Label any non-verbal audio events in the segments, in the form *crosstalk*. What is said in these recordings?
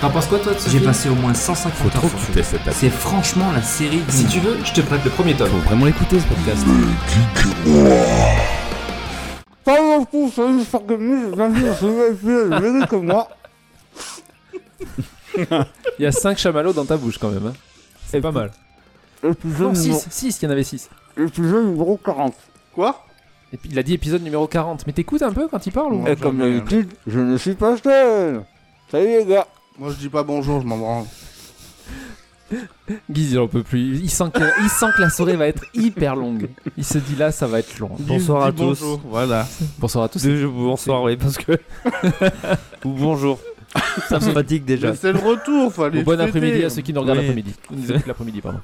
T'en penses quoi toi de ce J'ai film passé au moins 150 Faut trop heures. que tu testes cette table. C'est franchement la série. du Si moment. tu veux, je te prête le premier tome. Faut vraiment l'écouter ce podcast. Pas hein, beaucoup, c'est une sorte de mise, bien sûr, c'est vrai, plus élevé que moi. Il y a 5 chamallows dans ta bouche quand même. hein. C'est pas mal. Et puis j'ai Non, une, 6, 6, il y en avait 6. et puis j'ai une gros 40. Quoi Et puis il a dit épisode numéro 40. Mais t'écoutes un peu quand il parle ou Et comme d'habitude, je ne suis pas seul. Salut les gars. Moi je dis pas bonjour, je m'en branle. Guise, il en peut plus. Il sent, que, il sent que la soirée va être hyper longue. Il se dit là, ça va être long. Bonsoir à Dis tous. bonjour, Voilà. Bonsoir à tous. Déjà, bonsoir, oui, *laughs* parce que. Ou bonjour. Ça me fatigue déjà. Mais C'est le retour, faut aller Ou bon fêter. après-midi à ceux qui nous regardent Oui. l'après-midi. Nous écoutent l'après-midi, pardon.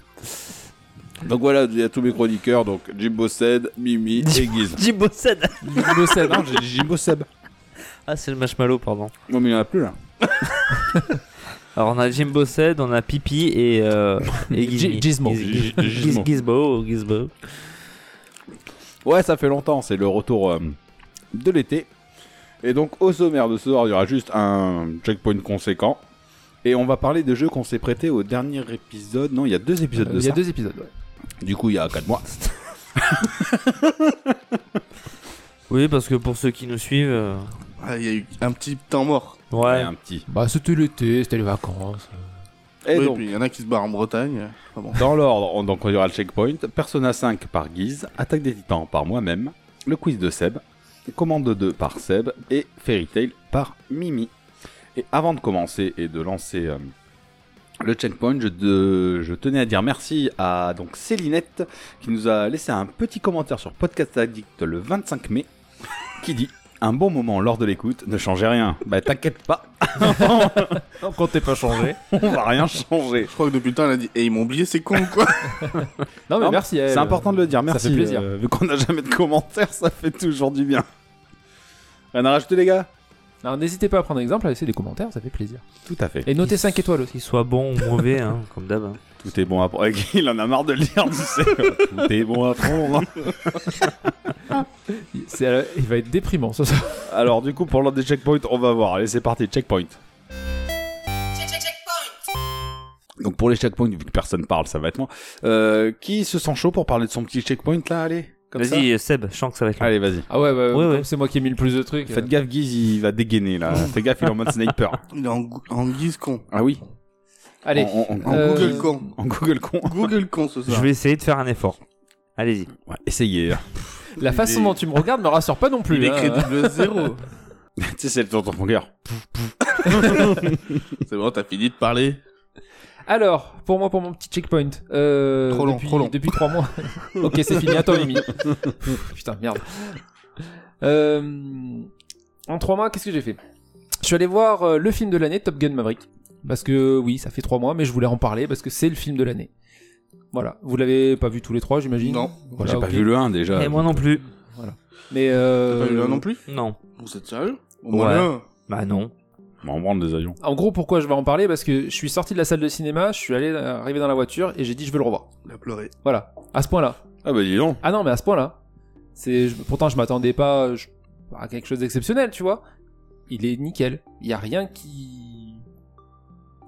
Donc voilà, il y a tous mes chroniqueurs, donc Jim Bossed, Mimi et Guise. Jimbo Sed. Le sept. Non, j'ai dit Jim Bossed. Ah, c'est le marshmallow, pardon. Non, mais il n'y en a plus là. Alors, on a Jimbo Sed, on a Pipi et. Euh, et Gizmi. Gi- Gizmo. Giz- Gi- Giz- Gizmo. Gizmo. Gizmo. Ouais, ça fait longtemps, c'est le retour euh, de l'été. Et donc, au sommaire de ce soir, il y aura juste un checkpoint conséquent. Et on va parler de jeux qu'on s'est prêtés au dernier épisode. Non, il y a deux épisodes de Euh, Il y ça. a deux épisodes. ouais. Du coup, il y a 4 mois. Oui, parce que pour ceux qui nous suivent. euh, Ah, Il y a eu un petit temps mort. Ouais. Un petit. Bah, c'était l'été, c'était les vacances. Et Oui, donc, puis il y en a qui se barrent en Bretagne. Ah bon. dans l'ordre, on- donc il y aura le checkpoint. Persona 5 par Guise, Attaque des Titans par moi-même, le quiz de Seb, Commande 2 par Seb et Fairy Tail par Mimi. Et avant de commencer et de lancer euh, le checkpoint, je, de- je tenais à dire merci à donc Célinette qui nous a laissé un petit commentaire sur Podcast Addict le 25 mai qui dit un bon moment lors de l'écoute, ne changez rien. Bah t'inquiète pas, *laughs* Non, quand t'es pas changé. on va rien changer. Je crois que depuis le temps, elle a dit Et ils m'ont oublié, c'est con *laughs* quoi. *laughs* Non, mais Non, merci. à elle. C'est important de le dire, merci. Ça fait plaisir. euh, vu qu'on n'a jamais de commentaires, ça fait toujours du bien. Rien à rajouter, les gars Alors, n'hésitez pas à prendre exemple, à laisser des commentaires, ça fait plaisir. Tout à fait. Et notez 5 étoiles aussi. Qu'ils soient bons ou mauvais, hein, *laughs* comme d'hab. hein. Tout est bon à prendre. *laughs* Il en a marre de le lire, tu sais. *laughs* Tout est bon à prendre. C'est, euh, il va être déprimant ce soir. Alors, du coup, pour l'ordre des checkpoints, on va voir. Allez, c'est parti, checkpoint. Donc, pour les checkpoints, vu que personne parle, ça va être moi. Euh, qui se sent chaud pour parler de son petit checkpoint là Allez, comme ça. Vas-y, Seb, je sens que ça va être long. Allez, vas-y. Ah ouais, bah, Ouais, comme ouais. c'est moi qui ai mis le plus de trucs. Faites gaffe, Guise, il va dégainer *laughs* là. Faites gaffe, il est en mode sniper. Il est en, gou- en guise con. Ah oui euh, Allez. En, en- en- En Euh, Google con. en Google con. Google con ce Je soir. vais essayer de faire un effort. Allez-y. Ouais, essayez. hein. La façon est- dont tu me regardes me rassure pas non plus. Il est hein. crédible zéro. euh. *laughs* tu sais, c'est le tonton Frangueur. C'est bon, t'as fini de parler. Alors, pour moi, pour mon petit checkpoint. euh, Trop long, depuis, trop long. Depuis 3 *laughs* mois. ok, c'est fini. Attends, Mimi. Pff, Putain, merde. Euh, en 3 mois, qu'est-ce que j'ai fait Je suis allé voir euh, le film de l'année, Top Gun Maverick. Parce que oui, ça fait 3 mois, mais je voulais en parler parce que c'est le film de l'année. Voilà. Vous l'avez pas vu tous les trois, j'imagine Non. Voilà, J'ai pas Bah, ok. vu le 1 déjà. Et moi non plus. Mais euh, T'as pas eu là non plus Non. Vous êtes sérieux Au moins Ouais. un. Bah non. On branle des avions. En gros, pourquoi je vais en parler Parce que je suis sorti de la salle de cinéma, je suis allé euh, arriver dans la voiture et j'ai dit je veux le revoir. Il a pleuré. Voilà, à ce point-là. Ah bah dis donc. Ah non, mais à ce point-là, c'est je- pourtant je m'attendais pas je- à quelque chose d'exceptionnel, tu vois. Il est nickel. Il y a rien qui,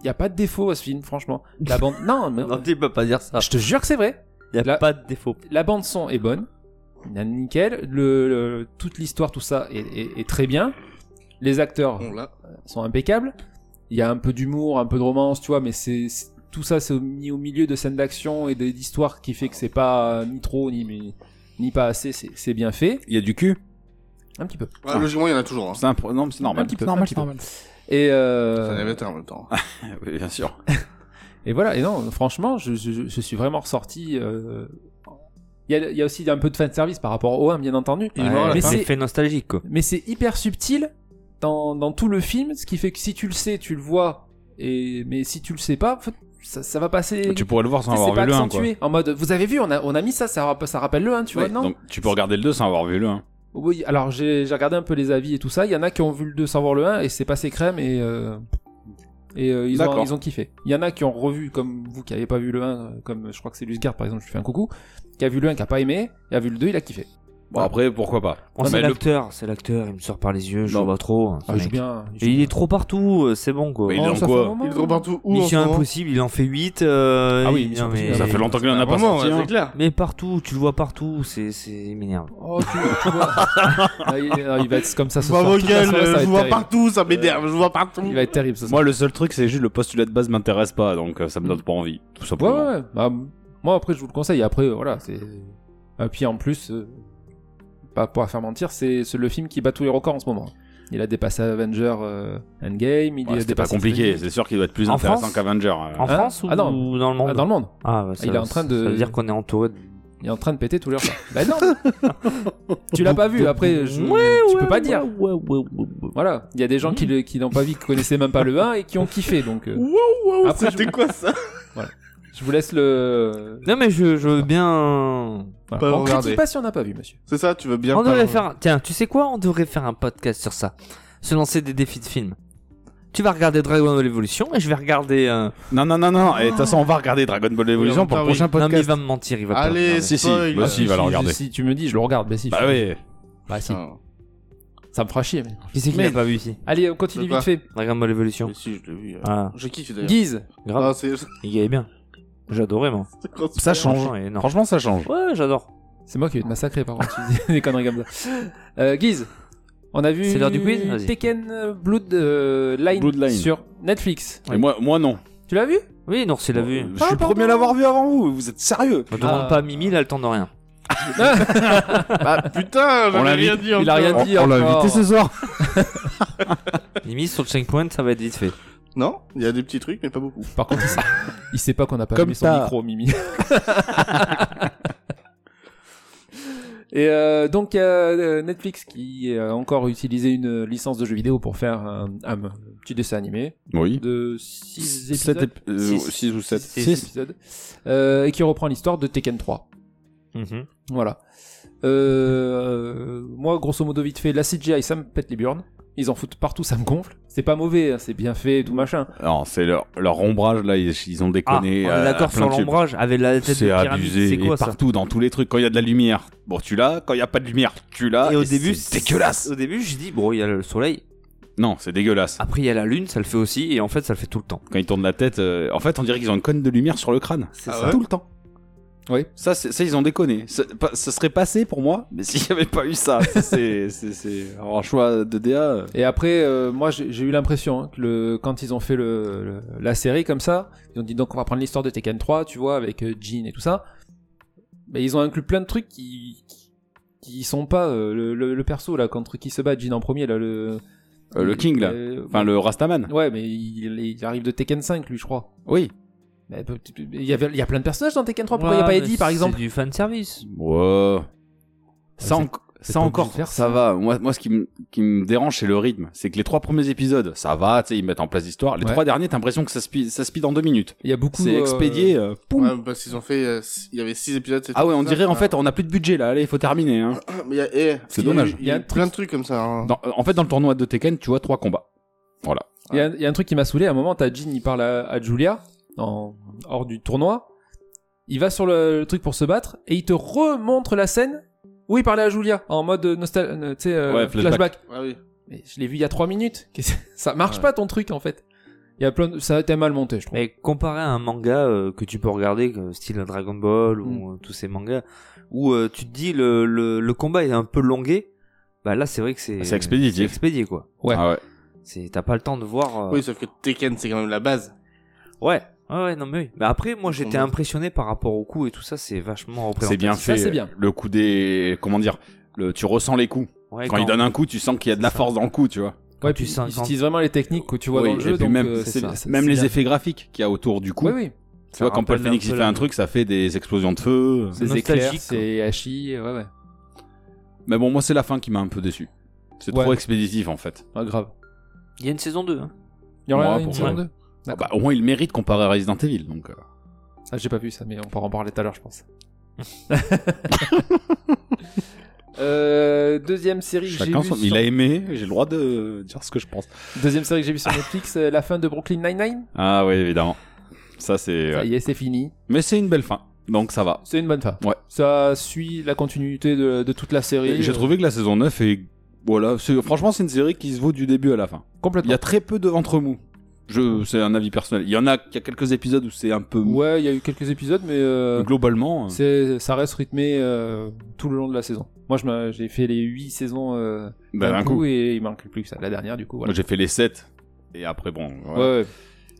il y a pas de défaut à ce film, franchement. La bande, non, mais Non, tu peux pas dire ça. je te jure que c'est vrai. Y a La- pas de défaut. La bande son est bonne, il y a nickel. Le, le- toute l'histoire, tout ça est, est- est très bien. Les acteurs Bon là. sont impeccables. Il y a un peu d'humour, un peu de romance, tu vois, mais c'est c'est- tout ça c'est au- mis au milieu de scènes d'action et des- d'histoires qui fait que c'est pas euh, ni trop ni ni, ni pas assez, c'est c'est bien fait, Il y a du cul un petit peu. Ouais, logiquement, il y en a toujours. hein. C'est un pro- Non, mais c'est normal. Un petit peu, C'est normal, un petit c'est Et euh, Ça en avait été en même temps. normal. Oui, bien sûr. et voilà. Et non, franchement, je, je- je suis vraiment ressorti. euh, Il y, a, il y a aussi un peu de fan service par rapport au 1, bien entendu. Il est mort à la mais fin. C'est c'est fait nostalgique, quoi. mais c'est hyper subtil dans, dans tout le film, ce qui fait que si tu le sais, tu le vois, et mais si tu le sais pas, en fait, ça, ça va passer. tu pourrais le voir sans Tu sais, avoir c'est pas vu Ah bah, le 1 quoi. accentué. En mode, vous avez vu, on a, on a mis ça, ça, rap- ça rappelle le 1, tu Ouais, vois, non Donc tu peux regarder le 2 sans avoir vu le 1. Oui, alors j'ai j'ai regardé un peu les avis et tout ça. Il y en a qui ont vu le 2 sans voir le 1 et c'est passé crème et, euh, et euh, ils, ont, D'accord. ils ont kiffé. Il y en a qui ont revu, comme vous qui n'avez pas vu le 1, euh, comme je crois que c'est Lusgard par exemple, je lui fais un coucou, qui a vu le 1, qui a pas aimé, et a vu le 2, il a kiffé. Bon, après, pourquoi pas. Oh, c'est Mais le- l'acteur, c'est l'acteur, il me sort par les yeux, je Non. le vois trop. hein. ce Ah, il joue mec. bien. Et il est trop partout, euh, c'est bon quoi. hein. Mais il Oh, est en ça fait quoi un moment. *laughs* Il est trop partout où en ce Mission moment Impossible, il en fait euh, 8. Ah oui, Mission non, mais... Impossible, *laughs* Ça fait longtemps qu'il en a pas Vraiment, sorti. ouais, hein. c'est clair. Mais partout, tu le vois partout, c'est c'est il m'énerve. Oh, tu, tu *laughs* vois. Ah, il, ah, il va être comme ça ce Bah, soir. vos Toute la gueules, soirée, *laughs* ça va je être vois terrible. partout, ça m'énerve, je vois partout. Il va être terrible ce soir. Moi, le seul truc, c'est juste le postulat de base m'intéresse pas, donc euh, ça me donne pas envie. Tout Ouais, simplement. ouais, ouais. Bah, moi, après, je vous le conseille. Après, euh, voilà, c'est. Et puis en plus, euh, pas pour faire mentir, c'est c'est le film qui bat tous les records en ce moment. Il a dépassé Avenger euh, Endgame. Il Ouais, a C'était pas dépassé compliqué, Infinity- c'est sûr qu'il doit être plus En intéressant France qu'Avenger. euh. En Hein France ou Ah, non. dans le monde Ah, dans le monde. Ah, ouais, ça, Il est en train de- Ça veut dire qu'on est entouré de... Il est en train de péter tous les records. bah non Tu l'as pas vu, après, je... tu peux pas dire. Ouais, ouais, ouais, ouais, ouais. Voilà, il y a des gens qui le- qui l'ont pas vu, qui connaissaient même pas le 1 et qui ont kiffé, donc euh, Wow, Après, c'était quoi ça je vous laisse le... Non mais je, je veux bien... Voilà. Pas On critique regarder. pas si on n'a pas vu, monsieur. C'est ça, tu veux bien on pas- devrait faire... un- Tiens, tu sais quoi On devrait faire un podcast sur ça. Se lancer des défis de films. Tu vas regarder Dragon Ball Evolution et je vais regarder... euh, Non, non, non, non. Et de toute façon, on va regarder Dragon Ball Evolution Oui, pour on le va- oui. prochain Non mais il podcast. va me mentir, il va pas Allez, regarder. Si, si, spoil. bah si, il va le si, regarder. Si tu me dis, je le regarde, bah si. Bah je- oui. Bah si, Putain. ça me fera chier. mais- Qui c'est qui l'a pas vu ici Allez, on continue De quoi vite fait. Dragon Ball Evolution. Mais si, je l'ai vu. euh. Ah, Je kiffe d'ailleurs. Guise grave. Non, c'est *laughs* Il est bien. J'adorais moi. c'est quand tu- Ça change. Franchement, il est énorme. Franchement, ça change. Ouais, j'adore. C'est moi qui vais te massacrer, par contre, tu dis *laughs* des conneries comme ça. Euh, Guise on a vu C'est l'heure du quiz Vas-y. Tekken euh, Blood euh, Line Bloodline. sur Netflix. Et moi, moi non. Tu l'as vu Oui, non, c'est l'a vu. Je suis le premier à l'avoir vu avant vous. Vous êtes sérieux On demande pas à Mimi, il a le temps de rien. Ah Bah, putain, On l'a j'avais rien dit Il a encore. rien On, dit on l'a encore. invité ce soir. Mimi, sur le checkpoint, ça va être vite fait. Non, il y a des petits trucs, mais pas beaucoup. Par contre, il sait, il sait pas qu'on n'a pas Comme mis son t'as- micro, Mimi. *laughs* Et euh, donc euh, Netflix qui a encore utilisé une licence de jeu vidéo pour faire un, un petit dessin animé Oui. de 6 Sept épisodes, ép- euh, Six. six ou 7. Six. Six épisodes. Euh, et qui reprend l'histoire de Tekken 3. Mhm. Voilà. Euh, moi, grosso modo, vite fait, la CGI, ça me pète les burnes. Ils en foutent partout, ça me gonfle. C'est pas mauvais, hein, c'est bien fait, tout machin. Non, c'est leur, leur ombrage là, ils, ils ont Ah, on déconné. est à- euh, à d'accord plein sur de tubes. l'ombrage, avec la tête de C'est pyramide, abusé. c'est quoi et ça partout dans tous les trucs, quand il y a de la lumière, bon tu l'as. Quand il y a pas de lumière, tu l'as. Et au début, Euh. c'est dégueulasse. Au début, je dis, bon, il y a le soleil, Non, c'est dégueulasse. après il y a la lune, ça le fait aussi, et en fait, ça le fait tout le temps. Quand ils tournent la tête, euh, en fait, on dirait qu'ils ont une conne de lumière sur le crâne. C'est Ah ça. ouais Tout le temps. Oui. Ça, c'est- ça ils ont déconné. Ça, pas- ça serait passé pour moi, mais *laughs* s'il n'y avait pas eu ça, ça, c'est c'est- c'est- alors, un choix de DA. euh, Et après, euh, moi, j'ai j'ai eu l'impression hein, que le, quand ils ont fait le, le- la série comme ça, ils ont dit donc on va prendre l'histoire de Tekken 3, tu vois, avec euh, Jin et tout ça. Mais ils ont inclus plein de trucs qui qui sont pas euh, le, le- le perso là contre qui se bat Jin en premier là le euh, le King là, euh, enfin le Rastaman. *laughs* ouais mais il, il arrive de Tekken 5 lui je crois. Oui. Mais peut- il y avait il y a plein de personnages dans Tekken 3 pourquoi il y a pas Ouais, Eddie par c'est exemple du fan service. Ouais. Ça, Ouais, en- c'est ça pas encore, obligé de faire ça ça. va. Moi, moi ce qui me qui me dérange, c'est le rythme. C'est que les trois premiers épisodes, ça va, tu sais, ils mettent en place l'histoire. Les Ouais. trois derniers, t'as l'impression que ça speed, ça speed en deux minutes. Il y a beaucoup C'est euh, expédié. euh, poum. Ouais, parce qu'ils ont fait. euh, s- Il y avait 6 épisodes. c'était ah ouais, on ça, dirait en enfin. fait, on a plus de budget là. Allez, il faut terminer. Hein. Mais il y a- eh, C'est il y a eu- dommage. Il y a, un truc- plein de trucs comme ça. hein. Dans- euh, en fait, dans le tournoi de Tekken, tu vois trois combats. Voilà. Il y, a- il y a un truc qui m'a saoulé. À un moment, t'as Jean, il parle à, à Julia, en, hors du tournoi. Il va sur le, le truc pour se battre et il te remontre la scène où il parlait à Julia en mode nostal, euh, tu sais, euh, Ouais, flashback. flashback. Ah oui. Mais je l'ai vu il y a 3 minutes. *laughs* Qu'est-ce- Ça marche Ouais. pas ton truc en fait. Il y a plein de... Ça a été mal monté, je trouve. Mais comparé à un manga euh, que tu peux regarder, que- style Dragon Ball ou euh, tous ces mangas, où euh, tu te dis le, le, le combat est un peu longué, bah là c'est vrai que c'est C'est expéditif. c'est expédié quoi. Ouais. Ah ouais. C'est t'as pas le temps de voir. euh, Oui, sauf que Tekken, c'est quand même la base. Ouais. Ouais, ouais, non mais oui. Mais après, moi j'étais Mmh. impressionné par rapport au coup et tout ça, c'est vachement représenté. C'est bien Ça, fait. c'est bien. Le coup des. Comment dire le, Tu ressens les coups. Ouais, Quand il donne un coup, tu sens qu'il y a de la force dans le coup, tu vois. Ouais, tu puis sens ils quand- utilisent vraiment les techniques que tu vois Oui, dans le et jeu. puis donc, même, euh, c'est c'est- ça. c'est- Même c'est les bien. effets graphiques qu'il y a autour du coup. Oui, oui. Tu vois, quand Paul Phoenix il fait un truc, ça fait des explosions de feu. C'est Les éclairs, nostalgique, c'est hachi, ouais, ouais. Mais bon, moi, c'est la fin qui m'a un peu déçu. C'est Ouais. trop expéditif en fait. Pas Ah, grave. Il y a une saison 2. Hein. Il y aura Moi, une pour saison moi. 2 Ah D'accord. bah, au moins, il mérite comparé à Resident Evil. Donc, euh, Ah, j'ai pas vu ça, mais on pourra en parler tout à l'heure, je pense. *laughs* Euh, deuxième série que j'ai chacun vue son. sur... Il a aimé, j'ai le droit de dire ce que je pense. deuxième série que j'ai vue sur Netflix, euh, la fin de Brooklyn Nine Nine. Ah oui, évidemment. Ça, c'est. Ça ouais. y est, c'est fini. Mais c'est une belle fin. Donc ça va. C'est une bonne fin. Ouais. Ça suit la continuité de, de toute la série. J'ai euh, trouvé que la saison 9 est. Voilà, c'est- franchement, c'est une série qui se vaut du début à la fin. Il complètement. y a très peu de ventre mou. Je, c'est un avis personnel. Il y en a, il y a quelques épisodes où c'est un peu mou. Ouais, il y a eu quelques épisodes, mais euh, Globalement, euh, c'est ça reste rythmé euh, tout le long de la saison. Moi, je m'a- j'ai fait les 8 saisons euh, bah, d'un d'un coup, coup. et il manque plus que ça. La dernière, du coup, voilà. Moi, j'ai fait les 7 et après bon. voilà. Ouais, ouais.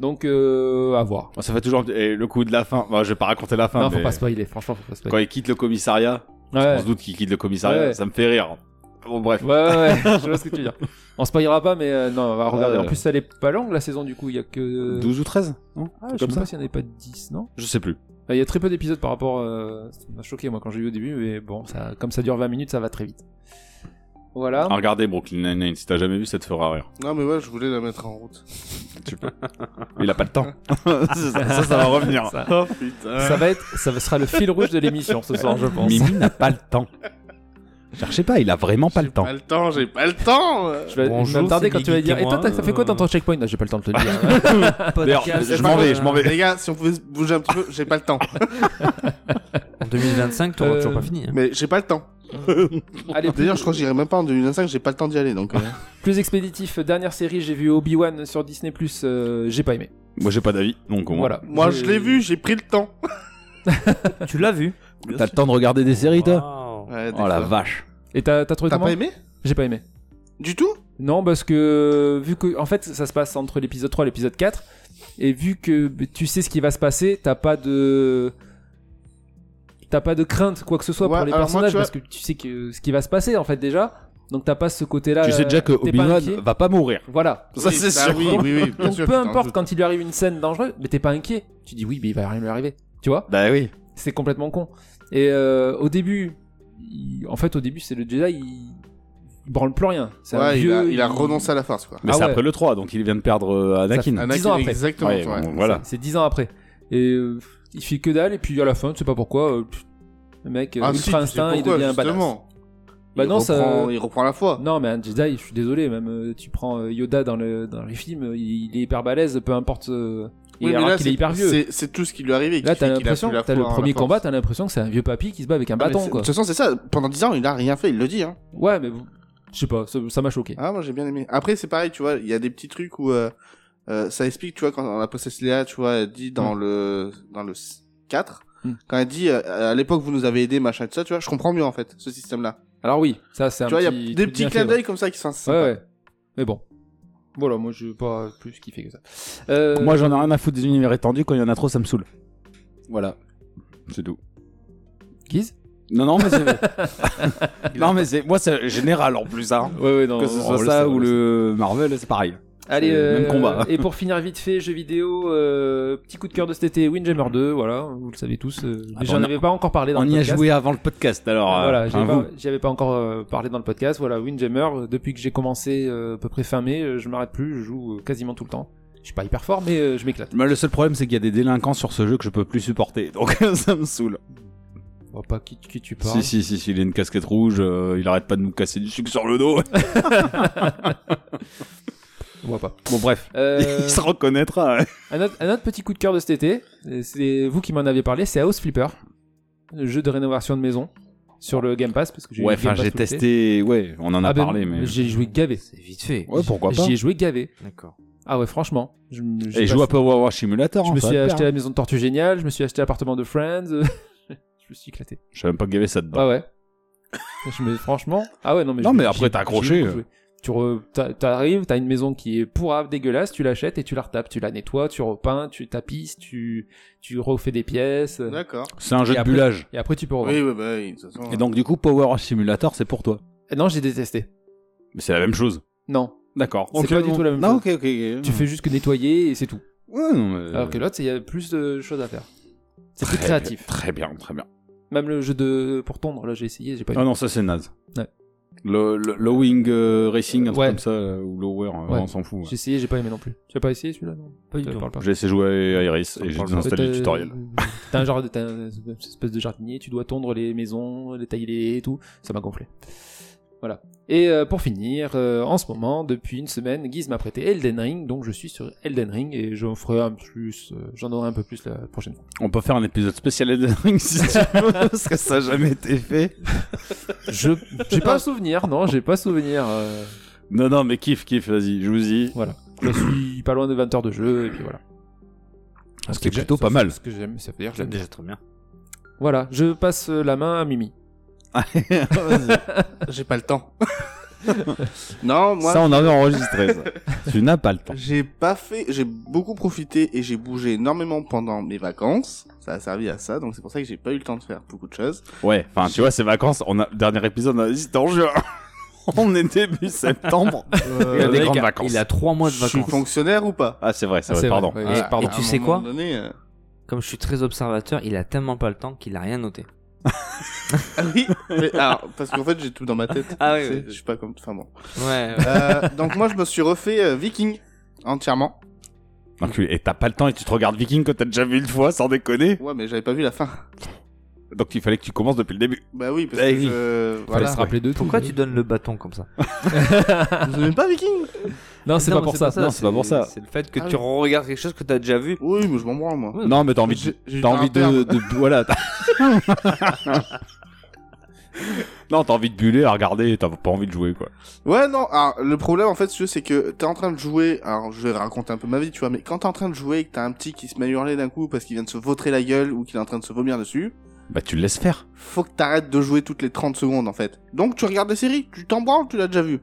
Donc, euh, à voir. Ça fait toujours et le coup de la fin. Bah, je vais pas raconter la fin. non, faut mais pas spoiler, franchement, faut pas Quand spoiler. il quitte le commissariat, Ouais. on se doute qu'il quitte le commissariat. Ouais. Ça me fait rire. Bon bref. Ouais, ouais, ouais, *laughs* je vois ce que tu veux dire. On spoilera pas, mais euh, non, on va regarder. Ouais, En ouais. plus, elle est pas longue la saison, du coup, il y a que. 12 ou 13 Non Ah, Euh, je Truc sais comme ça pas s'il n'y en avait pas 10, non Je sais plus. Ah, Il y a très peu d'épisodes par rapport. euh, Ça m'a choqué, moi, quand j'ai vu au début, mais bon, ça... comme ça dure 20 minutes, ça va très vite. Voilà. Ah, regardez Brooklyn Nine-Nine. Si t'as jamais vu, ça te fera rire. Non, mais ouais, je voulais la mettre en route. Il a pas *laughs* le temps. ça, ça, ça va revenir. Ah. Ça- Oh putain. Ça va être, ça sera le fil rouge de l'émission ce soir, je pense. Mimi n'a pas le temps. Cherchez pas, il a vraiment pas le temps. Pas le temps, j'ai pas le temps euh. Je vais, Bonjour, je vais me tarder c'est quand tu vas Guigui dire. Et toi, Témoin, t'as- ça fait quoi dans ton checkpoint Ah, J'ai pas le temps de te le *laughs* dire. D'ailleurs, je m'en vais, je m'en vais. Les gars, si on pouvait se bouger un petit peu, j'ai pas le *laughs* temps. En 2025, t'auras Euh, toujours pas fini. hein. Mais j'ai pas le temps. Allez, plus, D'ailleurs, je crois que j'irai même pas en 2025, j'ai pas le temps d'y aller donc. euh. plus expéditif. Dernière série, j'ai vu Obi-Wan sur Disney+. euh, j'ai pas aimé. Moi, j'ai pas d'avis, donc au moins. Voilà. *laughs* Moi, je l'ai vu, j'ai pris le temps. Tu l'as vu T'as le temps de regarder des séries, toi Waouh. Ouais, des Oh la fois. vache. Et t'as t'as trouvé T'as comment pas aimé J'ai pas aimé. Du tout Non, parce que vu que en fait ça se passe entre l'épisode 3 et l'épisode 4 et vu que b- tu sais ce qui va se passer, t'as pas de t'as pas de crainte quoi que ce soit Ouais, pour les alors moi, personnages tu vois- parce que tu sais que ce qui va se passer en fait déjà. Donc t'as pas ce côté-là. tu sais déjà que euh, t'es pas Obi-Wan inquiet. va pas mourir. Voilà. Ça, Oui, bah c'est sûr. Oui, oui, oui, bien Donc sûr. peu tu t'en importe doutes. quand il lui arrive une scène dangereuse, mais t'es pas inquiet. Tu dis oui, mais il va rien lui arriver. Tu vois Bah oui. c'est complètement con. Et euh, au début, il- en fait, au début, c'est le Jedi, il, il branle plus rien. C'est un Ouais, il vieux, a, il a renoncé à la force quoi. Mais Ah c'est ouais. après le 3, donc il vient de perdre euh, Anakin. Ça Anakin, dix ans après. Exactement, Ouais, ouais. bon, voilà. C'est 10 ans après. Et euh, il fait que dalle, et puis à la fin, tu sais pas pourquoi, euh, pff, le mec, euh, Ah, si, tu sais ultra instinct, il pourquoi, devient un badass. justement. Bah il non, ça- reprend, Il reprend la foi. Non, mais un Jedi, je suis désolé, même euh, tu prends euh, Yoda dans, le, dans les films, euh, il, il est hyper balèze, peu importe. euh, et Oui, mais alors là, qu'il c'est- est hyper vieux. c'est- C'est tout ce qui lui est arrivé. qui Là, fait t'as qu'il a l'impression, plus la t'as le foi en la premier force. combat, t'as l'impression que c'est un vieux papy qui se bat avec un Ah, mais bâton, c'est- quoi. De toute façon, c'est ça. Pendant 10 ans, il a rien fait, il le dit. Hein. Ouais, mais vous- je sais pas, ça ça m'a choqué. Ah, moi j'ai bien aimé. Après, c'est pareil, tu vois, il y a des petits trucs où euh, euh, ça explique, tu vois, quand la princesse Léa, tu vois, elle dit dans le dans le 4, Mm. quand elle dit euh, à l'époque vous nous avez aidé, machin, tout ça, tu vois, je comprends mieux en fait ce système-là. Alors oui, ça c'est un Tu vois, il y a petit des truc petits bien clins fait, d'œil comme ça qui sont Ouais, sympas. ouais. ouais. Mais bon. Voilà, moi je pas plus kiffé que ça. Euh, Moi, j'en ai rien à foutre des univers étendus. Quand il y en a trop, ça me saoule. Voilà. C'est tout. Guise Non, non, mais c'est. *laughs* non, mais c'est. *laughs* Moi, c'est général en plus, hein. Ouais, ouais, non. Que ce soit ça ou le Marvel, c'est pareil. Allez, c'est le même euh, combat. *laughs* Et pour finir vite fait, jeux vidéo, euh, petit coup de cœur de cet été, Windjammer 2, voilà, vous le savez tous. euh, mais bah, J'en on a- avais pas encore parlé dans On le y a podcast. joué avant le podcast, alors. euh, Voilà, j'y enfin, avais pas- vous. j'y avais pas encore euh, parlé dans le podcast. Voilà, Windjammer, euh, depuis que j'ai commencé euh, à peu près fin mai, euh, je m'arrête plus, je joue euh, quasiment tout le temps. Je suis pas hyper fort, mais euh, je m'éclate. Moi, Bah, le seul problème, c'est qu'il y a des délinquants sur ce jeu que je peux plus supporter. *laughs* Donc, ça me saoule. Bon, pas qui, qui tu parles. Si, si, si, si, il a une casquette rouge, euh, il arrête pas de nous casser du sucre sur le dos. On voit pas. bon, bref. Euh, *laughs* Il se reconnaîtra. hein. Un autre, un autre petit coup de cœur de cet été, euh, c'est vous qui m'en avez parlé, c'est House Flipper, le jeu de rénovation de maison sur le Game Pass parce que j'ai eu Ouais, le Game enfin, Pass j'ai tout l'été. testé. Ouais, on en a Ah ben, parlé, mais. j'ai joué gavé. C'est vite fait. Ouais, pourquoi pas. J'y ai joué gavé. D'accord. Ah ouais, franchement. Je, me- j'ai pas- Et joue à Power Wash Simulator. je hein, me ça va suis te acheté plaire. la maison de Tortue Géniale, je me suis acheté l'appartement de Friends, euh, *laughs* je me suis éclaté. Je savais même pas qu'il y avait ça dedans. Ah ouais. je me franchement. Ah ouais, non mais. Non, je- mais après, j'ai- t'as j'ai accroché. euh. beaucoup joué. Tu re- t'a- t'arrives, t'as une maison qui est pourrave, dégueulasse, tu l'achètes et tu la retapes, tu la nettoies, tu repeins, tu tapisses, tu, tu refais des pièces. Euh, D'accord. C'est un Ah, jeu Et de après- bullage. Et après, tu peux revendre. Oui, oui, bah oui, de toute façon. Et donc, du coup, Power Wash Simulator, c'est pour toi. Eh, Non, j'ai détesté. Mais c'est la même chose. Non. D'accord. C'est Ok, pas du non. tout la même Non, chose. ok, ok, ok. Tu fais juste que nettoyer et c'est tout. Ouais, non, mais- Alors que l'autre, c'est- il y a plus de choses à faire. C'est plus Euh. Très créatif. bien, Très bien, très bien. Même le jeu de pour tondre, là, j'ai essayé, j'ai pas eu. Ah non, ça c'est naze. Ouais. euh, Le, le- le Wing euh, Racing, un truc Ouais. comme ça, euh, ou Lower, euh, Ouais. on s'en fout. ouais. J'ai essayé, j'ai pas aimé non plus. Tu as pas essayé celui-là non Pas du Ça tout. parle pas. J'ai essayé de jouer à Iris On et j'ai parle désinstallé T'as- le tutoriel. euh, T'as un genre de, t'as une espèce de jardinier, tu dois tondre les maisons, les tailler et tout. Ça m'a gonflé. Voilà. Et euh, pour finir, euh, en ce moment, depuis une semaine, Guise m'a prêté Elden Ring, donc je suis sur Elden Ring et j'en ferai un plus, euh, j'en aurai un peu plus la prochaine fois. On peut faire un épisode spécial Elden Ring si tu veux, *laughs* parce que ça n'a jamais été fait. Je, j'ai pas souvenir, non, j'ai pas souvenir. euh, Non, non, mais kiff, kiff, vas-y, je vous y. voilà, *clears throat* je suis pas loin de 20 heures de jeu et puis voilà. Ce Ce qui est que j'ai- plutôt pas ça- mal. Ce que j'aime, ça veut dire que C'est j'aime. déjà trop bien. Voilà, je passe euh, la main à Mimi. J'ai pas le temps. non, moi, Ça, on avait enregistré *laughs* ça. tu n'as pas le temps. j'ai pas fait. J'ai beaucoup profité et j'ai bougé énormément pendant mes vacances. Ça a servi à ça, donc c'est pour ça que j'ai pas eu le temps de faire beaucoup de choses. Ouais, enfin, tu vois, ces vacances, on a, dernier épisode, on a dit, c'était en juin. *laughs* on est début septembre. *laughs* il y a Le des mec grandes a- vacances. Il a trois mois de Je suis vacances. fonctionnaire ou pas Ah, c'est vrai, c'est Ah, vrai, c'est vrai, pardon. ouais. Ah, Et- Ah, pardon. à tu un sais moment quoi donné, euh, Comme je suis très observateur, il a tellement pas le temps qu'il a rien noté. Ah oui, mais, alors, parce qu'en fait j'ai tout dans ma tête. Ah oui, Tu sais, oui. Je suis pas comme. Enfin bon. Ouais. Euh, donc moi je me suis refait euh, Viking entièrement. enculé. Et t'as pas le temps et tu te regardes Viking que t'as déjà vu une fois, sans déconner. Ouais, mais j'avais pas vu la fin. Donc il fallait que tu commences depuis le début. Bah oui, parce Bah que oui. je... Fallait voilà. se rappeler de tout. Pourquoi tu donnes le bâton comme ça Vous aimez pas Viking Non, c'est pas pour ça. Non, c'est pas pour ça. C'est le fait que Ah tu oui. regardes quelque chose que t'as déjà vu. Oui, mais je m'en branle moi. Ouais, Non, mais t'as envie de. J'ai- j'ai eu T'as un envie de, terme. de, Voilà. *laughs* t'as- non, t'as envie de buller à regarder et t'as pas envie de jouer, quoi. Ouais, non, alors, le problème en fait, si tu veux, c'est que t'es en train de jouer. Alors, je vais raconter un peu ma vie, tu vois, mais quand t'es en train de jouer et que t'as un petit qui se met à hurler d'un coup parce qu'il vient de se vautrer la gueule ou qu'il est en train de se vomir dessus, Bah, tu le laisses faire. faut que t'arrêtes de jouer toutes les 30 secondes en fait. Donc, tu regardes des séries, tu t'en branles, tu l'as déjà vu.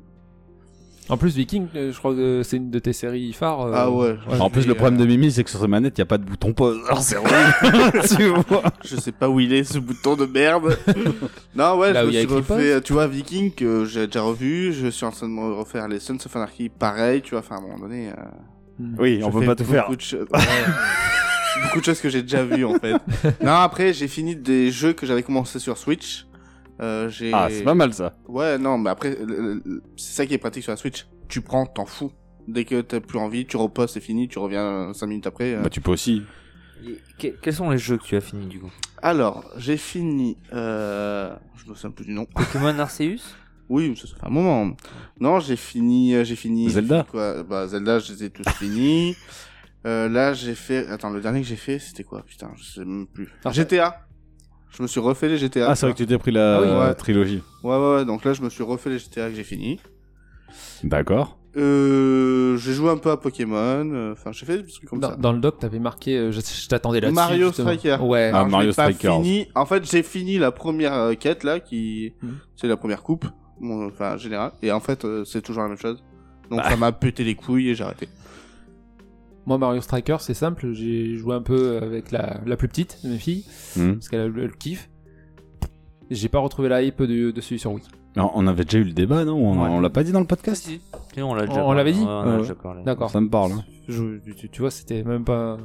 En plus, Viking, euh, je crois que c'est une de tes séries phares. euh, Ah ouais. en plus, mais, le problème euh, de Mimi, c'est que sur ses manettes, y a pas de bouton pause. Alors, *laughs* c'est horrible. tu vois. Je sais pas où il est ce bouton de *laughs* merde. non, ouais, Là je où me il y a suis écrit refait, tu vois, Viking, que j'ai déjà revu. Je suis en train de me refaire les Sons of Anarchy, pareil, tu vois, enfin, à un moment donné. euh, Oui, je on peut fais pas tout faire. beaucoup de choses- *laughs* ouais. beaucoup de choses que j'ai déjà vues, en fait. Non, après, j'ai fini des jeux que j'avais commencé sur Switch. Euh, j'ai... Ah, c'est pas mal ça. Ouais, non, mais après, le- le- le- c'est ça qui est pratique sur la Switch. Tu prends, t'en fous. Dès que t'as plus envie, tu reposes, c'est fini, tu reviens 5 minutes après. euh. Bah, tu peux aussi. Et que- Quels sont les jeux que tu as fini du coup Alors, j'ai fini... Euh... Je me souviens plus du nom. Pokémon *laughs* Arceus Oui, mais ça ça fait un moment. Non, j'ai fini, euh, j'ai fini. Zelda. j'ai fini Quoi Bah Zelda, je les ai *laughs* tous finis. Euh, là, j'ai fait. Attends, le dernier que j'ai fait, c'était quoi Putain, je sais même plus. Ah, GTA. Je me suis refait les GTA. Ah, c'est vrai que tu t'es pris la Ah oui. euh, Ouais. trilogie. Ouais, ouais, ouais. Donc là, je me suis refait les GTA que j'ai fini. D'accord. Euh, j'ai joué un peu à Pokémon. euh, Enfin, j'ai fait des petits trucs comme Dans, ça. dans le doc, t'avais marqué, euh, je, je t'attendais là-dessus. Mario justement. Striker. Ouais. Ah, Alors, je Mario l'ai pas Strikers. Fini. En fait, j'ai fini la première euh, quête là, qui Mhm. c'est la première coupe, bon, enfin en général. Et en fait, euh, c'est toujours la même chose. Donc Bah. ça m'a pété les couilles et j'ai arrêté. Moi, Mario Striker, c'est simple. J'ai joué un peu avec la, la plus petite, de mes filles, Hmm. parce qu'elle elle le kiffe. J'ai pas retrouvé la hype de, de celui sur Wii. Alors, on avait déjà eu le débat, non On, Ouais. on l'a pas dit dans le podcast Si, on Euh, l'a déjà On parlé. l'avait dit Ouais, on a Ouais. déjà parlé. D'accord. Ça me parle. hein. Je- Tu, tu vois, c'était même pas.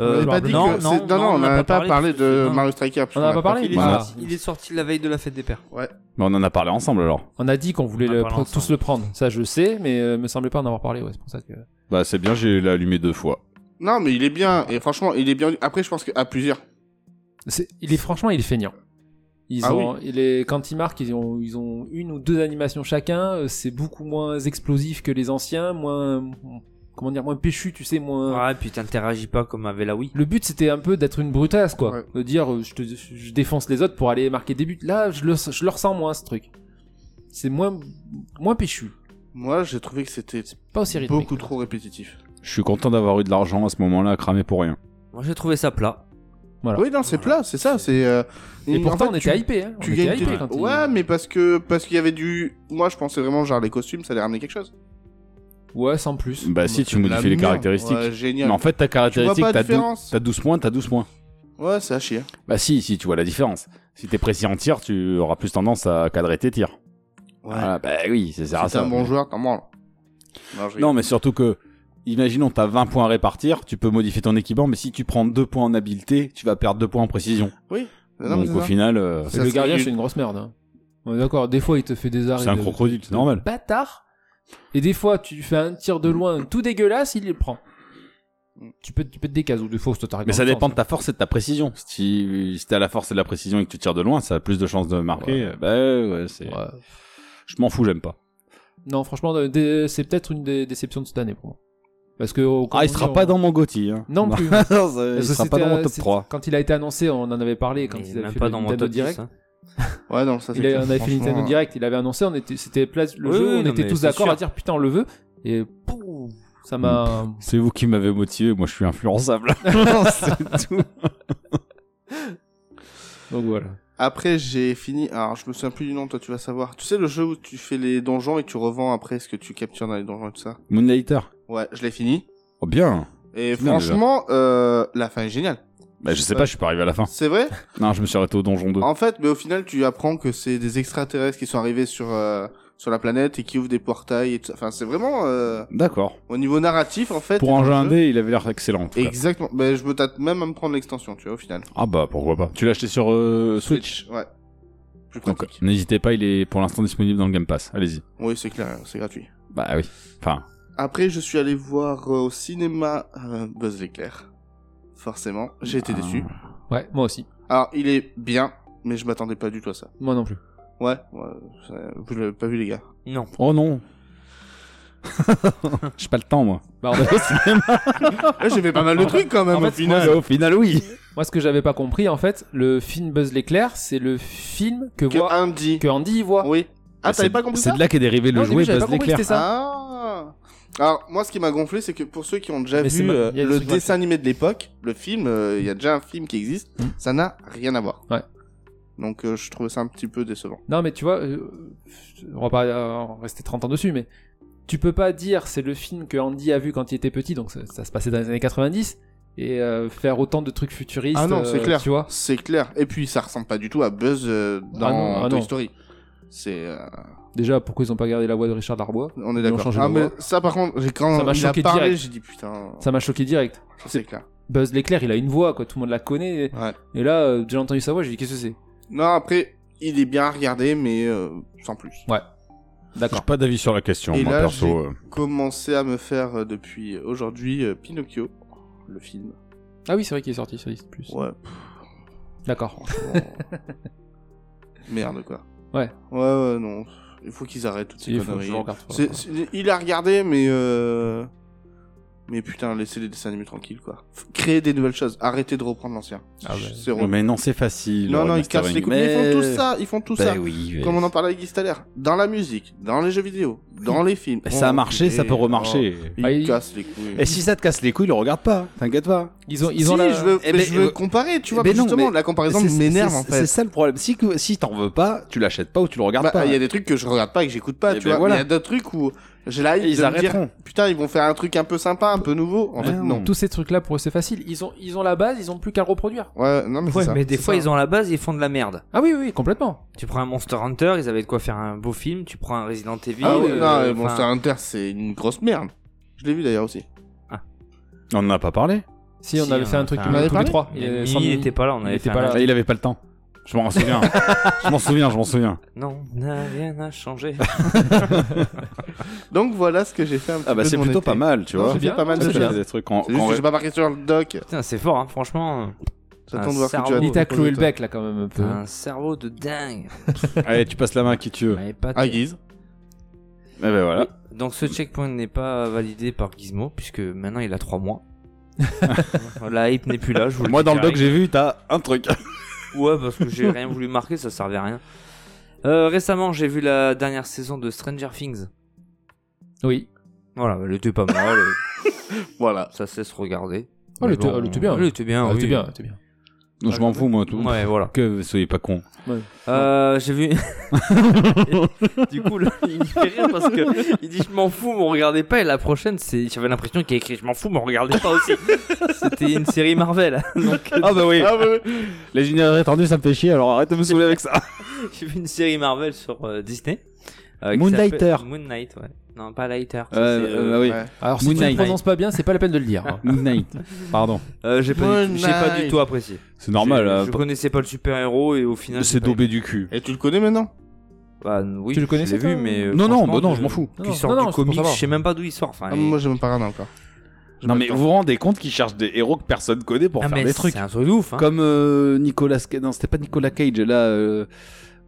Euh, On avait pas dit non, que non, c'est- non, non, on n'a n'a pas parlé parce que- de non. Mario Striker. parce On en a qu'on pas parlé, fait il est le- là. Il est sorti la veille de la fête des pères. Mais on en a parlé ensemble alors. On a dit qu'on voulait On a le parlé pre- ensemble. tous le prendre. Ça, je sais, mais euh, me semblait pas en avoir parlé. Ouais, c'est pour ça que. Bah, c'est bien, j'ai l'allumé deux fois. Non, mais il est bien. Et franchement, il est bien. Après, je pense qu'à plusieurs. C'est- il est franchement, il est feignant. Ils Ah ont, il est- quand ils marquent, ils ont, ils ont une ou deux animations chacun. euh, C'est beaucoup moins explosif que les anciens, moins, comment dire, moins péchu, tu sais, moins. Ouais, puis t'interagis pas comme avait la Wii. Le but c'était un peu d'être une brutasse, quoi. Ouais. De dire, euh, je, te- je défonce les autres pour aller marquer des buts. Là, je le, je le ressens moins ce truc. C'est moins, moins péchu, Moi, j'ai trouvé que c'était pas aussi rythmé. beaucoup trop répétitif. Je suis content d'avoir eu de l'argent à ce moment-là à cramer pour rien. Moi j'ai trouvé ça plat. Voilà. Oui, non, c'est plat, c'est ça. C'est. euh, Et en pourtant, fait, on tu- était hypé. Hein. Tu on était gagnes. hypé tes- quand il- Ouais, mais parce que parce qu'il y avait du. Moi, je pensais vraiment genre les costumes, ça allait ramener quelque chose. ouais, sans plus. Bah, si, tu modifies les caractéristiques. Ouais, Mais génial. en fait, ta vois caractéristique, pas la t'as dou- différence. t'as 12 points, t'as 12 points. Ouais, c'est à chier. Bah, si, si, tu vois la différence. Si t'es précis en tir, tu auras plus tendance à cadrer tes tirs. Voilà, bah oui, c'est ça. Si t'es un bon joueur, t'en branles. Non, je rigole. Non, mais surtout que, imaginons, t'as 20 points à répartir, tu peux modifier ton équipement, mais si tu prends 2 points en habileté, tu vas perdre 2 points en précision. Non, non, mais Donc c'est au ça. final, euh, Ça le serait gardien, une- c'est une grosse merde. hein. On est d'accord. Des fois, il te fait des arrêts. c'est un de- crocodile, c'est de normal. Bâtard. Et des fois, tu fais un tir de loin tout dégueulasse, il le prend. Mm. Tu peux, tu peux te décaser ou de fausses, toi t'arrêtes Mais dans ça le sens. dépend de ta force et de ta précision. Si, si t'es à la force et de la précision et que tu tires de loin, ça a plus de chances de marquer. Ouais. Bah ouais, c'est. Ouais. Je m'en fous, j'aime pas. Non, franchement, euh, dé- c'est peut-être une des déceptions de cette année pour moi. Parce que. oh, comme Ah, il on sera dit, on- pas dans mon GOTY. Hein. Non plus. Non, Parce *laughs* ça- que il sera pas c'était, dans mon euh, top c'est- 3. Quand il a été annoncé, on en avait parlé. Quand Mais il avait même fait pas le dans mon Nintendo top 10, Direct. hein. Ouais, non, ça c'est Il a- clair, on avait fait franchement, Nintendo euh, Direct, il avait annoncé, on était, c'était place- le Oui, jeu, oui, on non, était mais tous c'est d'accord à sûr. dire putain on le veut, et pouf, ça m'a. C'est vous qui m'avez motivé, moi je suis influençable. c'est tout. Donc voilà. Après, j'ai fini. Alors, je me souviens plus du nom, toi, tu vas savoir. Tu sais, le jeu où tu fais les donjons et tu revends après ce que tu captures dans les donjons et tout ça *laughs* Moonlighter. Ouais, je l'ai fini. Oh bien. Et Bien, franchement, euh, la fin est géniale. Bah, je sais pas, je suis pas arrivé à la fin. C'est vrai Non, je me suis arrêté au donjon 2. En fait, mais au final, tu apprends que c'est des extraterrestres qui sont arrivés sur, euh, sur la planète et qui ouvrent des portails et tout ça. Enfin, c'est vraiment. euh, D'accord. au niveau narratif, en fait. Pour dans un le jeu jeu- indé, il avait l'air excellent. en tout cas. Exactement. Ben, je me tâte même à me prendre l'extension, tu vois, au final. Ah bah pourquoi pas. Tu l'as acheté sur euh, Switch. Ouais. Plus pratique. Donc n'hésitez pas, il est pour l'instant disponible dans le Game Pass. Allez-y. Oui, c'est clair, c'est gratuit. Bah oui. Enfin, Après, je suis allé voir euh, au cinéma euh, Buzz l'éclair. Forcément, j'ai été Ah. déçu. Ouais, moi aussi. Alors, il est bien, mais je m'attendais pas du tout à ça. Moi non plus. Ouais, ouais, ça- vous l'avez pas vu, les gars. Non. oh non. *laughs* J'ai pas le temps moi. Bah, en fait, Ah, j'ai fait pas mal de trucs quand même. En fait, au final. Ah, au final oui. moi ce que j'avais pas compris en fait, le film Buzz l'éclair, c'est le film que, Que voit, Andy. que Andy y voit. Oui. Ah, C'est- t'avais pas compris C'est ça de là qu'est dérivé Non, le au début, jouet j'avais Buzz pas compris que l'éclair. c'était ça. Ah. Alors, moi, ce qui m'a gonflé, c'est que pour ceux qui ont déjà Mais c'est vu ma- euh, il y a des le trucs comme dessin animé de l'époque, le film, euh, il y a déjà un film qui existe, ça n'a rien à voir. Mm. Ouais. Donc, euh, je trouvais ça un petit peu décevant. Non, mais tu vois, euh, on va pas euh, en rester 30 ans dessus, mais tu peux pas dire c'est le film que Andy a vu quand il était petit, donc ça, ça se passait dans les années 90, et euh, faire autant de trucs futuristes. Ah non, euh, c'est clair. Tu vois C'est clair. Et puis, ça ressemble pas du tout à Buzz euh, dans Ah non, ah Toy non. Story. C'est, euh, Déjà, pourquoi ils ont pas gardé la voix de Richard Darbois on est Ils ont d'accord. changé Ah, de mais voix. ça, par contre, j'ai quand Ça m'a il choqué a parlé, direct. j'ai dit putain. Ça m'a choqué direct. ça, c'est clair. Buzz l'éclair, il a une voix, quoi, tout le monde la connaît. Ouais. Et là, euh, j'ai entendu sa voix, j'ai dit qu'est-ce que c'est Non, après, il est bien à regarder, mais euh, sans plus. J'ai D'accord. pas d'avis sur la question, Et moi là, j'ai- perso. euh. Commencé à me faire euh, depuis aujourd'hui euh, Pinocchio, le film. Ah oui, c'est vrai qu'il est sorti sur Disney+. Plus. Ouais. D'accord. Franchement. *laughs* Merde, quoi. Ouais. Ouais, ouais, non. Il faut qu'ils arrêtent toutes ces Il faut que conneries. je regarde. C'est- c'est- il a regardé, mais. euh, Mais putain, laissez les dessins animés tranquilles, quoi. F- Créez des nouvelles choses. Arrêtez de reprendre l'ancien. Ah ouais. C'est relou. Mais non, c'est facile. Non, le non, ils remastering. cassent les couilles. Mais- Mais Ils font tout ça, ils font tout Bah ça. oui. Comme on en parlait avec Guy tout à l'heure. Dans la musique, dans les jeux vidéo, dans les films. mais Ça a Oh, marché, ça putain, peut remarcher. oh, Ils Ah, il- cassent les couilles. Et si ça te casse les couilles, le regarde pas. T'inquiète pas. Ils ont, ils ont Si, la- je veux, Eh mais ben, je veux euh, comparer, tu vois, ben non, justement, mais la comparaison C'est- m'énerve c'est- en fait. C'est ça le problème. Si, que- si t'en veux pas, tu l'achètes pas ou tu le regardes Bah, Il pas. y a des trucs que je regarde pas et que j'écoute pas, Eh tu ben vois. voilà. Mais Il y a d'autres trucs où j'ai la hype Et ils de me dire arrêteront. putain, ils vont faire un truc un peu sympa, un peu nouveau. En Ah fait, non. non. Tous ces trucs-là, pour eux, c'est facile. Ils ont, ils ont la base, ils ont plus qu'à le reproduire. Ouais, non, mais c'est Ouais, ça. mais des C'est fois, ça. ils ont la base et ils font de la merde. Ah oui, oui, complètement. Tu prends un Monster Hunter, ils avaient de quoi faire un beau film. Tu prends un Resident Evil. Ah ouais, euh, non, mais enfin, Monster Hunter, c'est une grosse merde. Je l'ai vu d'ailleurs aussi. On en a pas parlé. Si, on Si, avait hein, fait un truc enfin, tous on avait les parlé trois. mais euh, Mimi, sans il Mimi. était pas là. On Il avait était fait pas un- là. Ah, il avait pas le temps. Je m'en *laughs* souviens. je m'en souviens, je m'en souviens. Non, n'a rien à changer. *laughs* Donc voilà ce que j'ai fait un petit Ah bah peu de c'est mon plutôt été. pas mal, tu Non, vois. J'ai fait bien, pas mal Parce de que c'est choses. bien. j'ai des trucs en- C'est juste en- que j'ai pas marqué sur le doc. Putain, c'est fort, hein, franchement. J'attends Un de voir ce que tu as cerveau. Il Il était à proposé, Chloé toi. Beck, là, quand même, un peu. Un cerveau de dingue. Allez, tu passes la main à qui tu veux. Mais pas Ah, Guise. Eh ben voilà. Oui. Donc ce checkpoint n'est pas validé par Gizmo puisque maintenant il a 3 mois. la hype n'est plus là, je vous le Moi dis dans le doc direct. j'ai vu, t'as un truc. Ouais, parce que j'ai rien voulu marquer, ça servait à rien. Euh, récemment, j'ai vu la dernière saison de Stranger Things. Oui. Voilà, elle était pas mal, euh, Voilà. ça se laisse regarder. Oh, elle Mais était- bon, elle était bien. Elle était bien, Ah, oui. C'était bien, c'était bien. Non, je m'en fous moi tout. Ouais, voilà. Que soyez pas cons. Euh, j'ai vu. *laughs* du coup, le- il me fait rire parce que il dit je m'en fous, mais regardez pas. Et la prochaine, c'est j'avais l'impression qu'il a écrit je m'en fous, mais regardez pas aussi. *laughs* C'était une série Marvel. Donc, Ah bah oui. Ah, ouais, ouais. Les généraux étendus ça me fait chier, alors arrête de me saouler avec ça. *laughs* j'ai vu une série Marvel sur euh, Disney. euh, qui Moonlighter. s'appelle- Moon Knight, ouais. Non, pas Lighter. ça, Euh, c'est, *laughs* euh, oui. ouais. Alors, si Moon tu ne Knight. prononces pas bien, c'est pas la peine de le *laughs* dire. hein. Night. Pardon. Euh, j'ai pas, Moon du, j'ai pas Knight. du tout apprécié. C'est normal. J'ai- hein, Je connaissais pas le super héros et au final. C'est j'ai pas aimé. daubé du cul. Et tu le connais maintenant Bah, oui, Tu le je connaissais, l'ai toi vu, mais. euh, Non, non, franchement, bah non, de- je m'en fous. Non, Qui non, sort non, c'est du pour comics, je savoir. sais même pas d'où il sort. Enfin, Ah, il- Moi, j'ai même pas regardé encore. J'ai Non pas mais le temps. vous vous rendez compte qu'ils cherchent des héros que personne connaît pour Ah, faire mais des trucs. C'est un truc de ouf. hein. Comme euh, Nicolas Ca- non c'était pas Nicolas Cage là euh,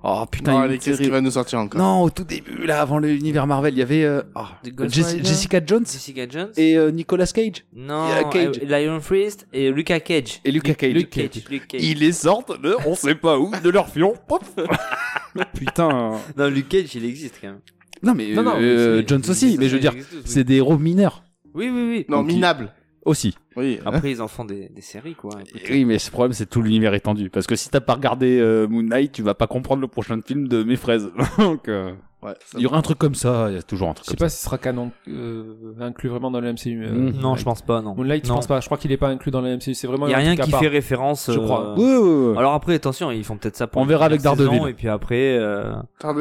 Oh putain, non, il y a allez, une qu'est-ce série- qui va nous sortir encore Non, au tout début, là, avant l'univers Marvel, il y avait euh, oh, The Ghost Jessi- Rider. Jessica Jones Jessica Jones et euh, Nicolas Cage Non, il y a Cage. euh, Lion Fist et Lucas Cage. et Lucas Cage. Luke Cage. Luke Cage. Ils les sortent de on sait pas où, de leur fion. Pop. *laughs* putain. Non, Luke Cage, il existe quand même. Non, mais Non, non, euh, mais c'est- Jones aussi, mais je veux dire, c'est des héros mineurs Oui, oui, oui. Non, Donc, minable. aussi. Oui. Après, ils en font des, des séries, quoi. Et Oui, mais ce problème, c'est tout l'univers étendu. Parce que si t'as pas regardé euh, Moon Knight, tu vas pas comprendre le prochain film de Mes Fraises. *laughs* Donc, euh, Ouais, ça- il y aura un truc comme ça, il y a toujours un Je truc sais comme pas si ce sera canon euh, inclus vraiment dans le MCU. euh, Mm. Non, je pense pas, non. Moonlight, je Mhm. Non. pense pas. Je crois qu'il est pas inclus dans le MCU. C'est vraiment. Il y a un rien truc à qui part. fait référence. Je euh, crois. ça. Ouais, ouais, ouais. Alors après, attention, ils font peut-être ça pour On la verra avec première saison, Daredevil. Et puis après, euh, Pardon.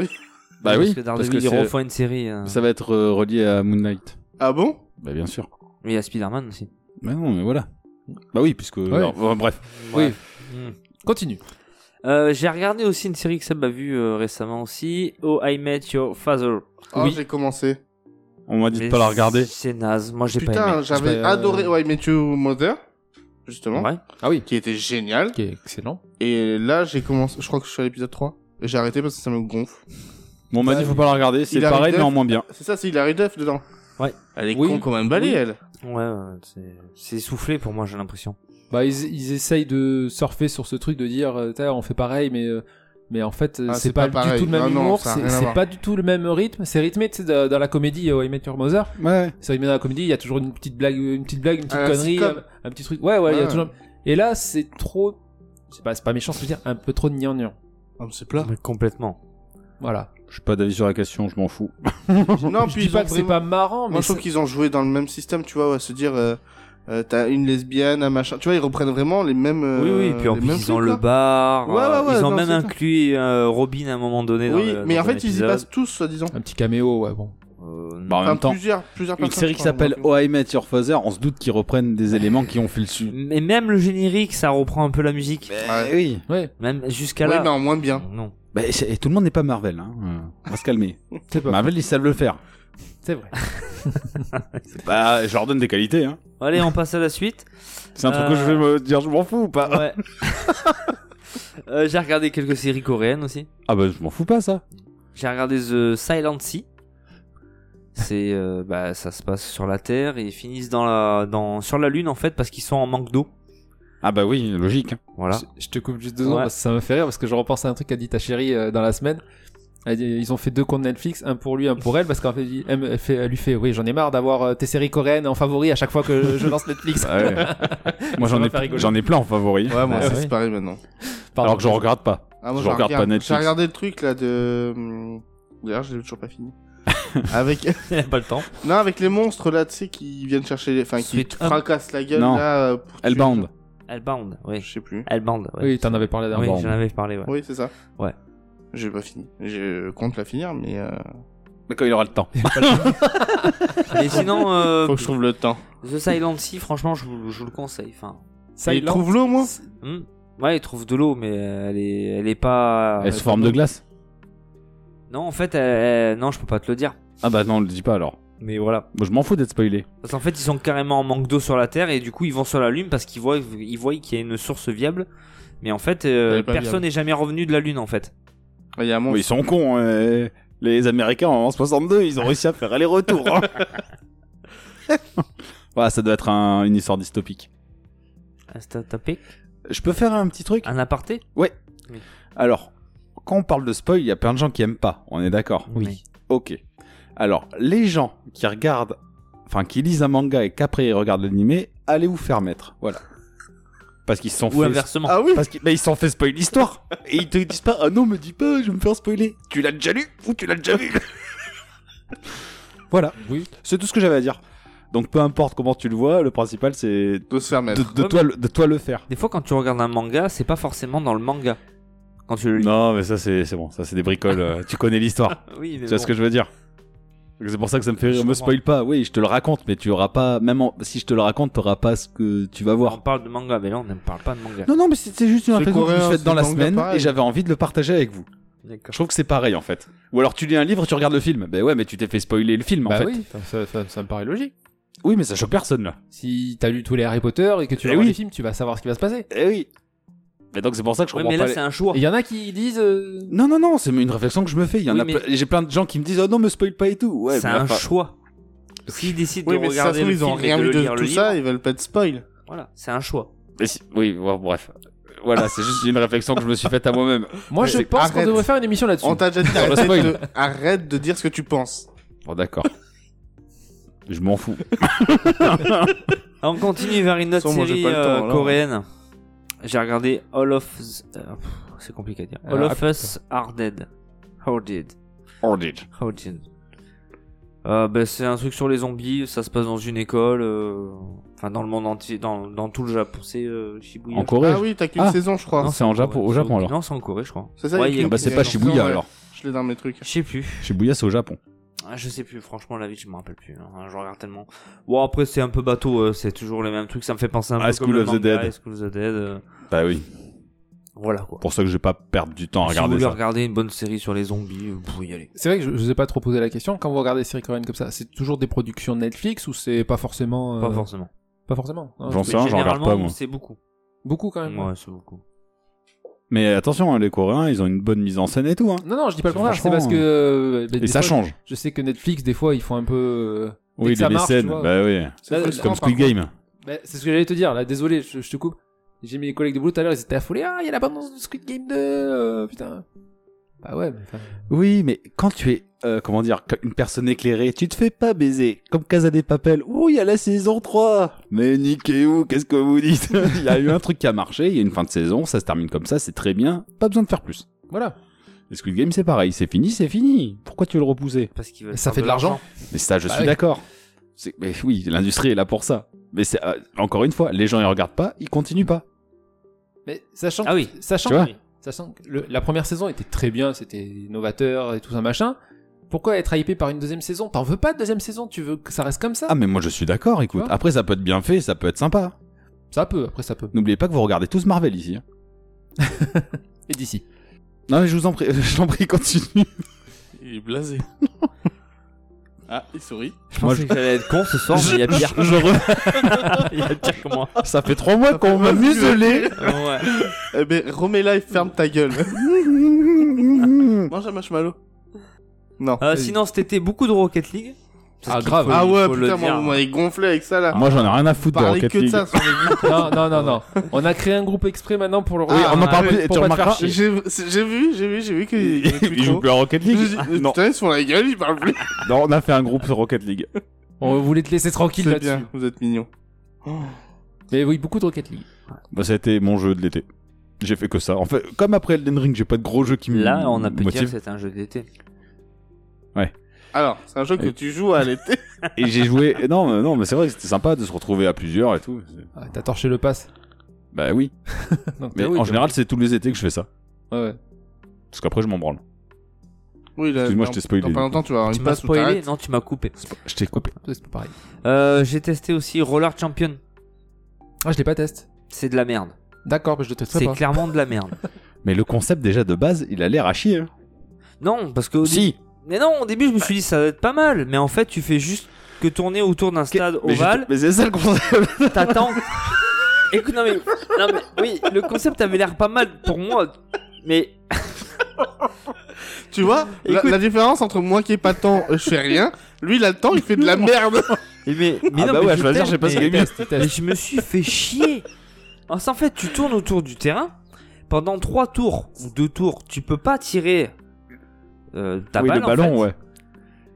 bah oui, parce que parce Daredevil, que ils c'est- refont une série. euh, ça va être euh, relié à Moon Knight. Ah bon Bah bien sûr. Mais il y a Spider-Man aussi. Bah non, mais voilà. Bah oui, puisque... alors, euh, bref. Bref. Mm. Continue. Euh, J'ai regardé aussi une série que Seb a vue euh, récemment aussi, Oh I Met Your Father. Oh, Oui. j'ai commencé. On m'a dit de Mais pas la regarder. C'est naze, moi j'ai pas Putain, aimé. j'avais C'est pas, euh, adoré Ouais, I Met Your Mother, justement, Ouais. Ah oui. qui était génial. Qui est excellent. Et là, j'ai commencé, je crois que je suis à l'épisode 3. Et J'ai arrêté parce que ça me gonfle. Bon, on m'a dit faut pas la regarder, c'est Il arrive pareil, mais neuf. en moins bien. C'est ça, c'est Hilary Duff dedans. Ouais. Elle est Oui. con comme un balai, Oui. elle. Ouais, ouais, c'est- c'est soufflé pour moi, j'ai l'impression. Bah, ils, ils essayent de surfer sur ce truc de dire, euh, T'as, on fait pareil, mais. euh, mais en fait, euh, Ah, c'est c'est pas, pas du pareil. tout le même Non, non, humour, ça a c'est rien à c'est voir. pas du tout le même rythme. C'est rythmé, tu sais, dans, dans la comédie euh, I Met Your Mother. Ouais. C'est rythmé dans la comédie, il y a toujours une petite blague, une petite blague, une petite Ah, la connerie, sitcom. un, un petit truc. Ouais, ouais, il y a Ouais. toujours. Et là, c'est trop. je sais pas, C'est pas méchant, je veux dire, un peu trop gnangnan. Ah, mais c'est plat. Mais complètement. Voilà. Je suis pas d'avis sur la question, je m'en fous. non, je puis dis ils pas ont que c'est vraiment- pas marrant, mais Moi, je trouve c'est- qu'ils ont joué dans le même système, tu vois, à se dire, euh, euh, t'as une lesbienne, un machin. Tu vois, ils reprennent vraiment les mêmes. euh, oui, oui, et puis en les plus, mêmes ils ont trucs, le là. bar. Ouais, euh, ouais, ouais, ils ont non, même c'est ça. inclus euh, Robin à un moment donné. dans Oui, le- mais dans en un fait, ils y épisode. passent tous, soi-disant. Un petit caméo, ouais, bon. Euh, Bah, en Enfin, même temps, plusieurs, plusieurs une personnes, série je qui crois, s'appelle dans Oh, I Met Your Father, on se doute qu'ils reprennent des éléments qui ont fait le su. Mais même le générique, ça reprend un peu la musique. le film. Eh Ouais. oui. Ouais, Même jusqu'à Oui, là. mais en moins bien. Non. Bah, c'est- et tout le monde n'est pas Marvel, hein. euh, on va se *laughs* calmer. c'est pas. Marvel, ils savent le faire. C'est vrai. Bah, je leur donne des qualités, hein. Allez, on passe à la suite. C'est un truc que je vais me dire, je m'en fous ou pas Ouais. *laughs* Euh, J'ai regardé quelques séries coréennes aussi. Ah bah, je m'en fous pas, ça. J'ai regardé The Silent Sea. C'est euh, bah ça se passe sur la Terre et ils finissent dans la dans sur la Lune en fait parce qu'ils sont en manque d'eau. Ah bah oui, logique. hein. Voilà. Je, je te coupe juste deux secondes Ouais. parce que ça me fait rire parce que je repense à un truc qu'a dit ta chérie euh, dans la semaine. Elle dit- Ils ont fait deux comptes Netflix, un pour lui, un pour elle, parce qu'en fait, il- elle, me- elle fait- elle lui fait, oui, j'en ai marre d'avoir euh, tes séries coréennes en favori à chaque fois que je lance Netflix. Bah ouais. *laughs* moi, Ça j'en va faire ai, rigoler. j'en ai plein en favori. Ouais, moi, Ouais, ouais. c'est pareil maintenant. *laughs* Pardon. Alors que je regarde pas. Ah, moi, Je regarde pas Netflix. J'ai regardé le truc là de. hum, D'ailleurs, je l'ai toujours pas *laughs* fini. avec *laughs* Il a pas le temps. non, avec les monstres là, tu sais, qui viennent chercher, les... enfin, qui Sweet te Home. fracassent la gueule Non. là. euh, Pour tuer- Hellbound. Hellbound, oui. Je sais plus. Hellbound, ouais. Oui, t'en avais parlé Oui, d'avant. Hellbound. j'en avais parlé, ouais. Oui, c'est ça. Ouais. J'ai pas fini. Je compte la finir, mais. Euh... Mais quand il aura le temps. Mais *laughs* sinon, euh, Faut que je trouve le temps. The Silent Sea, franchement, je vous, je vous le conseille. Enfin, Ça, Et il trouve l'eau, moi. hmm. ouais, il trouve de l'eau, mais elle est, elle est pas. Elle est sous forme de glace Non, en fait, elle- elle- non, je peux pas te le dire. Ah bah non, le dis pas alors. Mais voilà. Moi, je m'en fous d'être spoilé. Parce qu'en fait, ils sont carrément en manque d'eau sur la Terre et du coup, ils vont sur la Lune parce qu'ils voient, ils voient qu'il y a une source viable. Mais en fait, euh, Elle est pas personne viable. n'est jamais revenu de la Lune en fait. Ah, Il y a un monstre. ils sont cons, euh, les Américains en 62, ils ont réussi à faire aller-retour. hein. *laughs* ouais, ça doit être un- une histoire dystopique. Ah, c'est à taper. Je peux faire un petit truc Un aparté Alors, quand on parle de spoil, il y a plein de gens qui aiment pas, on est d'accord Oui. Ok. Alors, les gens qui regardent, enfin qui lisent un manga et qu'après ils regardent l'animé, allez vous faire mettre. Voilà. Parce qu'ils se sont Ou fait. inversement. Ah oui. Parce qu'ils bah, ils se sont fait spoiler l'histoire. Et ils te disent pas, ah non, me dis pas, je vais me faire spoiler. Tu l'as déjà lu ou tu l'as déjà vu Voilà. Oui. C'est tout ce que j'avais à dire. Donc peu importe comment tu le vois, le principal c'est De se faire de, mettre. de toi, le- de toi le faire. Des fois, quand tu regardes un manga, c'est pas forcément dans le manga. Quand tu le lis. Non, mais ça c'est c'est bon, ça c'est des bricoles. euh, tu connais l'histoire. Oui, mais Tu vois bon. ce que je veux dire Donc C'est pour ça que ça me fait Je rire. Me comprends. spoil pas. Oui, je te le raconte, mais tu auras pas. Même en- si je te le raconte, t'auras pas ce que tu vas on voir. parle de manga, mais là, on ne parle pas de manga. Non, non, mais c'était juste une C'est réflexion que je me coréen, suis faite dans c'est la le manga, semaine pareil. et j'avais envie de le partager avec vous. Je D'accord. trouve que c'est pareil en fait. Ou alors tu lis un livre, tu regardes le film. Ben ouais, mais tu t'es fait spoiler le film en Bah fait. oui, ça, ça- ça- ça me paraît logique. Oui, mais ça choque personne là. Si t'as lu tous les Harry Potter et que tu Eh vas voir oui. les films, tu vas savoir ce qui va se passer. Eh oui. Mais donc c'est pour ça que je Ouais, comprends mais pas. là, les- c'est un choix. Et il y en a qui disent. euh, Non, non, non, c'est une réflexion que je me fais. Il y en Oui, a mais- ple- J'ai plein de gens qui me disent Oh non, me spoil pas et tout. Ouais, c'est mais un enfin, choix. S'ils décident Oui, de mais si ça regarder se trouve, le ils ont film et rien de vu le de lire le tout livre, ça, ils veulent pas de spoil. voilà, c'est un choix. mais si- Oui, bon, bref. Voilà, c'est juste une réflexion que je me suis faite à moi-même. Moi, je c'est- pense qu'on arrête. devrait faire une émission là-dessus. On t'a déjà dit, Sur le arrête spoil. de, arrête de dire ce que tu penses. Bon, d'accord. Je m'en fous. Ah, On continue vers une autre Sans manger série pas le temps, euh, alors. coréenne. J'ai regardé All of Us- euh, pff, c'est compliqué à dire. Euh, All Ah, of Us Are Dead. How did? Or did. How did? Euh, bah, c'est un truc sur les zombies. Ça se passe dans une école. euh, Enfin, dans le monde entier, dans, dans tout le Japon. C'est euh, Shibuya. En Corée Ah oui, t'as qu'une Ah. saison, je crois. Non, c'est en Japon, au Japon alors. Non, c'est en Corée, je crois. C'est ça, Ouais, il y a il y a- Ah bah c'est une pas saison, Shibuya ouais. alors. Je l'ai dans mes trucs. Je sais plus. Shibuya c'est au Japon. Ah, je sais plus. Franchement, la vie, je me rappelle plus. hein, Je regarde tellement. Bon, après, c'est un peu bateau. euh, c'est toujours les mêmes trucs. Ça me fait penser un High peu Ah, School comme le of the manga, Dead. High School of the Dead. euh, Bah oui. Voilà quoi. Pour ça que je vais pas perdre du temps à si vous regarder voulez ça. regarder une bonne série sur les zombies, vous pouvez y aller. C'est vrai que je, je vous ai pas trop posé la question. Quand vous regardez des séries coréennes comme ça, c'est toujours des productions de Netflix ou c'est pas forcément. euh, Pas forcément. pas forcément. hein, J'en c'est- sais rien, j'en regarde généralement, pas moi. c'est beaucoup. Beaucoup quand même. Ouais, c'est beaucoup. Mais attention, hein, les Coréens ils ont une bonne mise en scène et tout. Hein. Non, non, je dis pas le contraire. C'est Franchement, parce que. euh, bah, Et des ça fois, change. Je sais que Netflix, des fois, ils font un peu. euh, dès Oui, que ça les, les marche, scènes. tu vois. Bah oui. Là, frustrant, là, Comme par Squid contre. Game. Bah, c'est ce que j'allais te dire, là, désolé, je, je te coupe. J'ai mis les collègues de boulot tout à l'heure, ils étaient affolés. Ah, il y a l'abondance de Squid Game 2, euh, putain. Bah ouais, mais enfin, Oui, mais quand tu es, euh, comment dire, une personne éclairée, tu te fais pas baiser. Comme Casa des Papel. Ouh, il y a la saison 3. Mais niquez-vous, qu'est-ce que vous dites *laughs* Il y a eu un truc qui a marché, il y a une fin de saison, ça se termine comme ça, c'est très bien. Pas besoin de faire plus. voilà. Les Squid Game c'est pareil, c'est fini, c'est fini. Pourquoi tu veux le repousser Parce qu'ils veulent Ça faire fait de l'argent. Mais ça, je Bah suis oui. d'accord. C'est- Mais oui, l'industrie est là pour ça. Mais c'est euh, encore une fois, les gens ils regardent pas, ils continuent pas. Mais sachant Ah oui. que- sachant, Tu vois que- sachant que le- la première saison était très bien, c'était novateur et tout ça machin. Pourquoi être hypé par une deuxième saison T'en veux pas de deuxième saison Tu veux que ça reste comme ça Ah mais moi je suis d'accord, écoute. vois Après ça peut être bien fait, ça peut être sympa. Ça peut, après ça peut. N'oubliez pas que vous regardez tous Marvel ici. hein. Et d'ici. Non mais je vous en prie, *laughs* je t'en prie, continue. Il est blasé. ah, il sourit. Je Moi, pensais que j'allais être con ce soir, mais il y a pire. Je- je re- *laughs* Il y a pire que moi. Ah, Ça fait trois mois qu'on m'a muselé. Ouais. Eh ben, remets-la et ferme ta gueule. *laughs* Mange un marshmallow. Non. Euh, sinon, cet été, beaucoup de Rocket League. Ah, grave. Ah ouais, faut le putain, dire. moi, vous m'avez gonflé avec ça, là. Ah, Moi j'en ai rien à foutre de Parlez Rocket que de League. ça sur les vidéos. Non, non, non, non. On a créé un groupe exprès maintenant pour le. Oui, on en Ah, parle ouais. plus. Et Pour tu pas te remarqueras, faire chier. *laughs* J'ai j'ai vu, j'ai vu, j'ai vu qu'il y *laughs* avait plus ils jouent trop. plus à Rocket J'ai League. Ah, dit, Non. euh, Putain, ils se font la gueule, ils parlent plus. Non, on a fait un groupe sur Rocket League. On voulait te laisser tranquille C'est là-dessus. bien, vous êtes mignons. Mais oui, beaucoup de Rocket League. Bah, c'était mon jeu de l'été. J'ai fait que ça. En fait, comme après Elden Ring, j'ai pas de gros jeux qui me Là, on a pu dire que motivent. c'était un jeu d'été. Alors, c'est un jeu que Oui. tu joues à l'été. Et j'ai joué. et Non, mais- non, mais c'est vrai que c'était sympa de se retrouver à plusieurs et tout. C'est- Ah, T'as torché le pass. Bah oui. Donc, Bah Mais t'as- oui, en t'as- général, c'est tous les étés que je fais ça. Ouais, ouais. Parce qu'après, je m'en branle. Oui, là, *laughs* Excuse-moi, dans- je t'ai spoilé, Dans du pas coup. longtemps, tu vas avoir Tu une m'as passe où spoilé t'arrêtes. Non, tu m'as coupé. Je t'ai coupé. C'est pas pareil. Euh, J'ai testé aussi Roller Champion. Ah, je l'ai pas testé. C'est de la merde. D'accord, mais je le testerai C'est pas. clairement de la merde. Mais le concept, déjà de base, il a l'air à chier. hein. Non, parce que. au dé- Mais non, au début, je me suis dit, ça va être pas mal. Mais en fait, tu fais juste que tourner autour d'un stade Mais j'ai- ovale. Mais c'est ça le concept. *laughs* T'attends. Écoute, non mais, non mais. Oui, le concept avait l'air pas mal pour moi. Mais Tu vois, la, Écoute. la différence entre moi qui ai pas le temps, euh, je fais rien. Lui, il a le temps, il fait de la *laughs* merde. Mais, mais, mais Ah non, bah mais ouais, je vais dire, t'aime, j'ai pas ce mais- game. Teste, *laughs* mais teste. je me suis fait chier. Parce qu'en fait, tu tournes autour du terrain. Pendant trois tours ou deux tours, tu peux pas tirer euh, ta oui, balle. le en ballon, fait. ouais.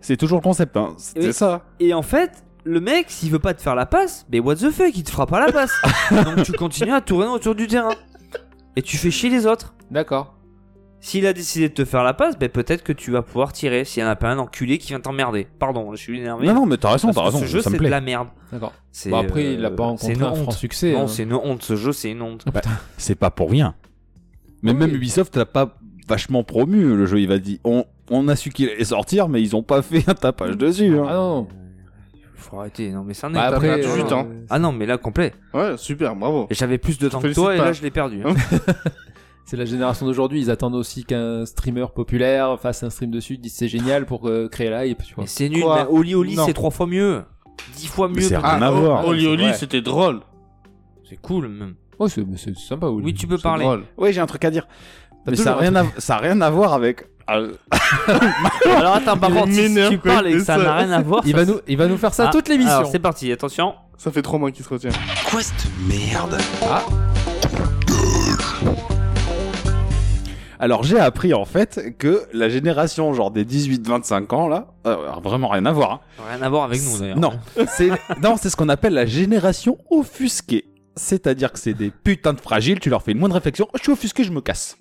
C'est toujours le concept, hein. C'était Oui. ça. Et en fait, le mec, s'il veut pas te faire la passe, mais what the fuck, il te fera pas la *laughs* passe. Donc tu continues à tourner autour du terrain. Et tu fais chier les autres. D'accord. S'il a décidé de te faire la passe, ben peut-être que tu vas pouvoir tirer. S'il y en a pas un enculé qui vient t'emmerder. Pardon, je suis énervé. Non, non, mais t'as raison, Parce t'as que raison. Ce jeu, ça me c'est de plaît. la merde. D'accord. C'est, Bon, après, il a euh, pas c'est rencontré une un franc honte. succès. Non, hein. c'est une honte, ce jeu, c'est une honte. C'est pas pour rien. Mais Oui. même Ubisoft l'a pas vachement promu, le jeu. Il va dire, on, on a su qu'il allait sortir, mais ils ont pas fait un tapage dessus. hein. Ah non. Euh, Faut arrêter, non mais c'est un Bah, état. après, perdu du euh, temps. Ah non, mais là, complet. Ouais, super, bravo. Et J'avais plus de temps que Félicite toi et pas. là, je l'ai perdu. Hein C'est la génération d'aujourd'hui. Ils attendent aussi qu'un streamer populaire fasse un stream dessus. Ils disent c'est génial pour euh, créer la hype. Tu vois. Mais c'est nul, Quoi mais Oli Oli, Non. c'est trois fois mieux. Dix fois Mais mieux. c'est par- rien à oh, voir. Oli C'est Oli, vrai. c'était drôle. Ah, *laughs* C'est cool, même. Oh, c'est c'est sympa. Oui, tu peux parler. Oui, j'ai un truc à dire. T'as Mais ça n'a toujours un rien, à- ça a rien à voir avec. Ah, Alors attends, par Il contre, si m'énerve tu quand il parles et que fait ça ça. n'a rien à voir. Il va nous, il va nous faire ça Ah, toute l'émission. Alors c'est parti, attention. Ça fait trois mois qu'il se retient. Quoi cette merde Alors j'ai appris en fait que la génération genre des 18-25 ans là, euh, vraiment rien à voir. hein. Rien à voir avec nous d'ailleurs. Non, c'est non, c'est ce qu'on appelle la génération offusquée. C'est-à-dire que c'est des putains de fragiles, tu leur fais une moindre réflexion, je suis offusqué, je me casse.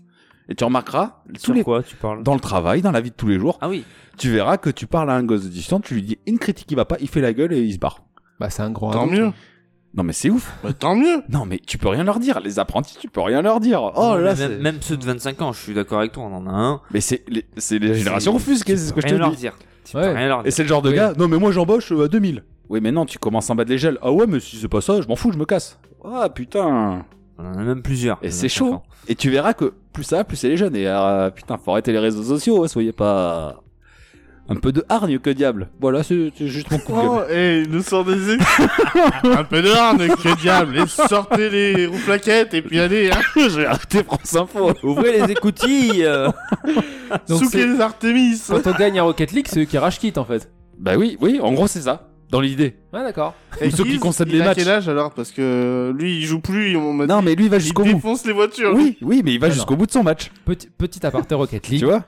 Et tu remarqueras, tous Sur les... quoi tu parles dans le travail, dans la vie de tous les jours, Ah oui. tu verras que tu parles à un gosse de 18 ans, tu lui dis une critique qui va pas, il fait la gueule et il se barre. Bah, c'est un grand. Tant adulte. mieux. Non mais c'est ouf. Bah, tant mieux. Non mais tu peux rien leur dire, les apprentis, tu peux rien leur dire. Oh Mais là, c'est- même, même ceux de 25 ans, je suis d'accord avec toi, on en a un. mais c'est les- c'est les générations offusquées, c'est ce que je te Rien leur dis. dire. Tu Ouais. peux rien leur Et dire. c'est le genre de Oui. gars, non mais moi j'embauche euh, à 2000. Oui mais non, tu commences en bas de l'échelle. Ah ouais mais si c'est pas ça, je m'en fous, je me casse. Ah putain. On en a même plusieurs. Euh, Et de c'est 25 chaud. ans. Et tu verras que plus ça, va, plus c'est les jeunes. Et euh, putain, faut arrêter les réseaux sociaux, hein, soyez pas... Un peu de hargne que diable. Voilà, c'est c'est juste mon coup *laughs* de *laughs* gueule. Oh, et il nous sort *laughs* des ex- Un peu de harne, que diable. Et sortez les roues plaquettes et puis allez, *laughs* hein. J'ai arrêté France Info. Ouvrez les *laughs* écoutilles. euh. Donc, Souquez c'est- les Artemis. quand on gagne à Rocket League, c'est eux qui rage quitte en fait. Bah oui, oui, en gros c'est ça, dans l'idée. Ouais, d'accord. Et ceux qui Gibbs, concèdent il les a matchs. quel âge alors Parce que lui, il joue plus. On m'a Non dit, mais lui il va il jusqu'au bout. défonce les voitures. Oui, oui, mais il va Alors. jusqu'au bout de son match. Petit, petit aparté Rocket Tu League. vois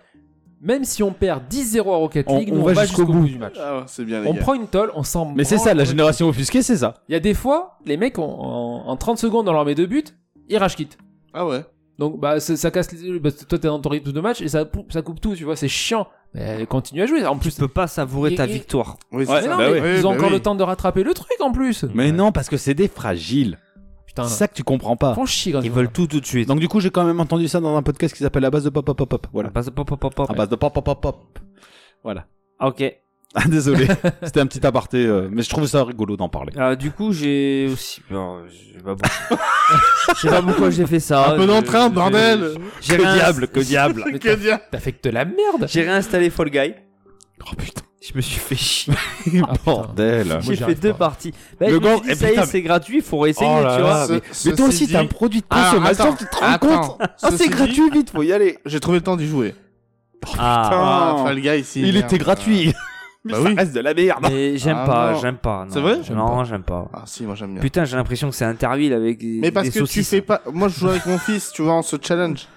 Même si on perd 10-0 à Rocket On- League, on nous, va va jusqu'au jusqu'au bout. bout du match. Ah, c'est bien, les On gars. prend une tolle, on s'en Mais c'est branle. ça, la génération offusquée, c'est ça. Il y a des fois, les mecs, ont- en, en 30 secondes, on leur met deux buts, ils rage quittent. Ah ouais. Donc, bah, ça, ça casse les. bah, toi, t'es dans ton rythme de match et ça, pou- ça coupe tout, tu vois, c'est chiant. Mais continue à jouer. En Tu plus, peux pas savourer ta Et- et- victoire. Oui, Ouais, mais ça, non, bah mais oui. ils ont Oui, bah encore oui. le temps de rattraper le truc en plus. Mais non, parce que c'est des fragiles. Putain, C'est ça que tu comprends pas. ils font chier quand Ils même. veulent tout tout de Et suite. Ah, Donc du coup, j'ai quand même entendu ça dans un podcast qui s'appelle La base de pop pop pop pop. Voilà. Ah, bah. Passe- pop, pop, pop, pop. À base de pop pop pop pop. *laughs* Voilà. Ah, Ok. Ah, *laughs* désolé. C'était un petit aparté, euh, mais je trouve ça rigolo d'en parler. Euh, du coup, j'ai aussi. Non, je sais pas pourquoi- *laughs* je sais pas pourquoi j'ai fait ça. Un peu Je- d'entrain, je- bordel. J'ai que réinst- diable, que diable. Mais *laughs* Que t'as- dire T'as fait que de la merde. J'ai réinstallé Fall Guy. oh putain, Je me suis fait *laughs* chier. *laughs* Ah, putain. bordel. Moi, J'ai j'y fait arrive deux pas. parties. Bah, Le je me gant- suis dit, eh, ça y putain, est, c'est gratuit, faut réessayer, Oh là tu vois. là. mais- Mais toi aussi, t'es un produit de Alors, consommation, Ah, attends, tu te rends attends. compte Ah, c'est Ceci gratuit, vite, faut y aller. J'ai trouvé le temps d'y jouer. Ah, Ah, enfin, le gars ici. Il merde. était gratuit. Ah, Mais Bah ça oui. reste de la merde. mais j'aime Ah, pas, non. j'aime pas. non. C'est vrai J'aime Non, pas. j'aime pas. Ah si, moi j'aime bien. Putain, j'ai l'impression que c'est un Interville avec des, Mais parce des que saucisses. tu fais pas. Moi je joue avec mon fils, tu vois, on se challenge.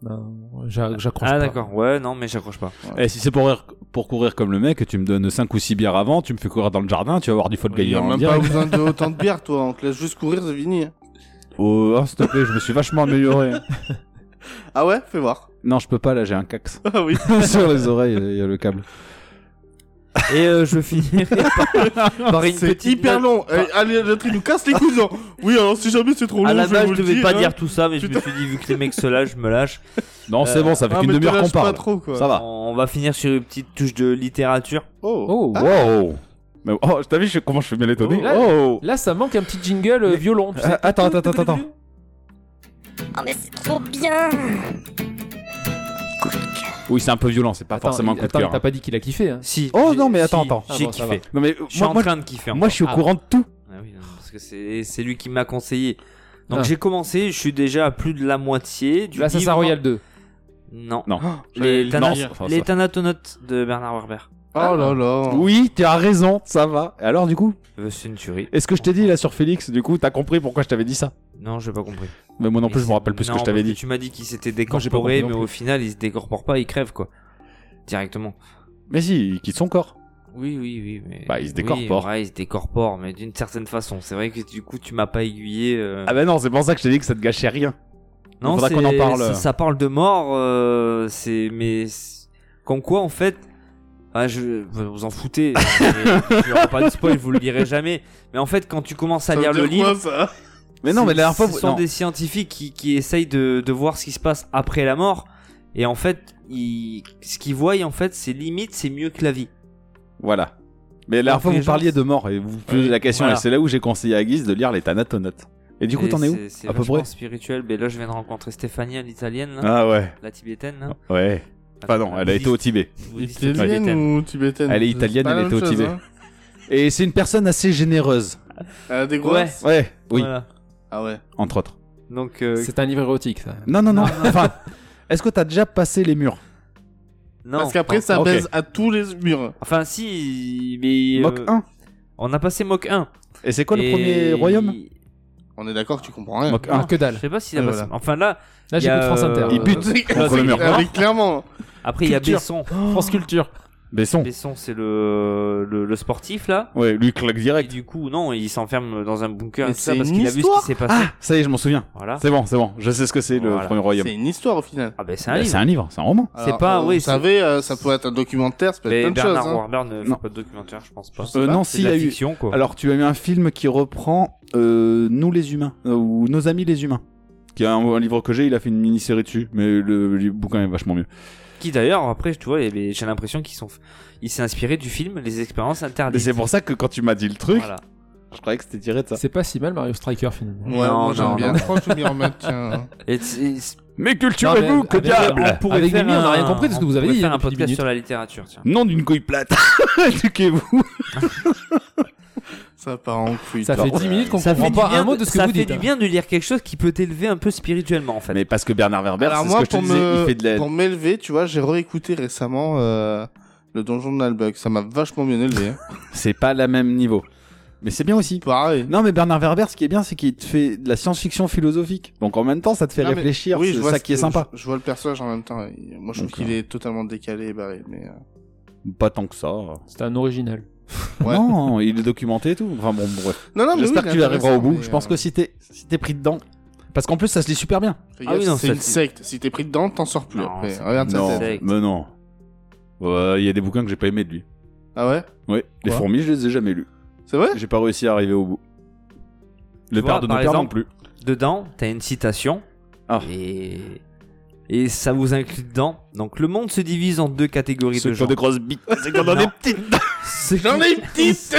Non, j'a- j'accroche. Ah pas. d'accord, ouais, non, mais j'accroche pas. Et Eh, si c'est pour, rire- pour courir comme le mec, tu me donnes 5 ou 6 bières avant, tu me fais courir dans le jardin, tu vas avoir du folle Il y a gaillard en même pas direct. besoin de autant de bière, toi. On te laisse juste courir, c'est fini. Oh, oh, s'il te plaît, je me suis vachement amélioré. Ah ouais, fais voir. Non, je peux pas, là, j'ai un cax. Ah oui. *laughs* Sur les oreilles, il y a le câble. Et euh, je finirai par, par une C'est petite hyper note. long. Eh, allez, l'autre il nous *laughs* casse les cousins. Oui, alors si jamais c'est trop *laughs* long, À la je vais base, vous je le devais dire, pas hein. dire tout ça, mais je me suis dit, vu que les mecs se lâchent, je me lâche. Non, c'est bon, ça fait Ah, qu'une mais te demi-heure qu'on lâche pas parle. trop euh. quoi. Ça va. On va finir sur une petite touche de littérature. Oh. Oh, Wow. Mais, oh, t'as vu je- comment je fais bien l'étonner Oh, là- Oh. Là, ça manque un petit jingle euh, violon. tu sais. Euh, attends, attends, attends, attends. Oh mais c'est trop bien Oui, c'est un peu violent, c'est pas Attends, forcément un il- coup de attends, cœur. T'as pas dit qu'il a kiffé. Hein. Si. Oh, j'ai- non, mais si, attends, attends. J'ai Ah bon, ça kiffé. Non mais Je suis moi, en moi- train de kiffer. moi, je suis au Ah. courant de tout. Ah oui, non, parce que c'est c'est lui qui m'a conseillé. Donc Ah. j'ai commencé, je suis déjà à plus de la moitié du Du Bah, Assassin livre. Royal 2. Non. Non. Les, Non, Thana- ça- ça- les ça. Thanatonautes de Bernard Werber. Oh là là. Oui, tu as raison, ça va. Et alors du coup, Euh, C'est une tuerie. est-ce que je t'ai dit là sur Félix Du coup, t'as compris pourquoi je t'avais dit ça Non, j'ai pas compris. Mais moi non plus, Et je me c'est- rappelle plus ce que non, je t'avais parce dit. Tu m'as dit qu'il s'était Moi, j'ai pas décorporé, compris non mais au final, il se décorpore pas, il crève quoi. Directement. Mais si, il quitte son corps. Oui, oui, oui. Mais... Bah, il se oui, décorpore. ouais, il se décorpore, mais d'une certaine façon. C'est vrai que du coup, tu m'as pas aiguillé. euh, Ah bah non, c'est pour ça que je t'ai dit que ça te gâchait rien. Non, faudra c'est- qu'on en parle. Ça, ça parle de mort, euh, c'est mais c'est- comme quoi en fait, ah, je vous en *laughs* foutez. hein, je n'aurai pas de spoil, vous le lirez jamais. Mais en fait, quand tu commences à Ça veut lire le dire quoi, livre, ça Mais non, c'est- mais la dernière fois, ce vous- sont non. des scientifiques qui, qui essayent de, de voir ce qui se passe après la mort. Et en fait, ils, ce qu'ils voient, en fait, c'est limite, c'est mieux que la vie. voilà. Mais la dernière fois, les vous gens- parliez de mort et vous posez Oui, la question. voilà. Et c'est là où j'ai conseillé à Guise de lire les Thanatonautes. Et du coup, Et t'en es où c'est- C'est à peu vachement près spirituel. Mais là, je viens de rencontrer Stéphanie, l'italienne, là, Ah ouais. la tibétaine. Là. Ouais. Ah, Enfin non, elle a été au Tibet. bouddhiste Italienne tibétaine. ou tibétaine Elle est italienne, elle était au Tibet. Et c'est une personne assez généreuse. hein. Elle a des grosses. Ouais. Oui. Voilà. Ah ouais. entre autres. Donc, euh, C'est un livre érotique, ça. Non, non, non. enfin, est-ce que t'as déjà passé les murs non. Parce qu'après, ça Ok. baise à tous les murs. Enfin, si, mais. Mock euh, 1. On a passé Mock 1. Et c'est quoi le Et- premier royaume On est d'accord, que tu comprends rien. Mock Ah, 1. que dalle. Je sais pas s'il a Ah, passé. voilà. Enfin, là, Là, Il y a, j'écoute France Inter. euh, Il Euh, bute Contre le mur. *laughs* Ah oui, clairement. après, il y a Culture. Besson. France Culture. Besson. Besson, c'est le, le, le sportif, là. Ouais, lui claque Et direct. du coup, non, il s'enferme dans un bunker Mais et tout ça c'est parce une qu'il a vu ce histoire. qui s'est passé. Ah, ça y est, je m'en souviens. Voilà. C'est bon, c'est bon. Je sais ce que c'est le Voilà. premier royaume. C'est une histoire au final. Ah, ben, c'est un Bah, C'est livre. un livre, c'est un roman. C'est pas- euh, oui, Vous c'est- savez, euh, ça peut être un documentaire, ça peut Mais être plein de Bernard choses. hein. Warner ne Non. fait pas de documentaire, je pense pas. Euh, non, c'est s'il de y la a eu- fiction, quoi. Alors, tu as eu un film qui reprend euh, Nous les humains, euh, ou Nos amis les humains. Qui est un, un livre que j'ai, il a fait une mini-série dessus, mais le, le bouquin est vachement mieux. Qui d'ailleurs, après, tu vois, eh ben, j'ai l'impression qu'ils sont. Il s'est inspiré du film Les expériences Mais Ah, interdites. c'est pour ça que quand tu m'as dit le truc, Voilà. je croyais que c'était tiré de ça. C'est pas si mal, Mario Striker, finalement. Ouais, Non, moi, non, j'aime bien. non. Je crois que je m'y remets, tiens. Et c'est- c'est- Mais Non, culturez-vous, mais que avec- diable on pourrait Avec faire Mimi, on n'a rien un- compris de ce que on vous avez pourrait dit, faire hein, un depuis dix podcast minutes. sur la littérature, tiens. Non d'une couille plate. *laughs* Éduquez-vous. Ça part en couille. Ça toi. fait 10 minutes qu'on Ça fait comprend du pas bien un mot de ce que ça vous fait dites. du hein. bien de lire quelque chose qui peut t'élever un peu spirituellement en fait. Mais parce que Bernard Werber, Alors c'est ce moi, que je te pour disais, me- il fait de la... Pour m'élever, tu vois, j'ai réécouté récemment euh, le donjon de Nalbuck. Ça m'a vachement bien élevé. hein. C'est pas la même niveau. Mais c'est bien *laughs* aussi. Pareil. Non, mais Bernard Werber, ce qui est bien, c'est qu'il te fait de la science-fiction philosophique. Donc en même temps, ça te fait Ah, mais- réfléchir. oui, je c'est vois ça ce qui est que- sympa. Je, je vois le personnage en même temps. Il- Moi, je trouve D'accord. qu'il est totalement décalé et barré. Mais, euh, Pas tant que ça. C'est un original. ouais. Non, il est documenté et tout. Enfin bon, bref. non, non, Ah, mais J'espère oui, que il tu est arriveras au intéressant, bout. mais, Je pense euh, que si t'es si t'es pris dedans. Parce qu'en plus, ça se lit super bien. fais Ah gaffe, oui, non, c'est ça, une c'est- secte. Si t'es pris dedans, t'en sors plus. Non, après. c'est- Regarde sa non, tête. secte. mais non. Ouais, Il y a des bouquins que j'ai pas aimé de lui. Ah ouais Ouais, les Quoi fourmis, je les ai jamais lus. C'est vrai J'ai pas réussi à arriver au bout. Le Tu vois, père de nos par pères non exemple, plus. Dedans, t'as une citation. Ah. Et... et ça vous inclut dedans. Donc le monde se divise en deux catégories Ceux de qui ont gens. des grosses *laughs* bites, c'est qu'on en Non. est *laughs* petites. Ceux qui- J'en ai une petite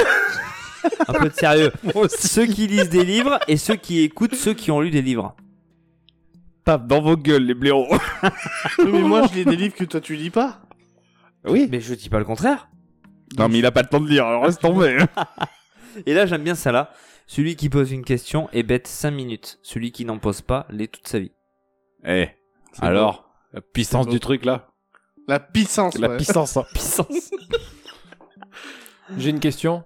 *laughs* Un peu de sérieux. ceux qui lisent des livres et ceux qui écoutent ceux qui ont lu des livres. Tape dans vos gueules, les blaireaux. Oui, Mais moi, je lis des livres que toi, tu lis pas. Oui. Mais je dis pas le contraire. Non, mais il a pas le temps de lire, hein. alors reste tombé. Et là, j'aime bien ça là. Celui qui pose une question est bête 5 minutes. Celui qui n'en pose pas l'est toute sa vie. *laughs* Eh, C'est alors, la puissance C'est du truc là. La puissance. La ouais. *laughs* puissance. hein. Puissance. J'ai une question.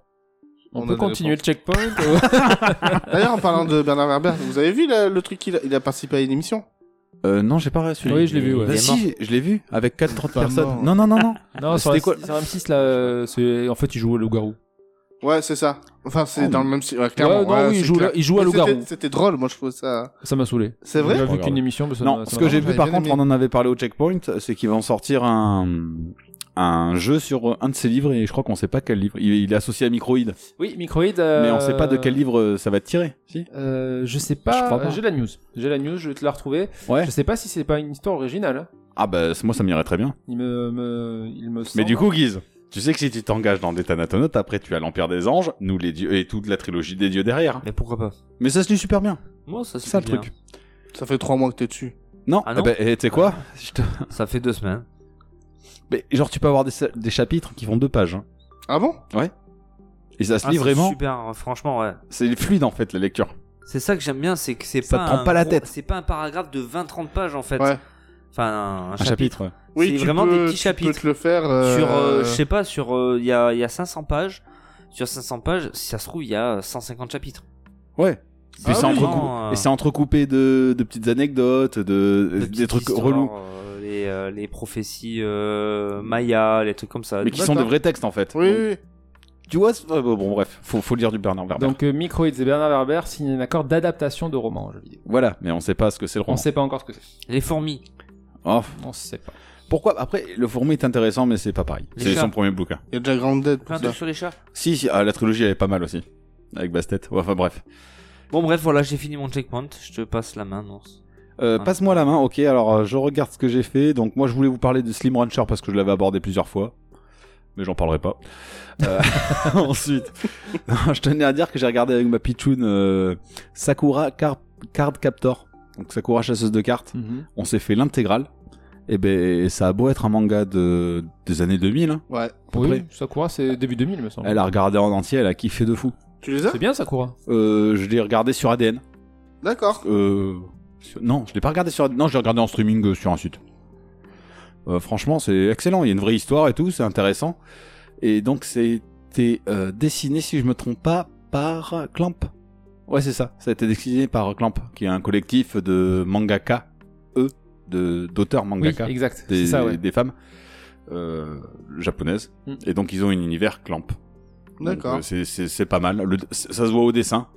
On, On a peut des continuer le réponses. checkpoint D'ailleurs, en parlant de Bernard Werber, vous avez vu le, le truc qu'il a, il a participé à une émission Euh, non, j'ai pas reçu. Oui, je l'ai vu, ouais. Bah Il est si, je l'ai vu, avec 4-30 pas personnes. mort. Non, non, non, non. Non, sur, C'était la- quoi sur M6, là, euh, c'est- en fait, il joue au loup-garou. Ouais, c'est ça. Enfin, c'est Oh. dans le même style. Ouais, clairement. Ouais, non, oui, c'est il joue clair. là- il joue à Mais loup-garou. c'était- C'était drôle, moi, je trouve ça. Ça m'a saoulé. C'est vrai J'ai vu Regarde. qu'une émission, mais ça Non, m'a- ça ce m'a que j'ai marqué. j'avais vu par bien contre, aimé. on en avait parlé au checkpoint, c'est qu'ils vont sortir un un jeu sur un de ses livres et je crois qu'on sait pas quel livre. Il, il est associé à Microïd, Oui, Microïd. mais euh, on sait pas de quel livre euh, ça va être tiré. Si. euh, je sais Je pas. crois pas. J'ai la news. J'ai la news, je vais te la retrouver. Ouais. Je sais pas si c'est pas une histoire originale. hein. Ah bah c'est- moi ça m'irait très bien. Il me, me- il me Mais semble. du coup, Guise, tu sais que si tu t'engages dans des Thanatonautes, après tu as l'Empire des Anges, nous les dieux et toute la trilogie des dieux derrière. Mais pourquoi pas Mais ça se lit super bien. Moi, ça se C'est ça le fait bien. truc. Ça fait trois mois que t'es dessus. Non. Ah non Eh ben, eh, tu sais quoi Je te- Ça fait deux semaines. Mais genre tu peux avoir des, sa- des chapitres qui font deux pages. hein. Ah bon Et ça se Ah, lit c'est vraiment. Super, franchement, ouais. C'est fluide en fait la lecture. C'est ça que j'aime bien, c'est que c'est Ça pas. te prend un pas la gros- tête. C'est pas un paragraphe de 20-30 pages en fait. Ouais. Enfin, un, un Un chapitre. chapitre. ouais. Oui, C'est tu vraiment peux, des petits tu chapitres. peux te le faire. euh, Sur, euh, je sais pas, sur. euh, Il y, a, il y a 500 pages. Sur 500 pages, si ça se trouve, il y a euh, 150 chapitres. Ouais. Puis Ah c'est oui, entrecou- non, euh. Et c'est entrecoupé de, de petites anecdotes, de, euh, De des petites trucs histoires, relous, euh, les, euh, les prophéties euh, Maya, les trucs comme ça. mais qui sont de D'accord. vrais textes en fait. Oui, Donc, oui, oui. Tu vois, c'est- ouais, bon, bon, bref, faut, faut lire du Bernard Werber. Donc, euh, Microïd et Bernard Werber signent un accord d'adaptation de roman en jeu vidéo. voilà, mais on sait pas ce que c'est le On roman. sait pas encore ce que c'est. Les fourmis. Oh, On sait pas. pourquoi Après, le fourmi est intéressant, mais c'est pas pareil. Les C'est chats. son premier bouquin. Il y a déjà Grand Dead pour Plein de ça. trucs sur les chats. Si, si, ah, la trilogie elle est pas mal aussi, avec Bastet. Ouais, enfin bref. Bon, bref, voilà, j'ai fini mon checkpoint. Je te passe la main, non Euh, Ouais. Passe-moi la main, ok. Alors, euh, je regarde ce que j'ai fait. Donc, moi, je voulais vous parler de Slim Rancher parce que je l'avais abordé plusieurs fois, mais j'en parlerai pas. Euh, *laughs* ensuite, *laughs* non, je tenais à dire que j'ai regardé avec ma pitchoun euh, Sakura Car- Card Captor, donc Sakura chasseuse de cartes. Mhm. On s'est fait l'intégrale. Et ben, ça a beau être un manga de des années 2000, hein, Ouais. Oui, Sakura, c'est début 2000, me semble. elle a regardé en entier, elle a kiffé de fou. Tu les as C'est bien, Sakura. Euh, je l'ai regardé sur ADN. D'accord. Euh, sur- non, je l'ai pas regardé sur. Non, je l'ai regardé en streaming euh, sur un site. Euh, franchement, c'est excellent. Il y a une vraie histoire et tout, c'est intéressant. Et donc, c'était euh, dessiné, si je me trompe pas, par Clamp. Ouais, c'est ça. Ça a été dessiné par Clamp, qui est un collectif de mangaka, eux, de d'auteurs Oui, mangaka exact. des, C'est ça, ouais. des femmes euh, japonaises. Mm. Et donc ils ont un univers clamp. Donc, D'accord. euh, c'est- C'est c'est pas mal. Le- c- ça se voit au dessin.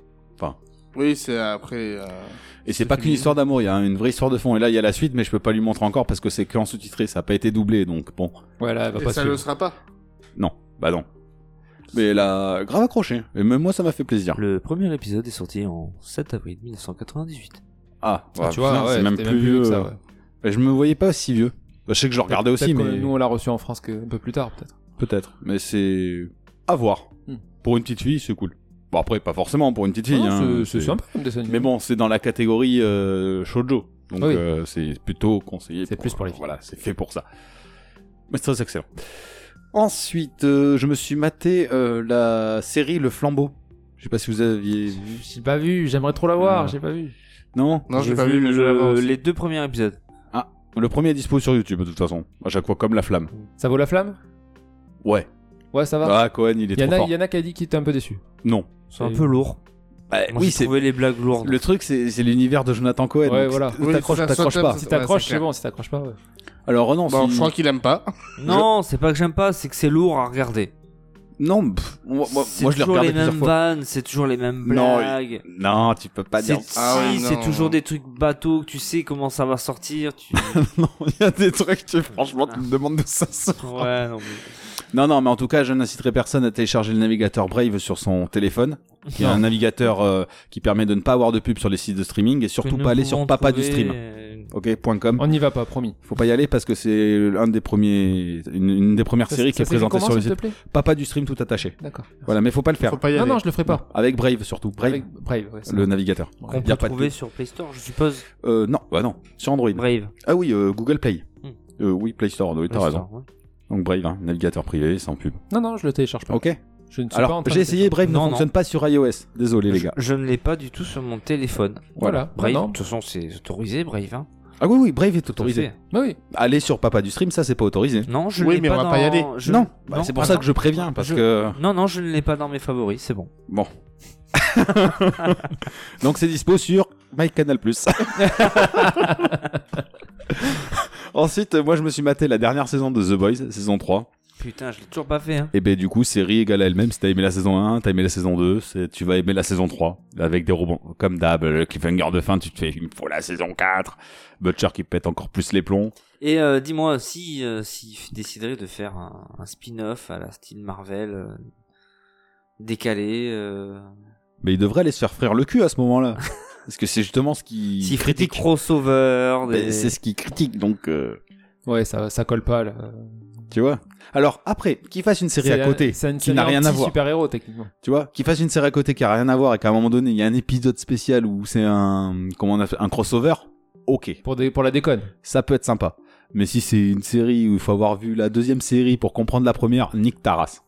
Oui, c'est après. euh, Et c'est pas qu'une féminin. histoire d'amour, il y a une vraie histoire de fond. Et là, il y a la suite, mais je peux pas lui montrer encore parce que c'est qu'en sous-titré, ça a pas été doublé, donc bon. Voilà, elle va et pas ça se- le sera pas. Non, bah non. Mais elle a grave accroché. Et même moi, ça m'a fait plaisir. Le premier épisode est sorti en 7 avril 1998. Ah, Ah, ouais, tu vois, putain, ouais, c'est même c'était plus vieux. que euh, et Je me voyais pas aussi vieux. Bah, je sais que je le regardais aussi, Peut-être mais. que Nous, on l'a reçu en France que... un peu plus tard, peut-être. Peut-être. Mais c'est. À voir. Mm. Pour une petite fille, c'est cool. Bon, après, pas forcément pour une petite fille. Ah non, hein, c'est c'est sympa comme dessin animé. Mais bon, c'est dans la catégorie euh, shoujo. Donc Ah Oui. euh, c'est plutôt conseillé. C'est plus pour les filles. Voilà, c'est fait pour ça. Mais c'est très excellent. Ensuite, euh, je me suis maté euh, la série Le Flambeau. Je sais pas si vous aviez vu. J'ai pas vu, j'aimerais trop l'avoir, j'ai pas vu. Non Non, je l'ai pas vu, mais je vais l'avoir aussi. les deux premiers épisodes. Le premier est dispo sur YouTube de toute façon. À chaque fois comme la flamme. Ça vaut la flamme Ouais. Ouais, ça va. Ah, Cohen, il est trop Y'en a, fort. y en a qui a dit qu'il était un peu déçu. Non. C'est un peu lourd. Bah, Moi, oui, j'ai c'est. trouvé les blagues lourdes. Le truc, c'est c'est l'univers de Jonathan Cohen. Ouais, donc voilà. si Oui, T'accroches, c'est ça, t'accroches saute, pas. saute. Si t'accroches, c'est c'est clair. bon, si t'accroches pas, ouais. Alors, euh, non, Bon, si- je crois qu'il aime pas. Non, c'est pas que j'aime pas, c'est que c'est lourd à regarder. Non, pff, moi, moi- C'est moi, je l'ai toujours regardé les plusieurs mêmes fois. vannes, c'est toujours les mêmes Non, blagues. Non, tu peux pas C'est dire. si, Ah ouais, non. c'est toujours des trucs bateaux que tu sais comment ça va sortir. *laughs* Tu... Non, il y a des trucs, tu, franchement, tu me demandes de ça. ça. ouais, non, mais... *laughs* Non, non, mais en tout cas, je n'inciterai personne à télécharger le navigateur Brave sur son téléphone, qui est un navigateur euh, qui permet de ne pas avoir de pub sur les sites de streaming et surtout Nous pas aller sur pouvons papa du trouver, stream. euh, Ok, point .com. On n'y va pas, promis. Faut pas y aller parce que c'est l'un des premiers, une, une des premières Ça- séries ça qui est s'écrit présentée comment, sur le s'il site. te plaît Papa du stream tout attaché. D'accord. Voilà, mais faut pas le faire. Faut pas y Non, aller. non, je le ferai pas. Avec Brave surtout. Brave, Avec Brave, ouais. c'est le navigateur. bon. Qu'on Y peut a pas de trouver pub. sur Play Store, je suppose. Euh, non, bah non, sur Android. Brave. Ah oui, euh, Google Play. Hmm. Euh, oui, Play Store, oui, t'as Play raison. Store, ouais. Donc Brave, hein, navigateur privé, sans pub. Non, non, je le télécharge pas. Ok. Je ne suis pas en Alors, train j'ai de essayé, Brave Non, ne non. fonctionne pas sur iOS. Désolé, les Je- gars. Je, ne l'ai pas du tout sur mon téléphone. Voilà. Brave, Non, de toute façon, c'est autorisé, Brave. Hein. Ah oui, oui, Brave est Tout à autorisé. fait. Bah oui. Aller sur Papa du Stream, ça, c'est pas autorisé. Non, je Oui, l'ai mais on pas va pas y dans- aller. je- Non, Bah, c'est pour ça attends. que je préviens, parce Je- que... Non, non, je ne l'ai pas dans mes favoris, c'est bon. Bon. Donc, c'est dispo sur MyCanal+. *laughs* Ensuite, moi, je me suis maté la dernière saison de The Boys, saison 3. Putain, je l'ai toujours pas fait. Hein. Et ben du coup, série égale à elle-même. Si t'as aimé la saison 1, t'as aimé la saison 2, c'est- tu vas aimer la saison 3. Avec des rebonds. Comme d'hab, le cliffhanger de fin, tu te fais, il me faut la saison 4. Butcher qui pète encore plus les plombs. Et euh, dis-moi, si euh, s'il f- déciderait de faire un, un spin-off à la style Marvel, euh, décalé, euh, Mais il devrait aller se faire frire le cul à ce moment-là. Parce que c'est justement ce qui. s'il ferait des crossovers, Ben, des... C'est ce qui critique, donc, euh, Ouais, ça, ça colle pas, là. tu vois. Alors, après, qu'il fasse une série à la- côté, c'est une qui n'a série rien à voir. anti-super-héros, techniquement. Tu vois, qu'il fasse une série à côté qui a rien à voir et qu'à un moment donné, il y a un épisode spécial où c'est un. Comment on a fait Un crossover. Ok. Pour, des, pour la déconne. ça peut être sympa. Mais si c'est une série où il faut avoir vu la deuxième série pour comprendre la première, nique ta race.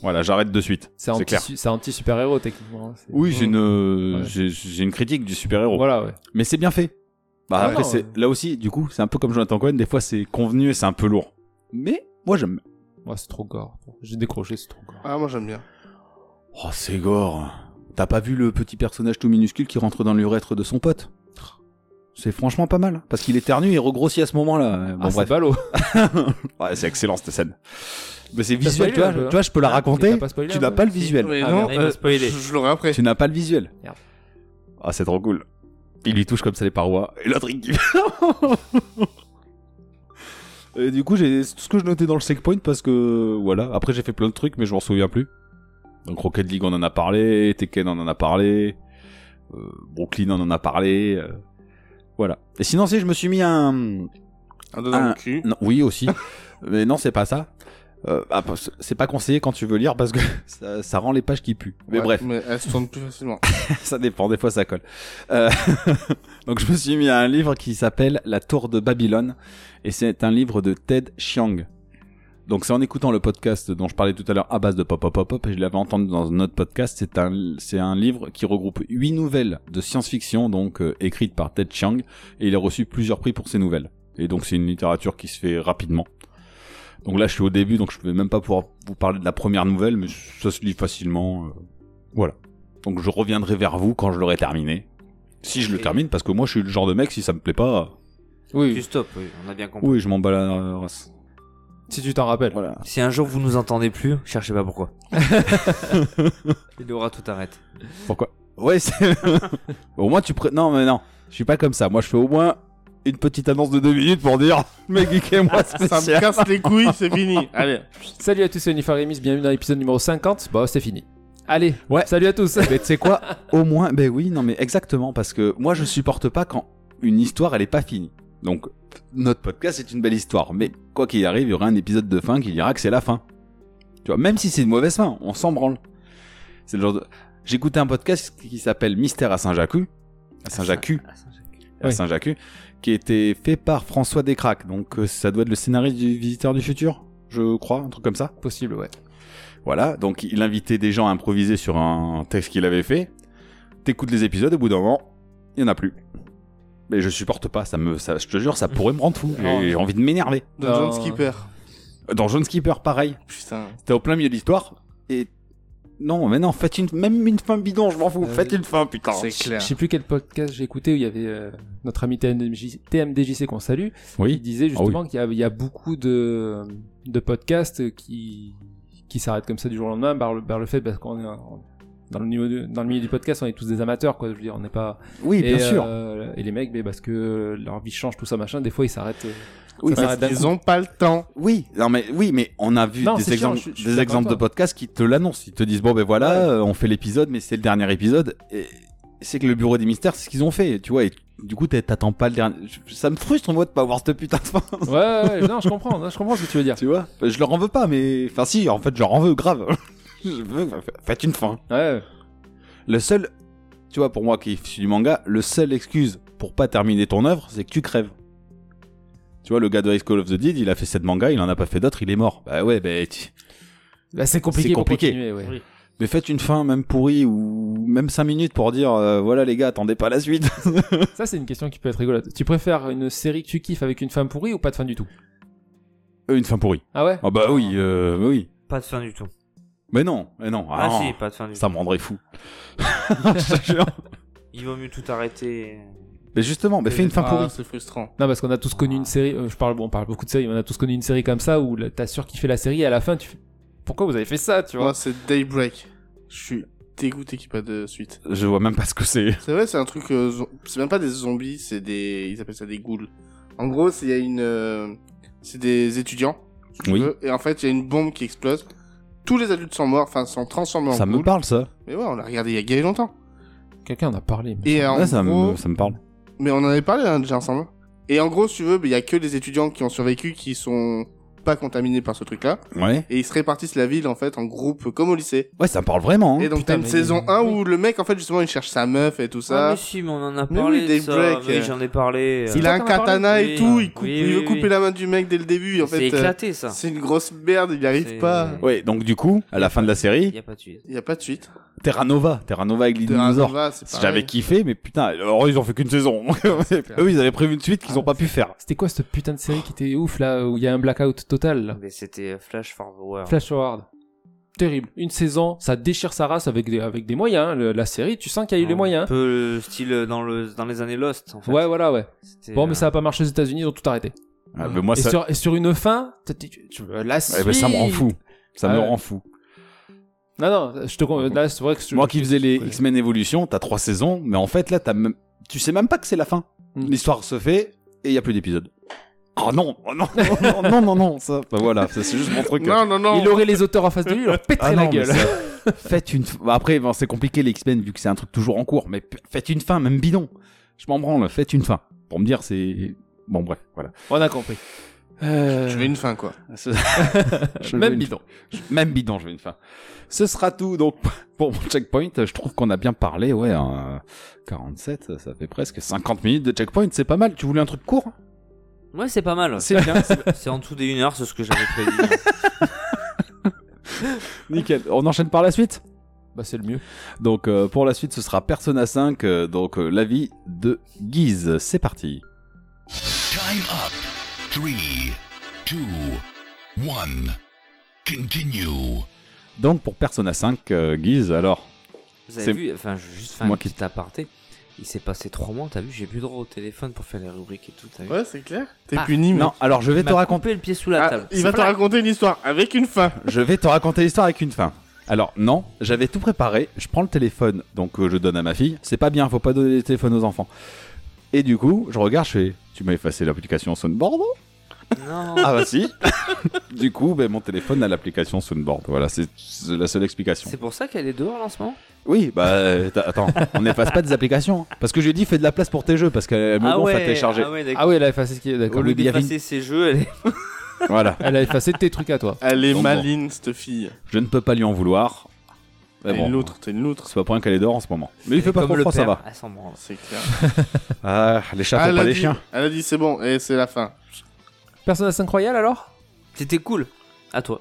Voilà, j'arrête de suite. C'est C'est clair. anti- c'est anti-super-héros, techniquement. hein. C'est- Oui, j'ai une, Oh. euh, Ouais. j'ai- j'ai une critique du super-héros. Voilà, ouais. Mais c'est bien fait. Bah, Ah après, non, c'est- euh. là aussi, du coup, c'est un peu comme Jonathan Cohen, des fois c'est convenu et c'est un peu lourd. Mais moi j'aime. Moi, c'est trop gore. J'ai décroché, c'est trop gore. Ah, moi j'aime bien. Oh, c'est gore. T'as pas vu le petit personnage tout minuscule qui rentre dans l'urètre de son pote C'est franchement pas mal. Parce qu'il éternue et regrossit à ce moment-là. Bon, ah, c'est bref. ballot. Ouais, c'est excellent cette scène. Mais c'est T'as visuel, spoilé tu vois, un peu, hein. tu vois, je peux la raconter. Mais t'as pas spoilé, hein, Tu un n'as peu pas le visuel. Mais Ah, non, merde, il m'a euh, spoilé. je, je l'aurai après. Tu n'as pas le visuel. Merde. Ah, c'est trop cool. Il lui touche comme ça les parois. Et l'autre, il dit. Et du coup, j'ai c'est tout ce que je notais dans le checkpoint parce que voilà. Après, j'ai fait plein de trucs, mais je m'en souviens plus. Donc, Rocket League, on en a parlé. Tekken, on en a parlé. euh, Brooklyn, on en a parlé. euh, voilà. Et sinon, si je me suis mis un. Un dos dans Ah. le cul. Non, oui, aussi. mais non, c'est pas ça. Euh, ah, parce- c'est pas conseillé quand tu veux lire parce que *laughs* ça, ça rend les pages qui puent. Mais Ouais, bref Mais elles se tournent plus *laughs* facilement. *laughs* ça dépend, des fois ça colle. Euh, *laughs* Donc je me suis mis à un livre qui s'appelle La Tour de Babylone, et c'est un livre de Ted Chiang. Donc c'est en écoutant le podcast dont je parlais tout à l'heure à base de pop pop pop pop et je l'avais entendu dans un autre podcast. C'est un c'est un livre qui regroupe huit nouvelles de science-fiction donc euh, écrites par Ted Chiang et il a reçu plusieurs prix pour ses nouvelles. Et donc c'est une littérature qui se fait rapidement. Donc là je suis au début donc je vais même pas pouvoir vous parler de la première nouvelle mais ça se lit facilement. euh, voilà. Donc je reviendrai vers vous quand je l'aurai terminé. Si je le Et- termine parce que moi je suis le genre de mec si ça me plaît pas. Oui, Tu stop, oui, on a bien compris. Oui je m'en bats la race. si tu t'en rappelles. Voilà. Si un jour vous nous entendez plus, cherchez pas *laughs* pourquoi. Il aura tout arrête. Pourquoi Ouais, c'est... *laughs* au moins tu pré... Non, mais non, je suis pas comme ça. Moi, je fais au moins une petite annonce de deux minutes pour dire *laughs* Mais geekez-moi Ça me spécial. casse les couilles, c'est *laughs* fini. Allez. Salut à tous, c'est Unifarimis, bienvenue dans l'épisode numéro 50. Bah, c'est fini. Allez, Ouais. salut à tous. *laughs* mais tu sais quoi Au moins, ben oui, non, mais exactement, parce que moi, je supporte pas quand une histoire, elle est pas finie. Donc, notre podcast est une belle histoire, mais quoi qu'il arrive, il y aura un épisode de fin qui dira que c'est la fin. Tu vois, même si c'est une mauvaise fin, on s'en branle. C'est le genre de. J'écoutais un podcast qui s'appelle Mystère à Saint-Jacques. À Saint-Jacques. à Oui. Saint-Jacques, qui était fait par François Descraques. Donc euh, ça doit être le scénariste du Visiteur du Futur, je crois, un truc comme ça. Possible, ouais. Voilà, donc il invitait des gens à improviser sur un texte qu'il avait fait. T'écoutes les épisodes, au bout d'un moment, il y en a plus. Mais je supporte pas, ça me, ça, je *laughs* te jure, ça pourrait me rendre fou. J'ai j'ai envie de m'énerver. De Non. John Skipper. Dans John Skipper, pareil. Putain. T'es au plein milieu de l'histoire et non, mais non, faites une, même une fin bidon, je m'en fous. Euh, faites une fin, putain. C'est clair. Je sais plus quel podcast j'ai écouté où il y avait euh, notre ami TMDJ, TMDJC qu'on salue, qui Oui, disait justement qu'il y a- il y, a beaucoup de, de podcasts qui, qui s'arrêtent comme ça du jour au lendemain par le, par le fait parce qu'on est en- dans le, niveau de- dans le milieu du podcast, on est tous des amateurs, quoi. Je veux dire, on n'est pas. oui, bien et, sûr. euh, et les mecs, mais parce que leur vie change, tout ça, machin, des fois ils s'arrêtent. euh, Oui, ça Parce s'arrête d'un qu'ils coup. ont pas le temps. Oui, non mais oui, mais on a vu Non, des c'est sûr, exemples, je suis- je suis des d'accord exemples de avec toi. podcasts qui te l'annoncent, ils te disent bon ben voilà, euh, on fait l'épisode, mais c'est le dernier épisode. Et c'est que le bureau des mystères, c'est ce qu'ils ont fait, tu vois. Et du coup, t'es- t'attends pas le dernier. je- Ça me frustre moi de pas avoir cette putain de fin, *laughs* Ouais, ouais, ouais, non, je comprends, non, je comprends ce que tu veux dire. tu vois. Je leur en veux pas, mais enfin si, en fait, je leur en veux grave. *laughs* Je veux- Faites une fin. Ouais. Le seul, tu vois, pour moi qui suis du manga, le seul excuse pour pas terminer ton œuvre, c'est que tu crèves. Tu vois, le gars de High School of the Dead, il a fait sept mangas, il en a pas fait d'autres, il est mort. Bah ouais, ben. tu- Bah, c'est compliqué, C'est pour compliqué. continuer, ouais. Mais faites une fin même pourrie ou même 5 minutes pour dire euh, voilà les gars attendez pas la *laughs* suite. Ça, c'est une question qui peut être rigolote. Tu préfères une série que tu kiffes avec une femme pourrie ou pas de fin du tout Euh, une fin pourrie. Ah ouais Ah bah oui euh, oui. Pas de fin du tout. Mais non mais non. Ah, Ah, non. si, pas de fin du tout. Ça me rendrait fou. Je te jure. Il vaut mieux tout arrêter. Mais justement, mais Bah, fais une fin Ah, pourrie. C'est frustrant. Non, parce qu'on a tous connu une série. euh, je parle, bon, on parle beaucoup de séries, mais on a tous connu une série comme ça où là, t'as surkiffé la série et à la fin, tu fais. Pourquoi vous avez fait ça, tu vois Moi, c'est Daybreak. Je suis dégoûté qu'il n'y ait pas de suite. Je vois même pas ce que c'est. C'est vrai, c'est un truc. euh, zo- c'est même pas des zombies, c'est des. Ils appellent ça des ghouls. En gros, c'est il y a une. euh, c'est des étudiants. si tu Oui. veux, Et en fait, il y a une bombe qui explose. Tous les adultes sont morts, enfin, sont transformés en Ça me ghouls. parle ça. Mais ouais, on l'a regardé il y a guère longtemps. Quelqu'un en a parlé. mais- Et en Ouais, ça, gros, me, ça me parle. Mais on en avait parlé hein, déjà ensemble. Et en gros, si tu veux, il y a que les étudiants qui ont survécu qui sont pas contaminés par ce truc-là. Ouais. Et ils se répartissent la ville en fait en groupe comme au lycée. Ouais, ça me parle vraiment. hein. et donc putain, t'as une mais- saison 1 où le mec en fait justement il cherche sa meuf et tout Ah, ça. mais si, mais on en a Mais parlé. oui, de Dave ça, Drake, mais euh. j'en ai parlé. euh. C'est il a un toi qui en as parlé katana Oui, et tout, il, oui, coupe, oui, il veut oui, couper oui. la main du mec dès le début. et En C'est fait, euh, éclaté ça. c'est une grosse merde, il C'est- arrive pas. Ouais, donc du coup, à la fin de la Il série, y a pas de suite. Il y a pas de suite. Terra Nova, Terra Nova avec les Terra dinosaures. Nova, c'est pareil. J'avais kiffé, mais putain, alors ils ont fait qu'une saison. *laughs* Eux, ils avaient prévu une suite Ah, qu'ils ont pas pu faire. C'était quoi cette putain de série qui était ouf là où il y a un blackout total là Mais c'était euh, Flash Ah. Forward. Flash Forward. Terrible. Une saison, ça déchire sa race avec des, avec des moyens. hein, le- la série, tu sens qu'il y Ah, a eu les Un moyens. peu le style euh, dans, le, dans les années Lost en fait. Ouais, voilà, ouais. C'était, Bon, euh, mais ça a pas marché aux États-Unis, ils ont tout arrêté. Ah, mais moi, et, ça, sur, et sur une fin, t'as dit, tu- tu veux la suite. Eh ben, ça me rend fou. Ça me Ah ouais. rend fou. Non, non, je te con- là, c'est vrai que je- Moi qui faisais les connais. X-Men Evolution, t'as trois saisons, mais en fait là, t'as même... tu sais même pas que c'est la fin. Mm. L'histoire se fait et il y a plus d'épisodes. Oh non, oh non, non, non, non, non, *laughs* ça. Bah voilà, ça c'est juste mon truc. Non, non, non. il aurait les auteurs en face de lui, il leur pèterait Ah la non, mais gueule. ça- Faites une. bah, après, bon, c'est compliqué les X-Men vu que c'est un truc toujours en cours, mais p- faites une fin, même bidon. Je m'en branle, faites une fin. Pour me dire, c'est. Bon, bref, voilà. On a compris. Euh, Tu veux une fin quoi. *laughs* Je veux Même une- bidon. Même bidon, je vais une fin. Ce sera tout donc *laughs* pour mon checkpoint. Je trouve qu'on a bien parlé, ouais. hein. 47, ça fait presque 50 minutes de checkpoint, c'est pas mal. Tu voulais un truc court Ouais, c'est pas mal. C'est bien. c'est- *laughs* C'est en dessous des 1 heure, c'est ce que j'avais *laughs* prédit. Nickel. On enchaîne par la suite Bah, c'est le mieux. Donc euh, pour la suite, ce sera Persona 5, euh, donc euh, l'avis de Guise. C'est parti. Time up. Three, two, one. Continue. Donc pour Persona 5, euh, Guise, alors Vous avez C'est- vu, enfin, je vais juste faire un Moi qui- petit aparté. Il s'est passé 3 mois, t'as vu, j'ai plus droit au téléphone pour faire les rubriques et tout, t'as vu. Ouais, c'est clair. T'es Ah, puni, mais. Non, alors je vais Il te m'a raconter coupé le pied sous la Ah, table. il va te raconter une histoire avec une fin. je vais te raconter l'histoire avec une fin. Alors non, j'avais tout préparé, je prends le téléphone, donc euh, je donne à ma fille. C'est pas bien, faut pas donner les téléphones aux enfants. Et du coup, je regarde, je fais "Tu m'as effacé l'application Soundboard hein Non. Ah bah si. *laughs* du coup, ben, mon téléphone a l'application Soundboard. Voilà, c'est c'est la seule explication. C'est pour ça qu'elle est dehors en ce Ah moment Oui, bah euh, t'as- attends, on n'efface pas des applications. hein. Parce que je lui ai dit fais de la place pour tes jeux parce qu'elle me gonfle à télécharger. ah ouais, Ah d'accord. ouais, elle a effacé ce qui est Au d'accord. lieu oui, il y avait une- d'effacer ses jeux, elle est... Voilà, Elle a effacé tes trucs à toi. Elle est Bon, bon. maline, cette fille. je ne peux pas lui en vouloir. Mais T'es bon, une loutre, t'es une loutre. c'est pas pour rien qu'elle est dehors en ce moment. Mais il fait pas comme trop le froid, ça père, va. Elle s'en branle. C'est clair. Ah, les chats font elle, pas a les dit, chiens. elle a dit c'est bon, et c'est la fin. Persona 5 Royal alors C'était cool. À toi.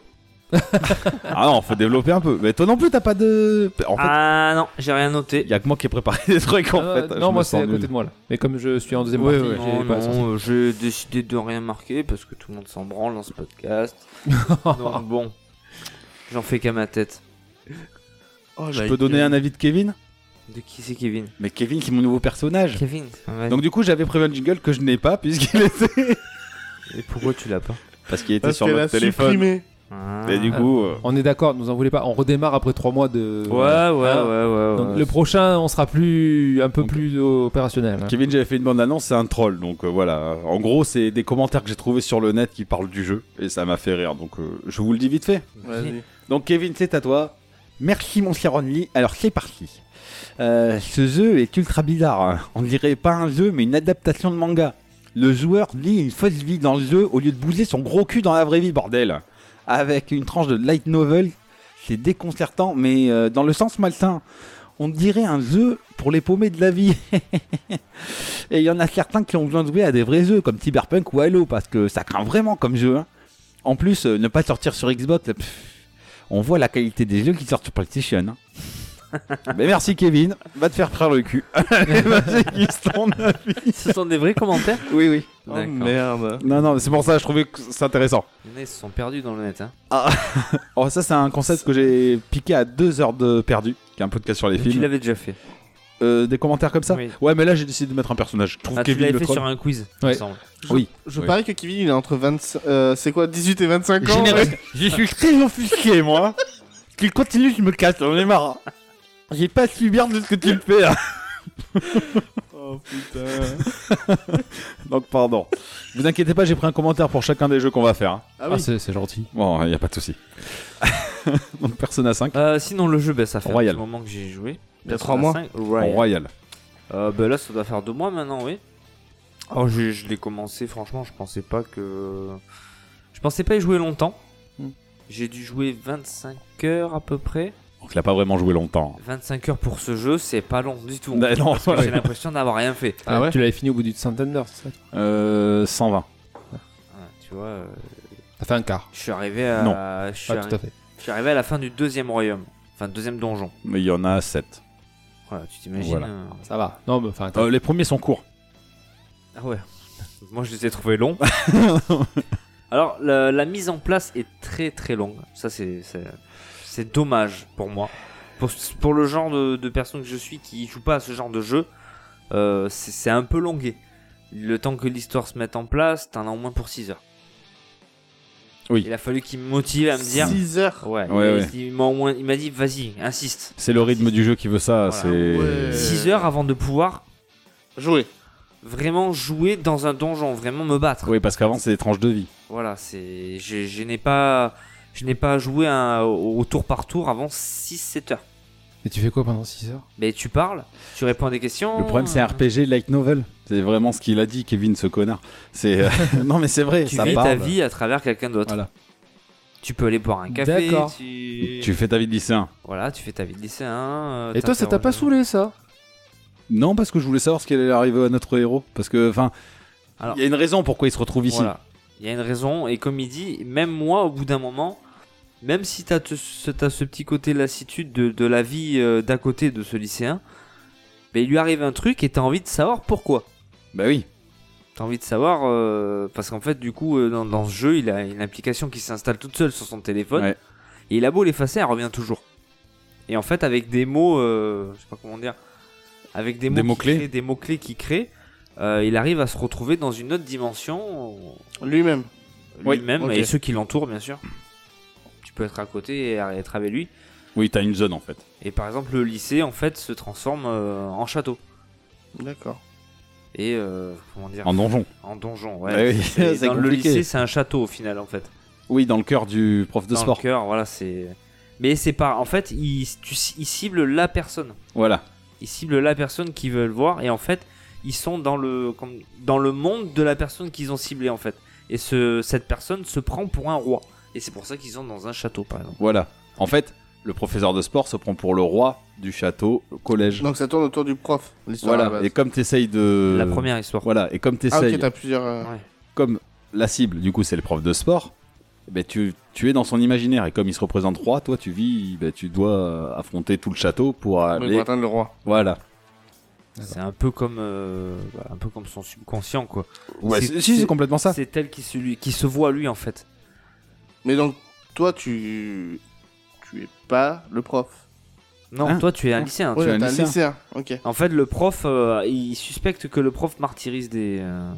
Ah non, faut développer un peu. Mais toi non plus, t'as pas de. En fait, Ah non, j'ai rien noté. y a que moi qui ai préparé des trucs en Ah, fait. Je Non, me moi sens c'est à nul. côté de moi là. Mais comme je suis en deuxième Ouais, partie, ouais. j'ai Non, pas la sortie. non, euh, j'ai décidé de rien marquer parce que tout le monde s'en branle dans ce podcast. Oh. Donc bon, j'en fais qu'à ma tête. Oh, Je peux donner un avis de Kevin De qui c'est Kevin Mais Kevin, qui est mon nouveau personnage. Kevin. ouais. Donc du coup, j'avais prévu un jingle que je n'ai pas puisqu'il était. Et pourquoi tu l'as pas *laughs* Parce qu'il était Parce sur qu'elle notre a téléphone. supprimé. Ah. Et du coup. euh, *laughs* On est d'accord, nous en voulez pas. On redémarre après 3 mois de. Ouais, ouais, ouais, Ah. ouais. Donc ouais. le prochain, on sera plus un peu Donc- plus opérationnel. hein. Kevin, j'avais fait une bande annonce, c'est un troll. Donc euh, voilà. En gros, c'est des commentaires que j'ai trouvés sur le net qui parlent du jeu. Et ça m'a fait rire. Donc euh, je vous le dis vite fait. Vas-y. Donc Kevin, c'est à toi. Merci mon cher Only. Alors c'est parti. Euh, ce jeu est ultra bizarre. hein. On dirait pas un jeu, mais une adaptation de manga. Le joueur lit une fausse vie dans le jeu au lieu de bouger son gros cul dans la vraie vie, bordel. Avec une tranche de light novel, c'est déconcertant, mais euh, dans le sens malsain. On dirait un jeu pour les paumés de la vie. *laughs* Et il y en a certains qui ont besoin de jouer à des vrais jeux comme Cyberpunk ou Halo parce que ça craint vraiment comme jeu. hein. En plus, euh, ne pas sortir sur Xbox, pff, on voit la qualité des jeux qui sortent sur PlayStation. hein. *laughs* Mais merci Kevin, va te faire frire le cul. *laughs* Allez, vas-y, Guise, ton avis. Ce sont des vrais commentaires Oui, oui. Oh D'accord. merde. Non, non, c'est pour ça, je trouvais que c'est intéressant. Il y en a, ils se sont perdus dans le net. Hein. Oh, ça, c'est un concept que j'ai piqué à deux heures de perdu, qui est un podcast sur les Tu films. l'avais déjà fait. Euh, des commentaires comme ça Oui. Ouais, mais là, j'ai décidé de mettre un personnage. Je trouve Ah, tu Kevin l'avais le fait troll. sur un quiz. il Ouais. me semble. Oui. Je Oui. parie que Kevin, il est entre 20... euh, c'est quoi, 18 et 25 ans ouais Générique. Je suis très offusqué, moi. Qu'il continue, je me casse, j'en ai marre. J'ai pas subir de ce que tu me fais. hein. Oh putain. Donc, pardon. Vous inquiétez pas, j'ai pris un commentaire pour chacun des jeux qu'on va faire. hein. Ah Ah, oui. c'est c'est gentil. Bon, y a pas de souci. *laughs* Donc, Persona 5, Euh, sinon, le jeu, bah, ça fait Royal. un petit moment que j'ai joué. Il y Persona a trois mois. 5, en Royal. Royal. Euh, bah là, ça doit faire deux mois maintenant, oui. Alors, Ah, je, je l'ai commencé, franchement, je pensais pas que. Je pensais pas y jouer longtemps. Hmm. J'ai dû jouer 25 heures à peu près. Donc, il a pas vraiment joué longtemps. 25 heures pour ce jeu, c'est pas long du tout. Bah, non, Parce que ouais. j'ai l'impression d'avoir rien fait. Ah ouais Tu l'avais fini au bout d'une centaine d'heures, c'est ça Euh, 120. Ouais, tu vois, euh, T'as fait un quart. je suis arrivé à. Je suis, Pas arri- tout à fait. je suis arrivé à la fin du deuxième royaume. Enfin, deuxième donjon. Mais il y en a 7. Voilà, tu t'imagines. Voilà. euh, Ça va. Non, mais enfin. Oh. Euh, les premiers sont courts. Ah ouais. Moi, je les ai trouvés *laughs* longs. Alors, la, la mise en place est très très longue. Ça, c'est c'est- c'est dommage pour moi. Pour, pour le genre de, de personne que je suis qui joue pas à ce genre de jeu, euh, c'est c'est un peu longué. Le temps que l'histoire se mette en place, t'en as au moins pour 6 heures. Oui. Il a fallu qu'il me motive à me dire. 6 heures. Ouais, Ouais, il- il m'a au moins- il m'a dit, vas-y, insiste. C'est le rythme du jeu qui veut ça. Voilà. C'est. Ouais. 6 heures avant de pouvoir Jouer. vraiment jouer dans un donjon, vraiment me battre. Oui, parce qu'avant, c'est des tranches de vie. Voilà, c'est je, je n'ai pas je n'ai pas joué un- au, au tour par tour avant 6 7 heures. Mais tu fais quoi pendant 6 heures Mais tu parles, tu réponds à des questions. Le problème, c'est euh, RPG light novel. C'est vraiment ce qu'il a dit, Kevin, ce connard. C'est. euh, *laughs* non, mais c'est vrai, Tu ça vis ta parle. vie à travers quelqu'un d'autre. Voilà. Tu peux aller boire un café, D'accord. tu... Tu fais ta vie de lycéen. voilà, tu fais ta vie de lycéen. euh, Et toi, ça t'a pas t'interroges- saoulé ça Non, parce que je voulais savoir ce qui allait arriver à notre héros. Parce que, enfin, Alors- Il y a une raison pourquoi il se retrouve ici. Voilà. Il y a une raison, et comme il dit, même moi, au bout d'un moment, même si t'as te- ce, t'as ce petit côté lassitude de, de la vie euh, d'à côté de ce lycéen, mais il lui arrive un truc et t'as envie de savoir pourquoi. Bah oui. T'as envie de savoir, euh, parce qu'en fait, du coup, euh, dans, dans ce jeu, il a une application qui s'installe toute seule sur son téléphone, Ouais. et il a beau l'effacer, elle revient toujours. Et en fait, avec des mots, euh, je sais pas comment dire, avec des, Des mots qui mots-clés. créent- des mots-clés qui créent, euh, il arrive à se retrouver dans une autre dimension, euh, Lui-même. Oui, lui-même ok. et ceux qui l'entourent, bien sûr. Tu peux être à côté et être avec lui. Oui, t'as une zone en fait. Et par exemple, le lycée, en fait, se transforme euh, en château. D'accord. Et euh, comment dire En donjon. en donjon, ouais. Ouais, Bah oui, Et *laughs* c'est dans le compliqué. lycée, c'est un château au final, en fait. Oui, dans le cœur du prof de dans sport. le cœur, voilà, c'est. Mais c'est pas. En fait, il, tu- il cible la personne. Voilà. Ils ciblent la personne qu'ils veulent voir et en fait ils sont dans le comme- dans le monde de la personne qu'ils ont ciblée en fait et ce, cette personne se prend pour un roi et c'est pour ça qu'ils sont dans un château par exemple Voilà. En fait, le professeur de sport se prend pour le roi du château au collège. Donc ça tourne autour du prof, l'histoire. à la voilà. base. Et comme t'essayes de. la première histoire Voilà. Et comme Ah t'essayes. ok, t'as plusieurs. euh, Ouais. comme la cible, du coup, c'est le prof de sport, eh ben, tu, tu es dans son imaginaire. Et comme il se représente roi, toi, tu vis, ben, tu dois euh, affronter tout le château pour oui, aller. pour atteindre le roi. voilà. c'est un peu comme euh, bah, un peu comme son subconscient quoi Ouais, c'est- si, c'est complètement ça. c'est elle qui se lui- qui se voit lui en fait Mais donc, toi, tu. Tu es pas le prof. non Hein toi tu es un lycéen Ouais. Ah, tu- es un t'es lycéen. Ok. en fait le prof euh, il suspecte que le prof martyrise des, euh,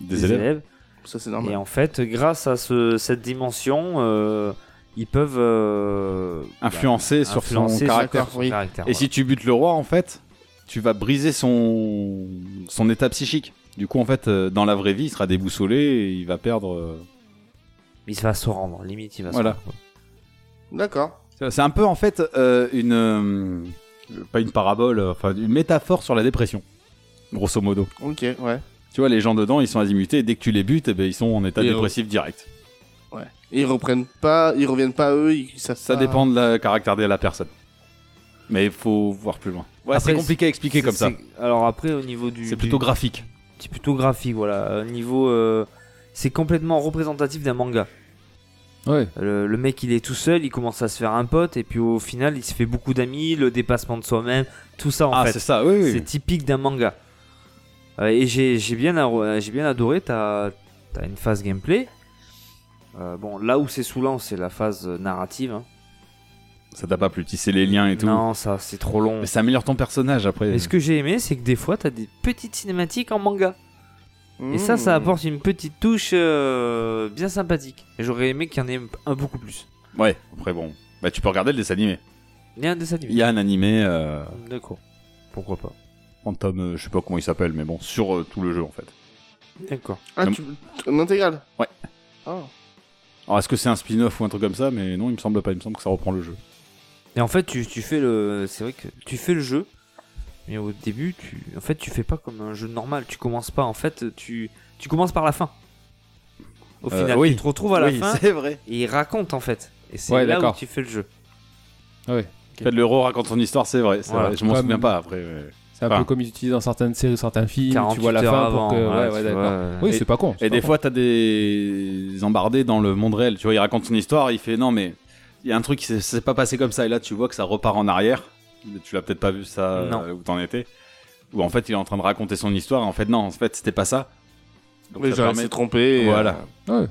Des, des élèves. élèves Ça, c'est Et normal. en fait, grâce à ce- cette dimension, euh, ils peuvent euh, Influencés bah, sur son influencer caractère. son oui. caractère, Ah, Et voilà. si tu butes le roi, en fait, tu vas briser son, son état psychique. Du coup, en fait, euh, dans la vraie vie, il sera déboussolé et il va perdre. euh, Il va se rendre, limite, il va Voilà. se rendre. D'accord. C'est c'est un peu, en fait, euh, une. euh, pas une parabole, euh, enfin, une métaphore sur la dépression. Grosso modo. Ok, ouais. Tu vois, les gens dedans, ils sont azimutés, et dès que tu les butes, eh ben, ils sont en état euh, Et dépressif direct. Ouais. Et ils reprennent pas, ils reviennent pas eux, ils savent Ah. Ça pas- dépend de la caractère de la personne. Mais il faut voir plus loin. Ouais, Après, c'est compliqué à expliquer C'est- comme ça. c'est- Alors après, au niveau du. C'est du- plutôt graphique. C'est plutôt graphique, voilà. Au niveau. euh, c'est complètement représentatif d'un manga. Ouais. Le, le mec, il est tout seul, il commence à se faire un pote, et puis au final, il se fait beaucoup d'amis, le dépassement de soi-même, tout ça en ah, fait. c'est ça, oui, oui. C'est typique d'un manga. Euh, et j'ai j'ai bien, aro- euh, j'ai bien adoré, t'as as une phase gameplay. Euh, bon, là où c'est saoulant, c'est la phase euh, narrative. hein. Ça t'a pas plu tisser les liens et tout. Non, ça, c'est trop long. Mais ça améliore ton personnage après. Mais ce que j'ai aimé, c'est que des fois, t'as des petites cinématiques en manga. Mmh. Et ça, ça apporte une petite touche euh, bien sympathique. Et j'aurais aimé qu'il y en ait un beaucoup plus. Ouais, après bon. Bah, tu peux regarder le dessin animé. Il y a un dessin animé. Il y a un animé, euh, D'accord. Pourquoi pas Phantom, euh, je sais pas comment il s'appelle, mais bon, sur euh, tout le jeu en fait. D'accord. Ah, tu... En intégrale Ouais. Ah. Alors, est-ce que c'est un spin-off ou un truc comme ça Mais non, il me semble pas. Il me semble que ça reprend le jeu. Et en fait, tu, tu fais le, c'est vrai que tu fais le jeu, mais au début, tu, en fait, tu fais pas comme un jeu normal. Tu commences pas. En fait, tu, tu commences par la fin. Au Euh, final, oui. tu te retrouves à la oui, fin c'est vrai. et il raconte en fait. Et c'est Ouais, là où d'accord. tu fais le jeu. En fait, l'euro raconte son histoire, c'est vrai. c'est Voilà. vrai. Je m'en Comme- souviens pas après. mais- C'est un Enfin. peu comme ils utilisent dans certaines séries, certains films, tu 48 vois la heures fin avant, pour que. voilà, ouais, ouais, tu d'accord. vois, euh, Oui, Et- c'est pas con. c'est Et pas des con. fois, t'as des embardés dans le monde réel. Tu vois, il raconte son histoire, il fait non, mais il y a un truc qui s'est- s'est pas passé comme ça. Et là, tu vois que ça repart en arrière. Tu l'as peut-être pas vu ça euh, Non. où t'en étais. Ou en fait, il est en train de raconter son histoire. En fait, non, en fait, c'était pas ça. Donc, Les ça gens permet- s'est trompé. et, Voilà. euh,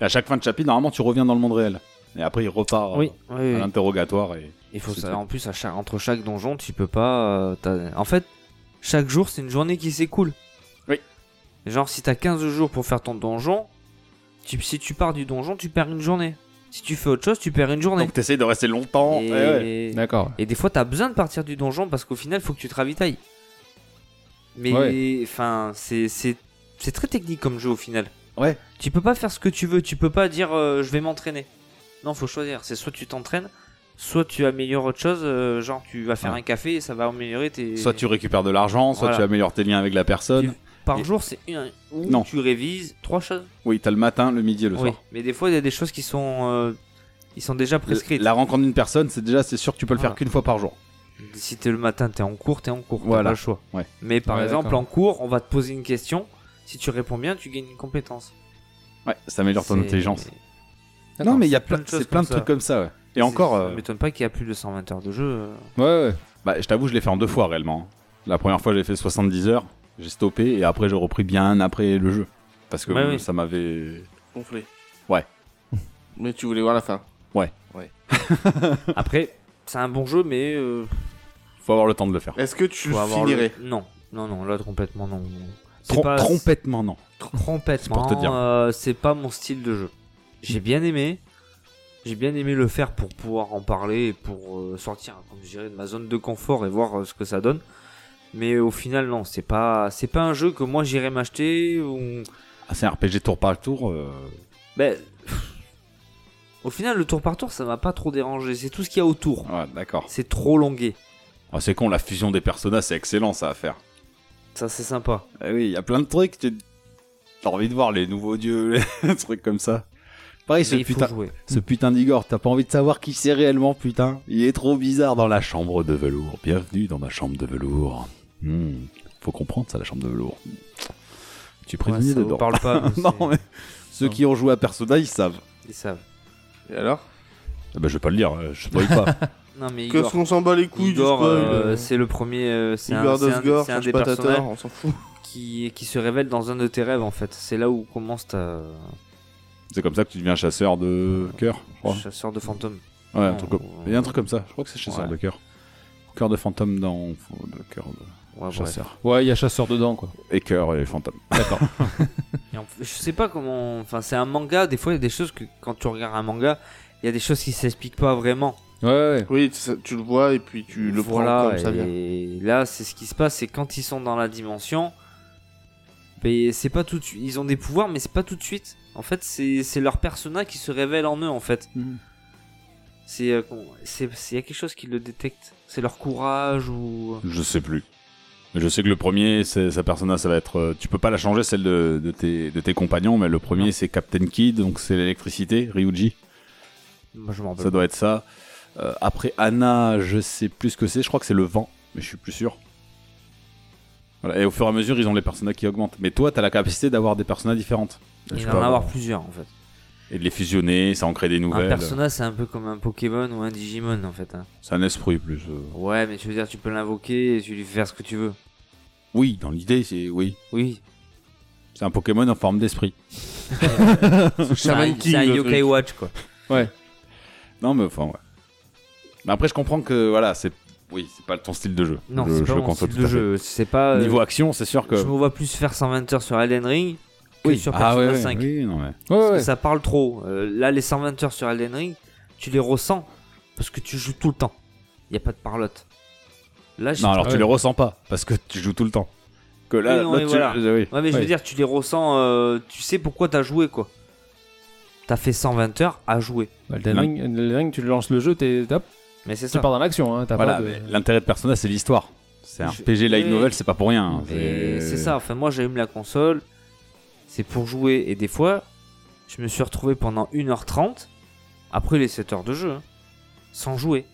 À chaque fin de chapitre, normalement, tu reviens dans le monde réel. Et après, il repart euh, Oui, oui, à oui. l'interrogatoire. Et... Il faut C'est ça. tout. En plus, à chaque- entre chaque donjon, tu peux pas. euh, t'as- en fait, chaque jour, c'est une journée qui s'écoule. Oui. Genre, si t'as 15 jours pour faire ton donjon, tu, si tu pars du donjon, tu perds une journée. Si tu fais autre chose, tu perds une journée. Donc, t'essayes de rester longtemps. et, Eh Ah ouais. D'accord. et des fois, t'as besoin de partir du donjon parce qu'au final, faut que tu te ravitailles. Mais Ouais. enfin, c'est c'est c'est très technique comme jeu au final. Ouais. Tu peux pas faire ce que tu veux. Tu peux pas dire euh, je vais m'entraîner. Non, faut choisir. C'est soit tu t'entraînes, soit tu améliores autre chose. euh, genre tu vas faire Ouais. un café et ça va améliorer tes. Soit tu récupères de l'argent, soit Voilà. tu améliores tes liens avec la personne. Tu- Par Et- jour, c'est une. Ou Non. tu révises trois choses. Oui, t'as le matin, le midi et le oui. soir. Mais des fois, il y a des choses qui sont euh, ils sont déjà prescrites. La rencontre d'une personne, c'est déjà, c'est sûr que tu peux le Voilà. faire qu'une fois par jour. Mhm. Si t'es le matin, t'es en cours, t'es en cours. t'as Voilà. pas le choix. Ouais. Mais par Ouais, exemple, d'accord. en cours, on va te poser une question. Si tu réponds bien, tu gagnes une compétence. Ouais, ça améliore ton C'est- intelligence. D'accord, non, mais il y a c'est plein plein, de choses c'est plein comme de ça. trucs comme ça, ouais. Et c'est- encore. Ça euh, m'étonne pas qu'il y a plus de 120 heures de jeu. euh. *laughs* Ouais, ouais. Bah, je t'avoue, je l'ai fait en deux fois réellement. La première fois, j'ai fait 70 heures, j'ai stoppé et après, j'ai repris bien un après le jeu. Parce que Ouais, euh, Bah oui. ça m'avait. Gonflé. Ouais. Mais tu voulais voir la fin. Après, c'est un bon jeu, mais. euh, Faut avoir le temps de le faire. Est-ce que tu faut avoir le- finirais Non, non, non, l'autre complètement non. C'est Trom- pas- Trompettement, non. Complètement. C'est pour te dire. euh, c'est pas mon style de jeu. J'ai bien aimé. J'ai bien aimé le faire pour pouvoir en parler et pour euh, sortir, comme je dirais, de ma zone de confort et voir euh, ce que ça donne. Mais au final, non, c'est pas, c'est pas un jeu que moi j'irais m'acheter. Ou... Ah, c'est un RPG tour par tour. euh, Ben, au final, le tour par tour, ça m'a pas trop dérangé. C'est tout ce qu'il y a autour. Ouais, Ah, d'accord. C'est trop longué. Ah, c'est con, la fusion des personnages, c'est excellent ça à faire. Ça, c'est sympa. Ah oui, il y a plein de trucs. Tu... T'as envie de voir les nouveaux dieux, *laughs* les trucs comme ça. Pareil, ce Mais il faut putain, jouer. ce putain d'Igor, t'as pas envie de savoir qui c'est réellement, putain. Il est trop bizarre dans la chambre de velours. Bienvenue dans ma chambre de velours. Hmm, Faut comprendre ça, la chambre de velours. Tu es prisonnier Ouais, ça vous *laughs* dedans. parle pas. mais non, c'est- mais ceux qui ont joué à Persona, ils savent. Ils savent. Et alors Ah bah, je vais pas le dire, euh, je spoil *laughs* pas. Non, mais Igor. Qu'est-ce qu'on s'en bat les couilles du Igor, spoil euh, euh, c'est le premier, euh, c'est un, Igor c'est un- Dosgor, c'est un Crash des Patata, personnages on s'en fout. *laughs* qui, qui se révèle dans un de tes rêves en fait. C'est là où commence ta c'est comme ça que tu deviens chasseur de cœur, je crois. chasseur de fantômes. Ouais, un Non, truc comme... on- Il y a un truc comme ça, je crois que c'est chasseur Ouais. de cœur. Cœur de fantôme dans... de Cœur de Ouais, bref. chasseur. Ouais, il y a chasseur dedans, quoi. Et cœur et fantôme. Et en- je sais pas comment. Enfin, c'est un manga. Des fois, il y a des choses que quand tu regardes un manga, il y a des choses qui s'expliquent pas vraiment. Ouais, ouais. Oui, tu, ça- tu le vois et puis tu le prends comme ça vient. et là, c'est ce qui se passe. C'est quand ils sont dans la dimension, ben, c'est pas tout. de suite- Ils ont des pouvoirs, mais c'est pas tout de suite. En fait, c'est c'est leur persona qui se révèle en eux. En fait, Mhm. c'est euh, qu'on- c'est il y a quelque chose qui le détecte. C'est leur courage ou. Je sais plus. Mais Je sais que le premier, c'est- sa persona, ça va être. euh, tu peux pas la changer, celle de, de tes, de tes compagnons, mais le premier, c'est Captain Kid, donc c'est l'électricité, Ryuji. Moi, je m'en rappelle. Ça doit être ça. Euh, après Anna, je sais plus ce que c'est, je crois que c'est le vent, mais je suis plus sûr. Voilà, et au fur et à mesure, ils ont les personnages qui augmentent. Mais toi, t'as la capacité d'avoir des personnages différentes. Il Tu y en peux a avoir plusieurs en fait. Et de les fusionner, ça en crée des Un nouvelles. persona c'est un peu comme un Pokémon ou un Digimon en fait. hein. C'est un esprit plus. euh. Ouais, mais tu veux dire, tu peux l'invoquer et tu lui fais faire ce que tu veux. Oui, dans l'idée, c'est. Oui. Oui. C'est un Pokémon en forme d'esprit. C'est un, c'est un Yokai Watch quoi. Non, mais enfin, ouais. Mais après, je comprends que, voilà, c'est. Oui, c'est pas ton style de jeu. Non, je, c'est je pas le mon conçois style tout de à fait. jeu. C'est pas. euh, Niveau action, c'est sûr que. Je me vois plus faire 120 heures sur Elden Ring que sur Persona ah, ouais, ouais, 5. oui, non, ouais. Ouais, Parce ouais. que ça parle trop. Euh, là, les 120 heures sur Elden Ring, tu les ressens parce que tu joues tout le temps. Il y a pas de parlotte. Là, j'ai- Non, alors Ouais. tu le ressens pas parce que tu joues tout le temps. Que là, Oui, non, là, mais tu- voilà. euh, oui. Ouais, mais je Ouais. veux dire, tu les ressens. euh, tu sais pourquoi t'as joué quoi. T'as fait 120 heures à jouer. Bah, Elden Ring, Elden Ring, tu lances le jeu, t'es, t'as- Mais c'est ça. tu pars dans l'action. Hein, t'as Voilà, pas de- mais l'intérêt de Persona, c'est l'histoire. C'est un Je- PG light Oui. novel, c'est pas pour rien. hein. Et c'est ça, enfin moi j'allume la console, c'est pour jouer, et des fois, je me suis retrouvé pendant 1h30, après les 7 heures de jeu, hein, sans jouer.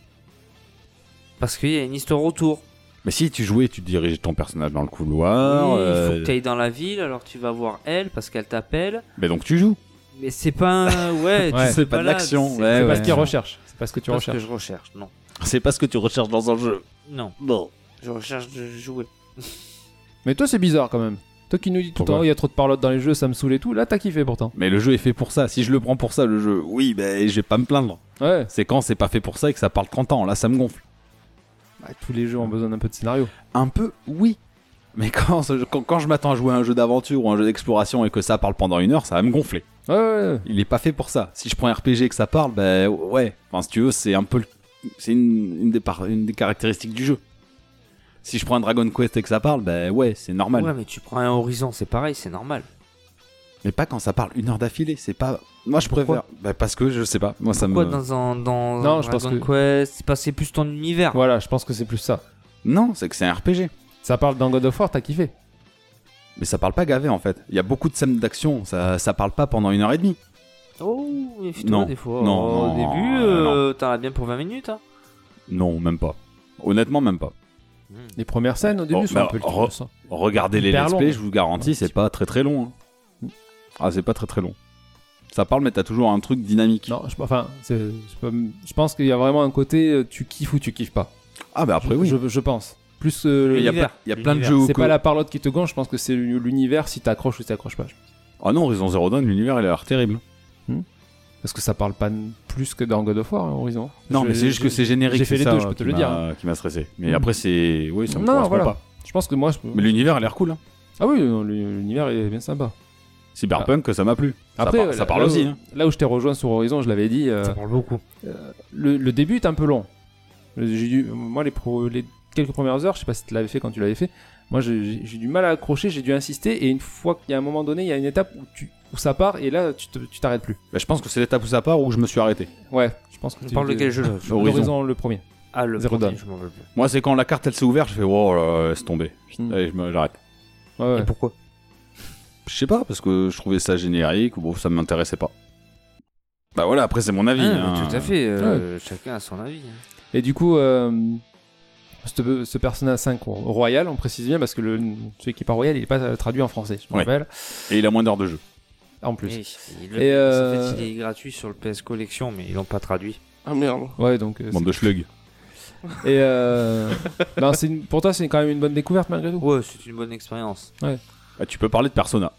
Parce qu'il y a une histoire autour. Mais si tu jouais, tu dirigeais ton personnage dans le Oui, couloir. Il faut euh, que tu ailles dans la ville, alors tu vas voir elle, parce qu'elle t'appelle. Mais donc tu joues. Mais c'est pas un... Ouais, *laughs* Ouais. tu C'est sais pas de là, l'action, C'est C'est ouais, pas ouais. ce qu'ils recherchent. C'est pas ce que tu pas ce que recherches. je recherche, non. C'est pas ce que tu recherches dans un jeu. Non, Bon. je recherche de jouer. Mais toi, c'est bizarre quand même. Toi qui nous dis tout le Pourquoi temps, il y a trop de parlotte dans les jeux, ça me saoule et tout. Là, t'as kiffé pourtant. Mais le jeu est fait pour ça. Si je le prends pour ça, le jeu, oui, ben je vais pas me plaindre. Ouais. C'est quand c'est pas fait pour ça et que ça parle 30 ans. Là, ça me gonfle. Bah, tous les jeux ont besoin d'un peu de scénario. Un peu, oui. Mais quand, quand, quand je m'attends à jouer à un jeu d'aventure ou un jeu d'exploration et que ça parle pendant une heure, ça va me gonfler. Ouais, ouais, ouais. Il est pas fait pour ça. Si je prends un RPG et que ça parle, bah ouais. Enfin, si tu veux, c'est un peu. le- C'est une, une des par- une des caractéristiques du jeu. Si je prends un Dragon Quest et que ça parle, bah ouais, c'est normal. Ouais, mais tu prends un horizon, c'est pareil, c'est normal. Mais pas quand ça parle une heure d'affilée. C'est pas. Moi, je préfère. Bah, parce que je sais pas. Moi, ça Pourquoi me. dans un dans Non, un je pense Dragon Quest, c'est pas- c'est plus ton univers. Voilà, je pense que c'est plus ça. Non, c'est que c'est un RPG. Ça parle dans God of War, t'as kiffé. Mais ça parle pas gavé en fait. Il y a beaucoup de scènes d'action. Ça, ça parle pas pendant une heure et demie. Oh, méfie-toi Non, des fois. non, Oh, non, Au début, euh, euh, t'en as bien pour 20 minutes. Hein. Non, même pas. Honnêtement, même pas. Les premières scènes au début Bon, sont bah, un peu le re- truc, ça. Regardez les Hyper let's long, play, mais- je vous garantis, c'est pas très très long. hein. Ah, c'est pas très très long. Ça parle, mais t'as toujours un truc dynamique. Non, je, enfin, c'est- je, peux- je pense qu'il y a vraiment un côté euh, tu kiffes ou tu kiffes pas. Ah, bah après, je, oui. je, je pense. Plus euh, Il y a, l'univers. plein- il y a plein de L'univers. jeux C'est co- pas la parlotte qui te gonfle, je pense que c'est l'univers si t'accroches ou si t'accroches pas. Ah non, Horizon Zero Dawn, l'univers il a l'air terrible. Parce que ça parle pas n- plus que dans God of War, hein, Horizon. Non, Je- mais c'est juste que je- c'est générique. j'ai fait les c'est ça, deux, je euh, peux te qui le dire, m'a- Qui m'a stressé. Mais Mm. après, c'est. Oui, ça me Non, correspond voilà. pas. Je pense que moi, je peux- Mais l'univers il a l'air cool. hein. ah oui, non, l'univers est bien sympa. Cyberpunk, ça m'a plu. Ça par- ouais, ça là- parle là aussi. où- hein. Là où je t'ai rejoint sur Horizon, je l'avais dit, euh, Ça parle beaucoup. le, le début est un peu long. J'ai dû- moi, les, pro- les quelques premières heures, je sais pas si tu l'avais fait quand tu l'avais fait, moi j'ai- j'ai j'ai du mal à accrocher, j'ai dû insister, et une fois qu'il y a un moment donné, il y a une étape où, tu, où ça part, et là tu te- tu t'arrêtes plus. Bah, je pense que c'est l'étape où ça part où je me suis arrêté. Ouais, je pense que On tu- parle de quel jeu *laughs* là Horizon. L'horizon, le premier. Ah, le Zero premier, Dawn. je m'en rappelle plus. Moi, c'est quand la carte elle s'est ouverte, je fais wow, là, laisse tomber. Mm. Allez, je me- j'arrête. Ouais, ouais. Et pourquoi Je sais pas, parce que je trouvais ça générique, ou bon, ça m'intéressait pas. Bah voilà, après c'est mon avis. Ah, hein. mais Tout à fait, euh, chacun a son avis. hein. Et du coup, euh, ce, ce Persona 5 ro- Royal, on précise bien parce que le, celui qui est pas Royal, il est pas euh, traduit en français, je me Ouais. rappelle. Et il a moins d'heures de jeu. En plus. Oui, il- Et, euh, En fait, il est gratuit sur le PS Collection, mais ils l'ont pas traduit. Ah merde. Ouais, donc. euh, Bande de schlug. c'est- et euh, *laughs* non, c'est une- pour toi, c'est quand même une bonne découverte malgré tout. Ouais, c'est une bonne expérience. Bah, tu peux parler de Persona.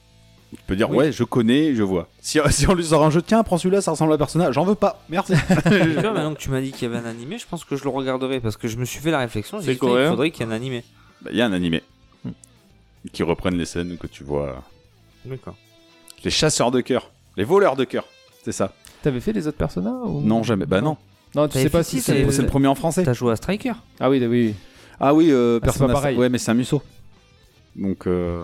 Tu peux dire, Oui. ouais, je connais, je vois. Si, *laughs* si on lui sort un jeu, tiens, prends celui-là, ça ressemble à Persona. J'en veux pas, *laughs* merci. Tu vois, maintenant que tu m'as dit qu'il y avait un animé, je pense que je le regarderai parce que je me suis fait la réflexion. C'est J'ai dit, putain, il coréen faudrait qu'il y ait un animé. Bah, Il y a un animé Mm. qui reprennent les scènes que tu vois. D'accord. Les chasseurs de cœur, les voleurs de cœur, c'est ça. T'avais fait les autres Persona ou... Non, jamais. Bah non, Non, tu T'avais sais pas fait si qui, c'est. t'avais- c'est le premier en français. T'as joué à Striker Ah oui, oui, oui. Ah oui, Ah, c'est euh, pas Persona. pareil. ouais, mais c'est un Musso. Donc, euh,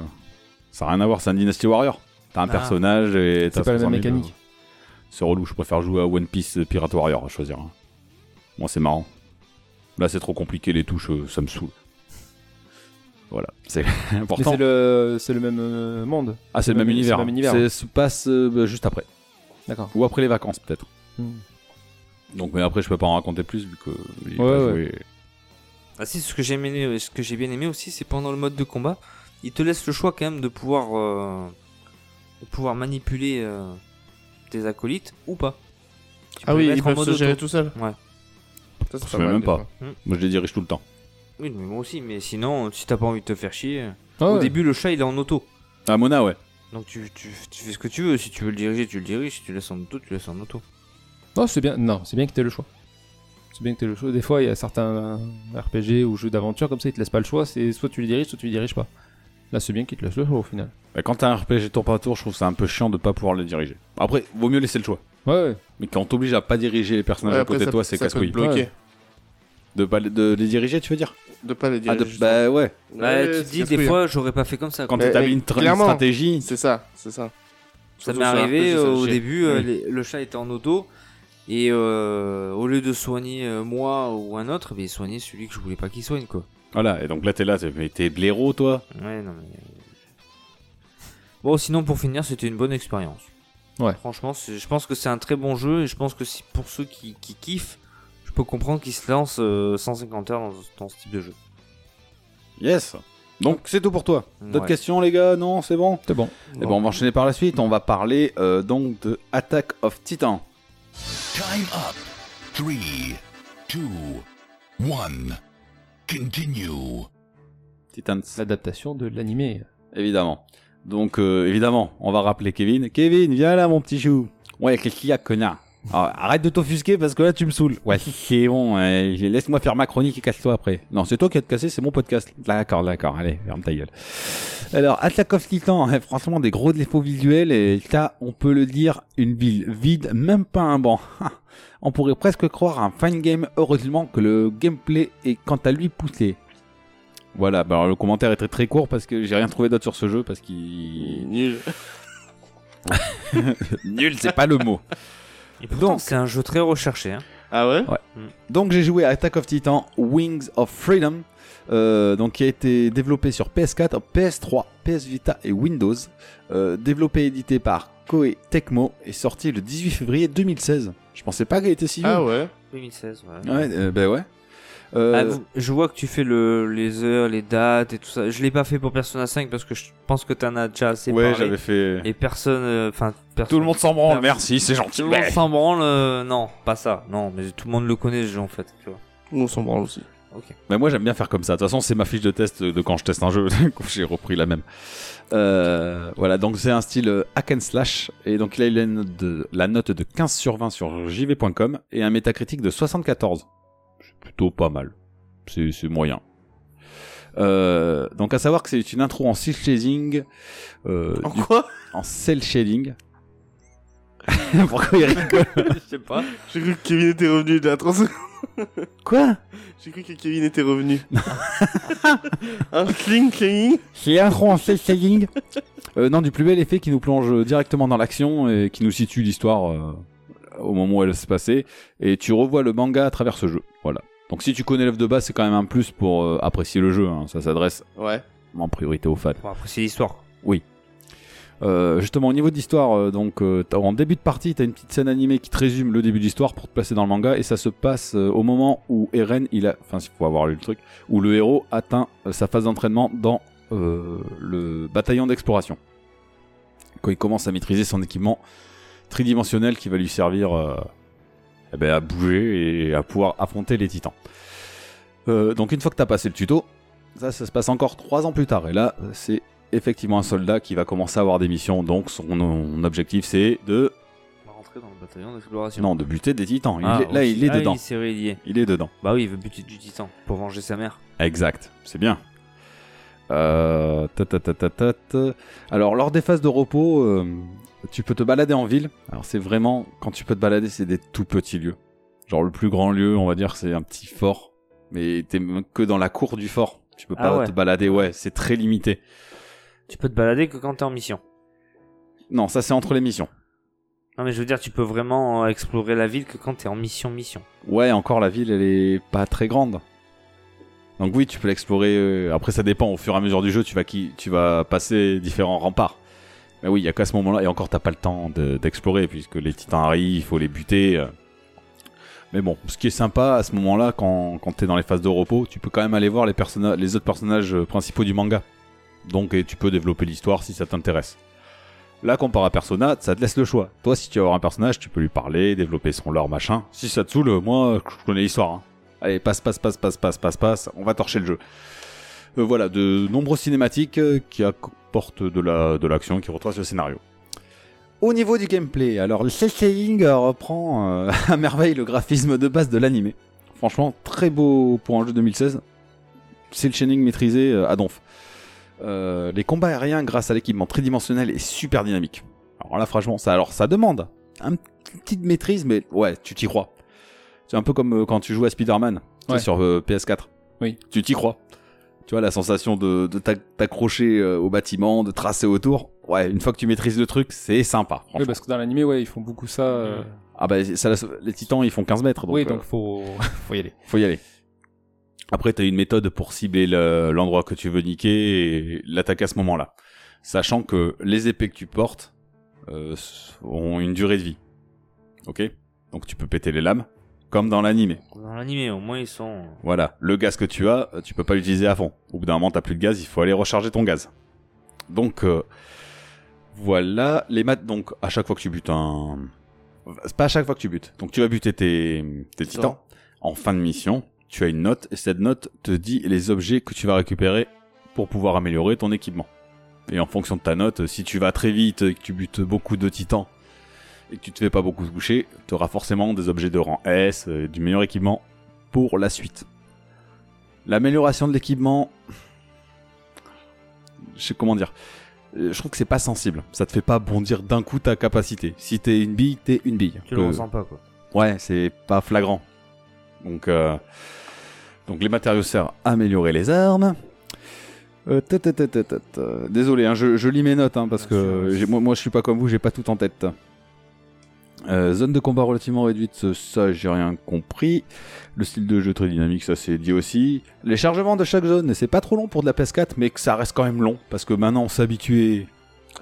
ça n'a rien à voir, c'est un Dynasty Warrior. T'as un Ah. personnage et t'as C'est pas la même 500 000, mécanique. euh, C'est relou, je préfère jouer à One Piece euh, Pirate Warrior à choisir. hein. Bon, c'est marrant. Là, c'est trop compliqué, les touches, euh, ça me saoule. Voilà, c'est *laughs* Mais important. c'est le, c'est le même euh, monde. ah, c'est le même c'est le univers. même univers, C'est- ouais. se passe euh, juste après. D'accord. Ou après les vacances, peut-être. Hmm. Donc, mais après, je peux pas en raconter plus vu que. il est Ouais, pas ouais. joué. Ah si, ce que j'ai aimé, ce que j'ai bien aimé aussi, c'est pendant le mode de combat, il te laisse le choix quand même de pouvoir, euh, de pouvoir manipuler euh, tes acolytes ou pas. Tu Ah peux oui, les ils mettre en peuvent mode se gérer auto. tout seuls. Ouais. Ça, c'est Je savais mal, même des pas. fois. Moi, je les dirige tout le temps. Oui, mais moi aussi. Mais sinon, si t'as pas envie de te faire chier, Ah au ouais. début le chat il est en auto, Ah, Mona, ouais. donc tu, tu, tu fais ce que tu veux. Si tu veux le diriger, tu le diriges. Si tu le laisses en auto, tu le laisses en auto. Non, c'est bien. Non, c'est bien que t'aies le choix. C'est bien que t'aies le choix. Des fois, il y a certains euh, RPG ou jeux d'aventure comme ça, ils te laissent pas le choix. C'est soit tu les diriges, soit tu les diriges pas. Là, c'est bien qu'ils te laissent le choix au final. Bah, quand t'as un RPG tour par tour, je trouve ça un peu chiant de pas pouvoir le diriger. Après, vaut mieux laisser le choix. Ouais, ouais. Mais quand t'oblige à pas diriger les personnages Ouais, à côté après, de ça- toi, c'est ça peut te casse-couille. bloquer. Ouais. De, pas les- de les diriger, tu veux dire De pas les Ah, diriger. de- justement. Bah ouais. Bah, Ouais, tu c'est te dis des casse-couille, fois, j'aurais pas fait comme ça. Quand quoi. Mais- t'établis une, mais tra- une Eh, clairement. stratégie, C'est ça, c'est ça. Ça Surtout m'est sur un arrivé RPG, euh, au c'est- début, euh, les- le chat était en auto et euh, au lieu de soigner euh, moi ou un autre, ben, il soignait celui que je voulais pas qu'il soigne quoi. voilà. Et donc là, t'es là, t'es, mais t'es de l'héros, toi. Ouais, non mais. euh. Bon, sinon pour finir, c'était une bonne expérience. Ouais. Franchement, c'est- je pense que c'est un très bon jeu et je pense que si pour ceux qui, qui kiffent, je peux comprendre qu'ils se lancent euh, 150 heures dans, dans ce type de jeu. Yes. Donc c'est tout pour toi. D'autres Ouais. questions, les gars Non, c'est bon. C'est bon. Et ben, on va enchaîner par la suite. On va parler euh, donc de Attack of Titan. Time up. Three, two, one. Continue. Titans. L'adaptation de l'animé. Évidemment. Donc, euh, évidemment, on va rappeler Kevin. Kevin, viens là, mon petit chou. Ouais, qu'est-ce qu'il y a, connard Ah, Arrête de t'offusquer parce que là, tu me saoules. Ouais, c'est bon. euh, Laisse-moi faire ma chronique et casse-toi après. Non, c'est toi qui as te cassé, c'est mon podcast. D'accord, d'accord. Allez, ferme ta gueule. Alors, Attack of Titan, eh, franchement, des gros défauts visuels. Et ça, on peut le dire, une ville vide, même pas un banc. *laughs* on pourrait presque croire un fan game. Heureusement que le gameplay est quant à lui poussé. Voilà, bah alors le commentaire est très très court parce que j'ai rien trouvé d'autre sur ce jeu *laughs* parce qu'il. Nul. Nul, c'est pas le mot. Et pourtant, Donc- c'est un jeu très recherché. hein. Ah ouais Donc j'ai joué à Attack of Titan Wings of Freedom, euh, donc qui a été développé sur PS4, PS3, PS Vita et Windows, euh, développé et édité par Koei Tecmo et sorti le 18 février 2016. Je pensais pas qu'elle était si vieux. Ah ouais 2016, ouais. Ouais, euh, ben ouais. Euh, Ah, vous- je vois que tu fais le, les heures, les dates et tout ça. Je l'ai pas fait pour Persona 5 parce que je pense que t'en as déjà assez ouais, parlé. j'avais fait. Et personne, euh, enfin, personne. Tout le monde s'en branle, Personne. merci, c'est Tout gentil. le monde s'en branle, euh, non, pas ça, non, mais tout le monde le connaît ce jeu en fait, tu vois. On s'en branle aussi. Mais moi j'aime bien faire comme ça. De toute façon, c'est ma fiche de test de quand je teste un jeu. *laughs* J'ai repris la même. Euh, voilà, donc c'est un style euh, hack and slash. Et donc là, il a une note de- la note de 15 sur 20 sur jv.com et un métacritique de 74. C'est plutôt pas mal. C'est c'est moyen. Euh, donc à savoir que c'est une intro en cel shading. euh, En du- quoi en cel shading. Pourquoi il rigole *laughs* Je sais pas. J'ai cru que Kevin était revenu de la trans. Quoi J'ai cru que Kevin était *laughs* revenu. Un cling cling. C'est intro en cel shading. *laughs* Euh, non, du plus bel effet qui nous plonge directement dans l'action et qui nous situe l'histoire euh, au moment où elle se passait. Et tu revois le manga à travers ce jeu. Voilà. Donc si tu connais l'œuvre de base, c'est quand même un plus pour euh, apprécier le jeu. hein. Ça s'adresse Ouais. en priorité aux fans. Bon, après, c'est l'histoire. Euh, justement, au niveau de l'histoire, euh, donc euh, t'as- en début de partie, t'as une petite scène animée qui te résume le début de l'histoire pour te placer dans le manga, et ça se passe euh, au moment où Eren, il a, enfin, il faut avoir lu le truc, où le héros atteint euh, sa phase d'entraînement dans euh, le bataillon d'exploration, quand il commence à maîtriser son équipement tridimensionnel qui va lui servir euh, eh ben, à bouger et à pouvoir affronter les titans. Euh, donc une fois que t'as passé le tuto, ça, ça se passe encore trois ans plus tard, et là, euh, c'est effectivement un soldat qui va commencer à avoir des missions. Donc son son objectif c'est de On va rentrer dans le bataillon d'exploration. non de buter des titans. Il Ah, est- là ok. il est Ah oui, dedans. c'est relié. Il est dedans. Bah oui, il veut buter du titan pour venger sa mère. Exact. C'est bien. Euh, ta, ta, ta, ta, ta, ta. Alors lors des phases de repos, euh, tu peux te balader en ville. Alors c'est vraiment quand tu peux te balader, c'est des tout petits lieux. Genre le plus grand lieu, on va dire, c'est un petit fort, mais t'es même que dans la cour du fort. Tu peux Ah pas ouais. te balader. Ouais, c'est très limité. Tu peux te balader que quand t'es en mission. Non, ça c'est entre les missions. Non, mais je veux dire, tu peux vraiment euh, explorer la ville que quand t'es en mission, mission. Ouais, encore la ville, elle est pas très grande. Donc oui, tu peux l'explorer. euh, Après, ça dépend. Au fur et à mesure du jeu, tu vas qui, tu vas passer différents remparts. Mais oui, il y a qu'à ce moment-là, et encore, t'as pas le temps de- d'explorer puisque les titans arrivent, il faut les buter. euh. Mais bon, ce qui est sympa à ce moment-là, quand, quand t'es dans les phases de repos, tu peux quand même aller voir les, personna- les autres personnages euh, principaux du manga. Donc, et tu peux développer l'histoire si ça t'intéresse. Là, comparé à Persona, ça te laisse le choix. Toi, si tu veux avoir un personnage, tu peux lui parler, développer son lore, machin. Si ça te saoule, euh, moi, je connais l'histoire. hein. Allez, passe, passe, passe, passe, passe, passe, passe. On va torcher le jeu. Euh, voilà, de nombreuses cinématiques euh, qui apportent de la de l'action, qui retracent le scénario. Au niveau du gameplay, alors le cel shading euh, reprend euh, *laughs* à merveille le graphisme de base de l'animé. Franchement, très beau pour un jeu 2016. Cel shading maîtrisé euh, à donf. Euh, les combats aériens grâce à l'équipement tridimensionnel est super dynamique. Alors là, franchement, ça, alors, ça demande un petit- petite maîtrise, mais ouais, tu t'y crois. C'est un peu comme euh, quand tu joues à Spider-Man tu sais, Ouais. sur euh, PS4. Oui. Tu t'y crois. Tu vois, la sensation de, de t'ac- t'accrocher euh, au bâtiment, de tracer autour. Ouais, une fois que tu maîtrises le truc, c'est sympa. franchement. Oui, bah. parce que dans l'animé, ouais, ils font beaucoup ça. euh, Mmh. Ah bah, ça, la- les titans, ils font 15 mètres. Donc, oui, euh, donc faut... *laughs* faut y aller. faut y aller. Après, t'as une méthode pour cibler le- l'endroit que tu veux niquer et l'attaquer à ce moment-là. Sachant que les épées que tu portes euh, s- ont une durée de vie. Ok Donc tu peux péter les lames, comme dans l'animé. Dans l'animé, au moins, ils sont. euh, Voilà. Le gaz que tu as, euh, tu peux pas l'utiliser à fond. Au bout d'un moment, t'as plus de gaz, il faut aller recharger ton gaz. Donc, euh, voilà. Les maths, donc, à chaque fois que tu butes un. C'est pas à chaque fois que tu butes. Donc, tu vas buter tes, tes titans. En fin de mission, tu as une note, et cette note te dit les objets que tu vas récupérer pour pouvoir améliorer ton équipement. Et en fonction de ta note, si tu vas très vite et que tu butes beaucoup de titans et que tu te fais pas beaucoup toucher, tu auras forcément des objets de rang S, euh, du meilleur équipement pour la suite. L'amélioration de l'équipement, je sais comment dire, Euh, je trouve que c'est pas sensible. Ça te fait pas bondir d'un coup ta capacité. Si t'es une bille, t'es une bille. Tu le Que- ressens pas, quoi. Ouais, c'est pas flagrant. Donc, euh, donc les matériaux servent à améliorer les armes. Euh, ta, ta, ta, ta, ta, ta. Désolé, hein, je, je lis mes notes hein, parce Bien que sûr. j'ai- moi, moi je suis pas comme vous, j'ai pas tout en tête. Euh, zone de combat relativement réduite, ça j'ai rien compris. Le style de jeu très dynamique, ça c'est dit aussi. Les chargements de chaque zone, c'est pas trop long pour de la PS4, mais que ça reste quand même long parce que maintenant on s'habituait.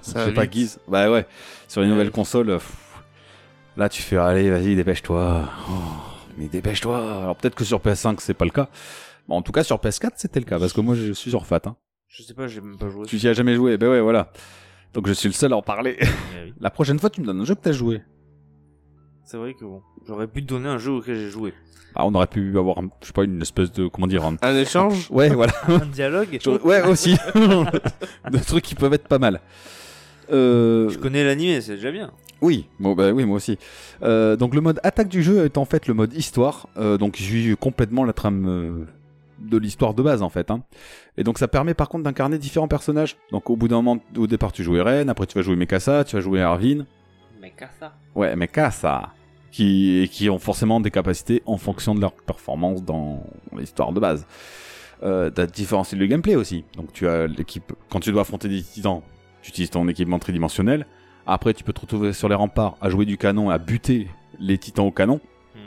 Ça Je va sais pas vite. Guise. Bah ouais, sur les nouvelles consoles, euh, pff, là tu fais allez, vas-y, dépêche-toi. Oh. mais dépêche-toi. Alors peut-être que sur PS5 c'est pas le cas. Bon, en tout cas sur PS4 c'était le cas parce que moi je suis sur FAT. Hein. Je sais pas, j'ai même pas joué. Tu n'y as jamais joué, ben ouais voilà. Donc je suis le seul à en parler. *laughs* Mais oui. La prochaine fois tu me donnes un jeu que t'as joué. C'est vrai que bon, j'aurais pu te donner un jeu auquel j'ai *laughs* joué. Ah, on aurait pu avoir, un- je sais pas, une espèce de comment dire. un- Un échange Ouais voilà. Un dialogue Je- *laughs* Ouais aussi. *laughs* Des trucs qui peuvent être pas mal. Euh, Je connais l'animé, c'est déjà bien. Oui, bon, bah, oui, moi aussi. Euh, donc le mode attaque du jeu est en fait le mode histoire. Euh, donc j'ai eu complètement la trame euh, de l'histoire de base en fait. hein. Et donc ça permet par contre d'incarner différents personnages. Donc au bout d'un moment, au départ tu jouais Ren, après tu vas jouer Mikasa, tu vas jouer Arvin. Mais casse ça. Ouais, Mikasa. Qui, qui ont forcément des capacités en fonction de leur performance dans l'histoire de base. Euh, t'as différents styles de gameplay aussi. Donc tu as l'équipe. Quand tu dois affronter des titans, tu utilises ton équipement tridimensionnel. Après, tu peux te retrouver sur les remparts à jouer du canon et à buter les titans au canon. Mhm.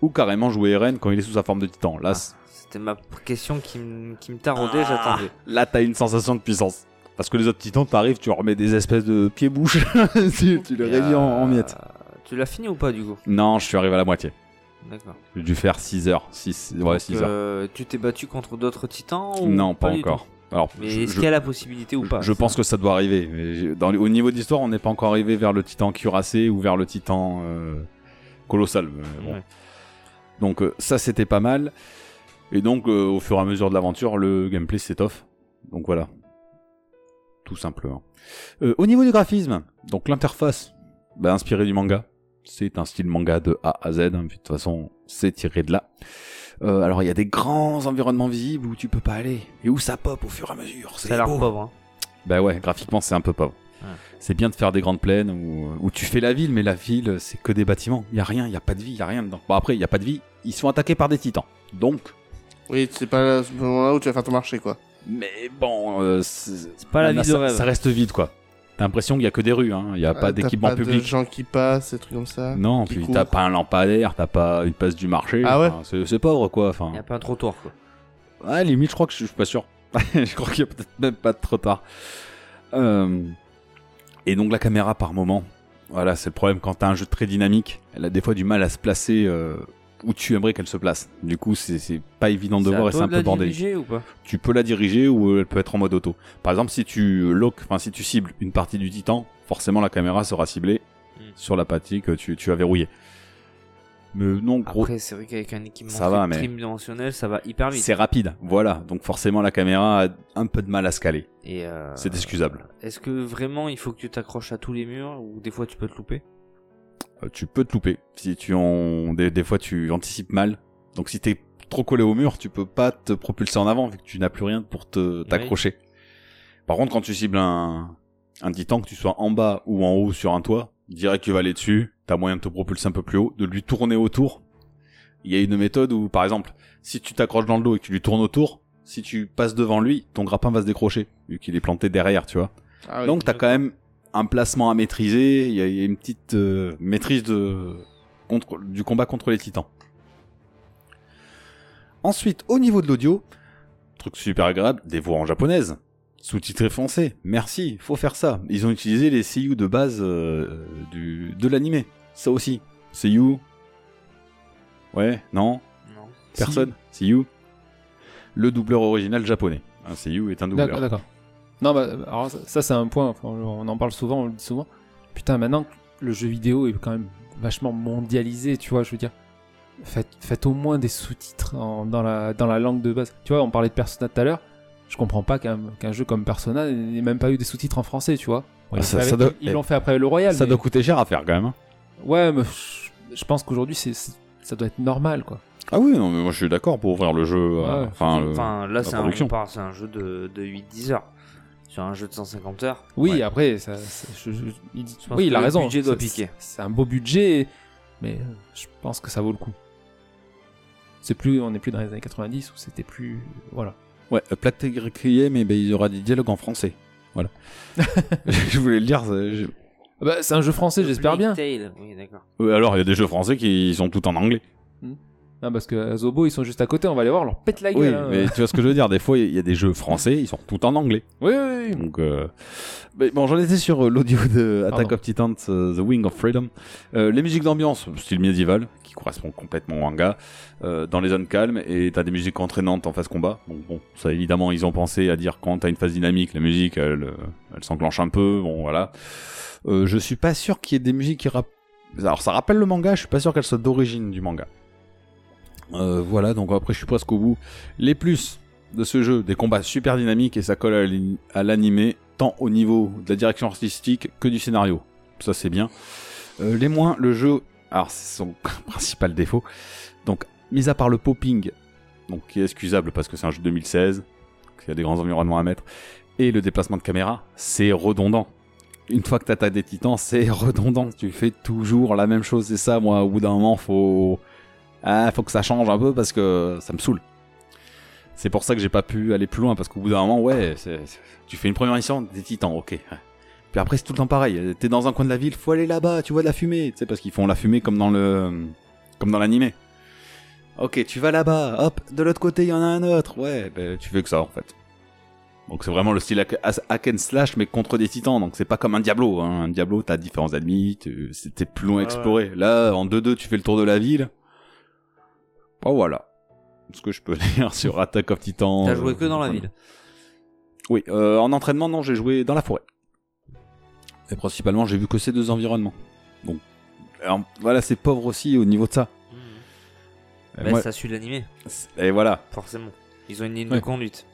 Ou carrément jouer Eren quand il est sous sa forme de titan. Là, c- Ah, C'était ma question qui, me- qui me taraudait, j'attendais. là t'as une sensation de puissance. Parce que les autres titans, t'arrives, tu leur mets des espèces de pieds-bouches. *laughs* tu, tu les Et, réduis en, en euh, miettes. Tu l'as fini ou pas du coup Non, je suis arrivé à la moitié. D'accord. J'ai dû faire 6 heures. 6, ouais, 6 heures. Euh, tu t'es battu contre d'autres titans ou non, pas, Oh, du encore. tout Alors, Mais je, est-ce je- qu'il y a la possibilité ou je- pas je pense que ça doit arriver. mais j'ai- dans les- au niveau d'histoire, on n'est pas encore arrivé vers le titan cuirassé ou vers le titan euh, colossal. mais bon. Ouais. Donc, euh, ça, c'était pas mal. Et donc, euh, au fur et à mesure de l'aventure, le gameplay s'étoffe. Donc, voilà. Tout simplement. Euh, au niveau du graphisme, donc l'interface, bah, inspirée du manga. C'est un style manga de A à Z. hein, puis de toute façon, c'est tiré de là. Euh, alors il y a des grands environnements visibles où tu peux pas aller et où ça pop au fur et à mesure. Ça C'est a l'air beau. pauvre. Hein. Bah ouais, graphiquement c'est un peu pauvre. Ouais. C'est bien de faire des grandes plaines où, où tu fais la ville, mais la ville c'est que des bâtiments. Il y a rien, il y a pas de vie, il y a rien dedans. Bon après il y a pas de vie, ils sont attaqués par des titans. Donc, Oui, c'est pas à ce moment-là où tu vas faire ton marché, quoi. mais bon, euh, c'est C'est pas la là, vie de ça, rêve. ça reste vide quoi. T'as l'impression qu'il y a que des rues, hein. Il y a pas Euh, d'équipement T'as pas de public. gens qui passent, des trucs comme ça. Non, qui puis courent. t'as pas un lampadaire, t'as pas une place du marché. Ah ouais Enfin, c'est- c'est pauvre quoi. Enfin, Il n'y a pas un trottoir quoi. Ah, limite, je crois que je, je suis pas sûr. *laughs* je crois qu'il y a peut-être même pas de tard. Euh, et donc la caméra par moment. Voilà, c'est le problème quand t'as un jeu très dynamique. Elle a des fois du mal à se placer euh, où tu aimerais qu'elle se place. Du coup, c'est- c'est pas évident de à voir et toi c'est un de peu la bordélique. diriger ou pas Tu peux la diriger ou elle peut être en mode auto. Par exemple, si tu lock, enfin si tu cibles une partie du titan, forcément la caméra sera ciblée Mm. sur la partie que tu, tu as verrouillée. Mais non, gros, Après, c'est vrai qu'avec un équipement Ça va, mais- tridimensionnel, ça va hyper vite. c'est rapide. Voilà, donc forcément la caméra a un peu de mal à se caler. Et euh, C'est excusable. Est-ce que vraiment il faut que tu t'accroches à tous les murs ou des fois tu peux te louper Euh, tu peux te louper. Si tu en... des, des fois tu anticipes mal. Donc si t'es trop collé au mur, tu peux pas te propulser en avant vu que tu n'as plus rien pour te t'accrocher. Par contre, quand tu cibles un un titan, que tu sois en bas ou en haut sur un toit, direct tu vas aller dessus. T'as moyen de te propulser un peu plus haut, de lui tourner autour. Il y a une méthode où, par exemple, si tu t'accroches dans le dos et que tu lui tournes autour, si tu passes devant lui, ton grappin va se décrocher vu qu'il est planté derrière, tu vois. Ah oui. Donc t'as quand même un placement à maîtriser, il y, a- il y a une petite euh, maîtrise de, contre- du combat contre les titans. Ensuite, au niveau de l'audio, truc super agréable, des voix en japonaise, sous-titré français, merci, faut faire ça. Ils ont utilisé les seiyuu de base euh, du, de l'animé, ça aussi. Seiyuu Ouais, non Non. Personne Seiyuu Le doubleur original japonais. Un seiyuu est un D'accord, doubleur. d'accord. Non, bah, alors ça, ça, c'est un point, enfin, on en parle souvent, on le dit souvent. Putain, maintenant que le jeu vidéo est quand même vachement mondialisé, tu vois, je veux dire. Faites, faites au moins des sous-titres en- dans, la, dans la langue de base. Tu vois, on parlait de Persona tout à l'heure. Je comprends pas qu'un qu'un jeu comme Persona n'ait même pas eu des sous-titres en français, tu vois. Bon, ils Ah, l'ont ça- fait ça avec- doit- ils l'ont fait après le Royal. Ça mais- doit coûter cher à faire quand même. hein. Ouais, mais je- je pense qu'aujourd'hui, c'est c'est- ça doit être normal, quoi. Ah oui, non, mais moi je suis d'accord pour ouvrir le jeu. à- Ouais. enfin, le- Enfin, là, la c'est un, production. on parle- c'est un jeu de, de 8-10 heures. Sur un jeu de 150 heures. Oui, Ouais. après, ça, ça- je- je- il, Je pense oui, il que a le raison. budget doit C'est- piquer. C'est c'est un beau budget, mais euh, je pense que ça vaut le coup. C'est plus, on n'est plus dans les années 90 où c'était plus, voilà. Ouais, euh, Plague Tale Requiem, mais ben, il y aura des dialogues en français. *laughs* Voilà. *laughs* je voulais le dire. ça- je- Ah bah, c'est un jeu français, j'espère bien. euh, Plague Tale, Oui, d'accord. Ouais, alors, il y a des jeux français qui sont tout en anglais. Hmm. Non, parce que à Zobo, ils sont juste à côté, on va les voir, on leur pète la Oui, euh, gueule. hein. mais tu vois ce que je veux dire. Des fois, il y a des jeux français, ils sont tout en anglais. Oui, oui, oui. Donc, euh, mais bon, j'en étais sur euh, l'audio de Attack Pardon. of Titans, euh, The Wing of Freedom. Euh, les musiques d'ambiance, style médiéval, qui correspond complètement au manga, euh, dans les zones calmes, et t'as des musiques entraînantes en phase combat. Donc bon, ça évidemment, ils ont pensé à dire quand t'as une phase dynamique, la musique, elle, euh, elle s'enclenche un peu, bon voilà. Euh, je suis pas sûr qu'il y ait des musiques qui rappellent... Alors ça rappelle le manga, je suis pas sûr qu'elle soit d'origine du manga. Euh, voilà, donc après je suis presque au bout. Les plus de ce jeu, des combats super dynamiques et ça colle à l'ani- à l'animé, tant au niveau de la direction artistique que du scénario. Ça c'est bien. Euh, les moins, le jeu, alors c'est son *laughs* principal défaut. Donc, mis à part le popping, donc qui est excusable parce que c'est un jeu de 2016, donc il y a des grands environnements à mettre, et le déplacement de caméra, c'est redondant. Une fois que t'attaques des titans, c'est *laughs* redondant. Tu fais toujours la même chose. C'est ça, moi, au bout d'un moment, faut. Ah, faut que ça change un peu parce que ça me saoule. C'est pour ça que j'ai pas pu aller plus loin parce qu'au bout d'un moment, ouais, c'est- c'est- tu fais une première mission des titans, ok. ouais. Puis après, c'est tout le temps pareil. Euh, T'es dans un coin de la ville, faut aller là-bas, tu vois de la fumée, tu sais, parce qu'ils font la fumée comme dans le, comme dans l'animé. Ok, tu vas là-bas, hop, de l'autre côté, il y en a un autre, ouais, ben, tu fais que ça en fait. Donc c'est vraiment le style hack- as- hack and slash mais contre des titans, donc c'est pas comme un Diablo. Hein. Un Diablo, t'as différents ennemis, tu- c'est- t'es plus loin à explorer. Là, en 2-2, tu fais le tour de la ville. Bon Oh, voilà, ce que je peux *laughs* dire sur Attack of Titan. T'as joué que dans la ville. Oui, euh, en entraînement, non, j'ai joué dans la forêt. Et principalement, j'ai vu que ces deux environnements. Donc, alors, voilà, c'est pauvre aussi au niveau de ça. Et, Mais moi- Bah, ça suit l'animé, et voilà. forcément. Ils ont une ligne Ouais. de conduite.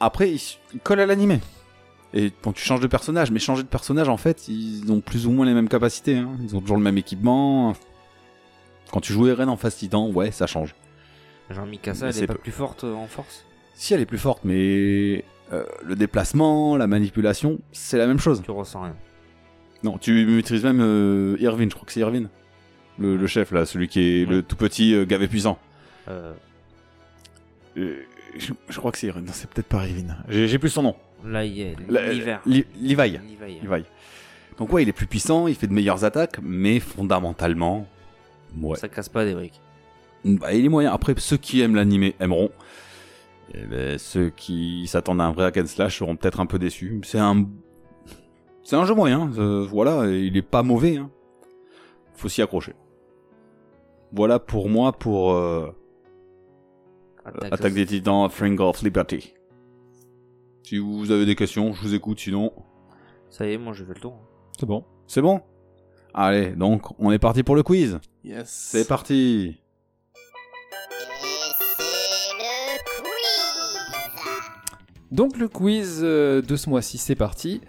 Après, ils s- ils collent à l'animé. Et quand tu changes de personnage, mais changer de personnage, en fait, ils ont plus ou moins les mêmes capacités. hein. Ils ont toujours le même équipement. Quand tu jouais Ren en face Titan, ouais, ça change. Genre Mikasa, Mais elle c'est est pas peu. plus forte euh, en force Si elle est plus forte, mais euh, le déplacement, la manipulation, c'est la même chose. Tu ressens rien. Non, tu maîtrises même euh, Irvin, je crois que c'est Irvin. Le, le chef là, celui qui est le tout petit euh, gavé puissant. Euh, Euh, je, je crois que c'est Irvin, non, c'est peut-être pas Irvin. J'ai j'ai plus son nom. là, il y a La- l'hiver. Li- Levi. L'hiver. Levi. Donc ouais, il est plus puissant, il fait de meilleures attaques, mais fondamentalement, ouais. Ça casse pas des briques. Bah, il est moyen. Après, ceux qui aiment l'animé aimeront. Et ben, ceux qui s'attendent à un vrai hack and slash seront peut-être un peu déçus. C'est un, c'est un jeu moyen. euh, voilà, et il est pas mauvais. Hein. Faut s'y accrocher. Voilà pour moi pour euh, Attaque, Attaque des Titans, Fring of Liberty. Si vous avez des questions, je vous écoute. Sinon, Ça y est, moi je fais le tour. hein. C'est bon. c'est bon. Allez, donc on est parti pour le quiz. Yes. C'est parti. Donc le quiz euh, de ce mois-ci, c'est parti.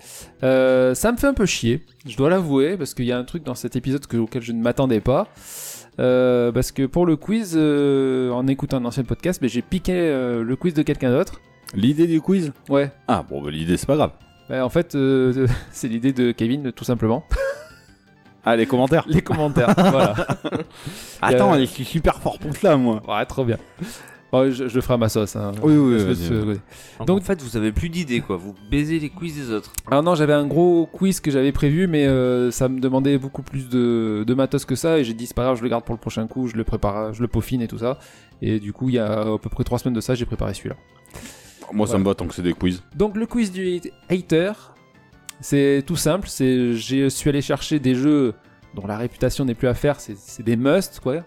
Euh, ça me fait un peu chier, je dois l'avouer, parce qu'il y a un truc dans cet épisode que- auquel je ne m'attendais pas. Euh, parce que pour le quiz, euh, en écoutant un ancien podcast, mais j'ai piqué euh, le quiz de quelqu'un d'autre. L'idée du quiz Ouais. Ah bon, bah, l'idée c'est pas grave. Bah, en fait, euh, *laughs* c'est l'idée de Kevin, tout simplement. *laughs* Ah les commentaires. Les commentaires, voilà. Attends, Euh, je suis super fort pour ça moi. Ouais, trop bien. Bon, je, je le ferai à ma sauce. hein. Oui, oui, Je vas-y, me vas-y. suis- oui. Donc, Donc- en fait, vous avez plus d'idées quoi. Vous baisez les quiz des autres. Alors Ah non, j'avais un gros quiz que j'avais prévu, mais euh, ça me demandait beaucoup plus de, de matos que ça, et j'ai dit c'est pas grave, je le garde pour le prochain coup, je le prépare, je le peaufine et tout ça. Et du coup, il y a à peu près trois semaines de ça, j'ai préparé celui-là. Moi, ça Voilà. me va tant que c'est des quiz. Donc le quiz du hate- hater, c'est tout simple, c'est je suis allé chercher des jeux dont la réputation n'est plus à faire, c'est- c'est des must quoi.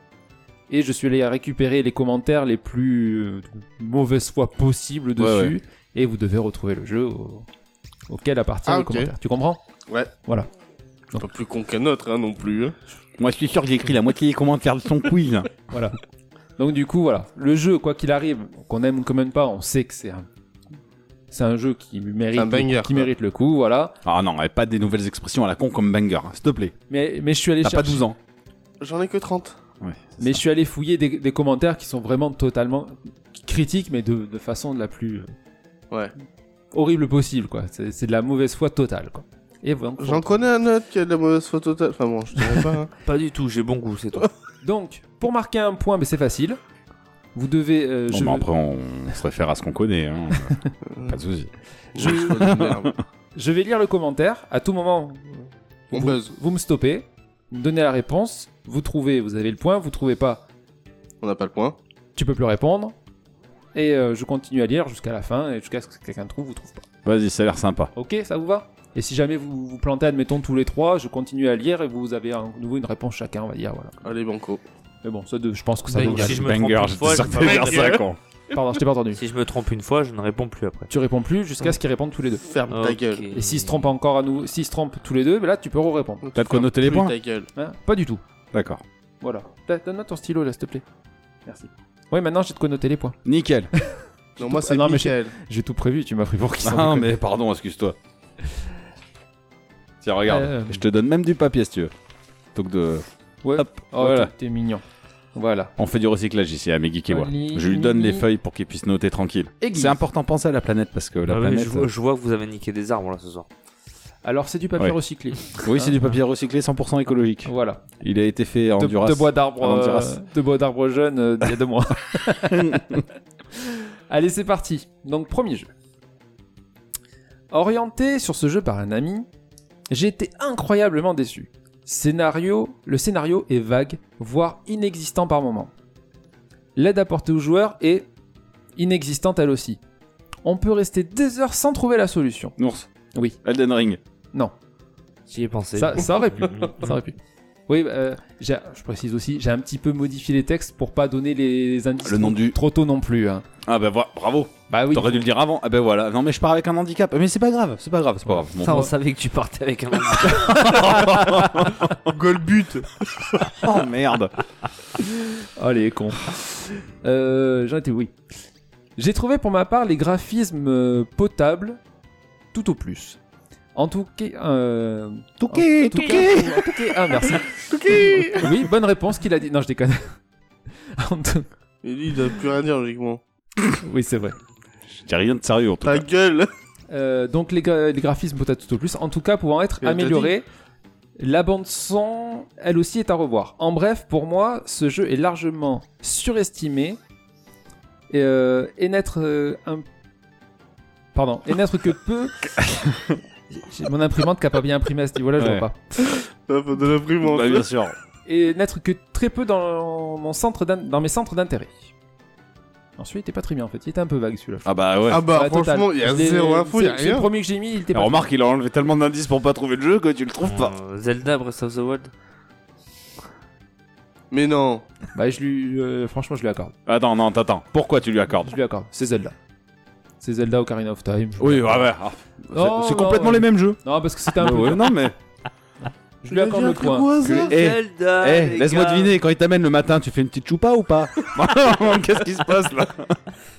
Et je suis allé récupérer les commentaires les plus euh, mauvaises fois possibles dessus. Ouais, Et vous devez retrouver le jeu au- auquel appartient Ah, le ok. commentaire. Tu comprends Ouais. Voilà. Pas plus con qu'un autre, hein, non plus. hein. Moi, je suis sûr que j'ai écrit la moitié des commentaires de son quiz. Voilà. Donc du coup, voilà, le jeu, quoi qu'il arrive, qu'on aime ou qu'on aime pas, on sait que c'est un, c'est un jeu qui mérite, Un banger, qui quoi. mérite le coup, voilà. *laughs* Ah non, et pas des nouvelles expressions à la con comme banger, hein, s'il te plaît. Mais, mais je suis allé T'as chercher, pas 12 ans. J'en ai que 30. mais je suis allé fouiller des, des commentaires qui sont vraiment totalement critiques, mais de, de façon de la plus euh, Ouais. horrible possible, quoi. C'est, c'est de la mauvaise foi totale, quoi. Et voilà. J'en connais un autre qui a de la mauvaise foi totale. Enfin bon, je dirais pas. *laughs* hein. Pas du tout, j'ai bon goût, c'est toi. Donc, pour marquer un point, mais c'est facile. Vous devez, euh, Bon, je, bah, après, on se réfère à ce qu'on connaît. *laughs* hein. pas de soucis. Je- Mauvaise foi de merde. je vais lire le commentaire. À tout moment, On buzz. vous me stoppez, vous me donnez la réponse, vous trouvez, vous avez le point, vous trouvez pas, *laughs* On n'a pas le point. Tu peux plus répondre. Et euh, je continue à lire jusqu'à la fin, et jusqu'à ce que quelqu'un trouve ou trouve pas. Vas-y, ça a l'air sympa. Ok, ça vous va Et si jamais vous vous plantez, admettons tous les trois, je continue à lire et vous avez à nouveau une réponse chacun, on va dire voilà. Allez, Banco. Mais bon, ça, de- je pense que ça. Ben, devrait- si je me trompe Banger, une j'étais fois, sûr je que t'allais me dire ça, trompe. con. Pardon, je t'ai pas entendu. *laughs* Si je me trompe une fois, je ne réponds plus après. Tu réponds plus jusqu'à ce qu'ils répondent tous les deux. Ferme ta Ok. gueule. Et s'ils se trompent encore à nous, s'ils se trompent tous les deux, ben là tu peux re-répondre. T'as de quoi noter les Plus points ta gueule. Hein pas du tout. D'accord. Voilà. T'as- Donne-moi ton stylo là, s'il te plaît. Merci. Ouais, maintenant j'ai de quoi noter les points. *laughs* Nickel. Non, moi, Ah, c'est non, mais Michel. J'ai tout prévu, tu m'as pris pour qui sans Non, déconner. mais pardon, excuse-toi. Tiens, regarde. Euh. Je te donne même du papier si tu veux. Donc de... Ouais. Hop, Oh, voilà. t'es- t'es mignon. Voilà. On fait du recyclage ici à Megikiwa. Oli- Je lui donne les feuilles pour qu'il puisse noter tranquille. Église. C'est important de penser à la planète parce que la Ah ouais, planète. euh. je, vois, je vois que vous avez niqué des arbres là ce soir. Alors c'est du papier Ouais. recyclé. euh, Oui, c'est du papier recyclé 100% écologique. Voilà. Il a été fait en De, Honduras. de bois d'arbre. En euh, Honduras. de bois d'arbre jeune euh, d'il y a deux *laughs* mois. Allez, c'est parti. Donc premier jeu. Orienté sur ce jeu par un ami, j'ai été incroyablement déçu. Scénario, le scénario est vague, voire inexistant par moment. L'aide apportée aux joueurs est inexistante elle aussi. On peut rester des heures sans trouver la solution. Nours. Oui. Elden Ring. Non. J'y ai pensé. Ça, *laughs* ça Mm. aurait pu. ça aurait pu. Oui, bah, euh, j'ai- je précise aussi, j'ai un petit peu modifié les textes pour pas donner les indices Le nom du- trop tôt non plus. hein. Ah bah voilà, bravo. Bah oui. T'aurais dû le dire avant. Ah bah voilà. Non mais je pars avec un handicap. Mais c'est pas grave, c'est pas grave, c'est pas grave. Bon. Ça, on savait que tu partais avec un. Golbut. Oh merde. Allez, *laughs* con. Oh, Euh, J'en étais oui. J'ai trouvé pour ma part les graphismes euh, potables tout au plus. En tout cas, euh, Touquet, tout cas- en tout cas- ah merci. oui, bonne réponse qu'il a dit. Non, je déconne. *laughs* En tout- Et lui, il doit plus rien dire, logiquement. oui, c'est vrai. Je dis rien de sérieux en tout Ta cas. gueule. *laughs* Euh, donc les, gra- les graphismes peut-être tout au plus, en tout cas pouvant être Et t'as améliorés. La bande son, elle aussi est à revoir. En bref, pour moi, ce jeu est largement surestimé et, euh, et n'être euh, un... Pardon, et n'être que *laughs* peu... J'ai- j'ai Mon imprimante qui a pas bien imprimé à ce niveau-là, je Ouais. vois pas. Ah, faut de *laughs* l'imprimante. Bah bien sûr. Et n'être que très peu dans, mon centre d'in- dans mes centres d'intérêt. Ensuite, il était pas très bien en fait, il était un peu vague celui-là. Ah bah ouais. Ah bah, Ouais, total. franchement, il y a Je l'ai- zéro info, il y a c'est- c'est le rien. premier que j'ai mis, il était Alors, pas remarque, il a enlevé tellement d'indices pour pas trouver le jeu que tu le trouves pas. Euh, Zelda Breath of the Wild. Mais non. Bah je lui, euh, franchement, je lui accorde. Attends, non, t'attends. Pourquoi tu lui accordes Je lui accorde. C'est Zelda. C'est Zelda Ocarina of Time. Je- Oui, ouais, ouais. ah. C'est- Non, c'est Oh, non, complètement ouais. les mêmes jeux. Non, parce que c'était un peu. Ouais, non mais. Je lui accorde le point. Eh, Zelda. Eh, les laisse-moi gars. deviner, quand il t'amène le matin, tu fais une petite choupa ou *laughs* pas Qu'est-ce qui se passe *laughs* là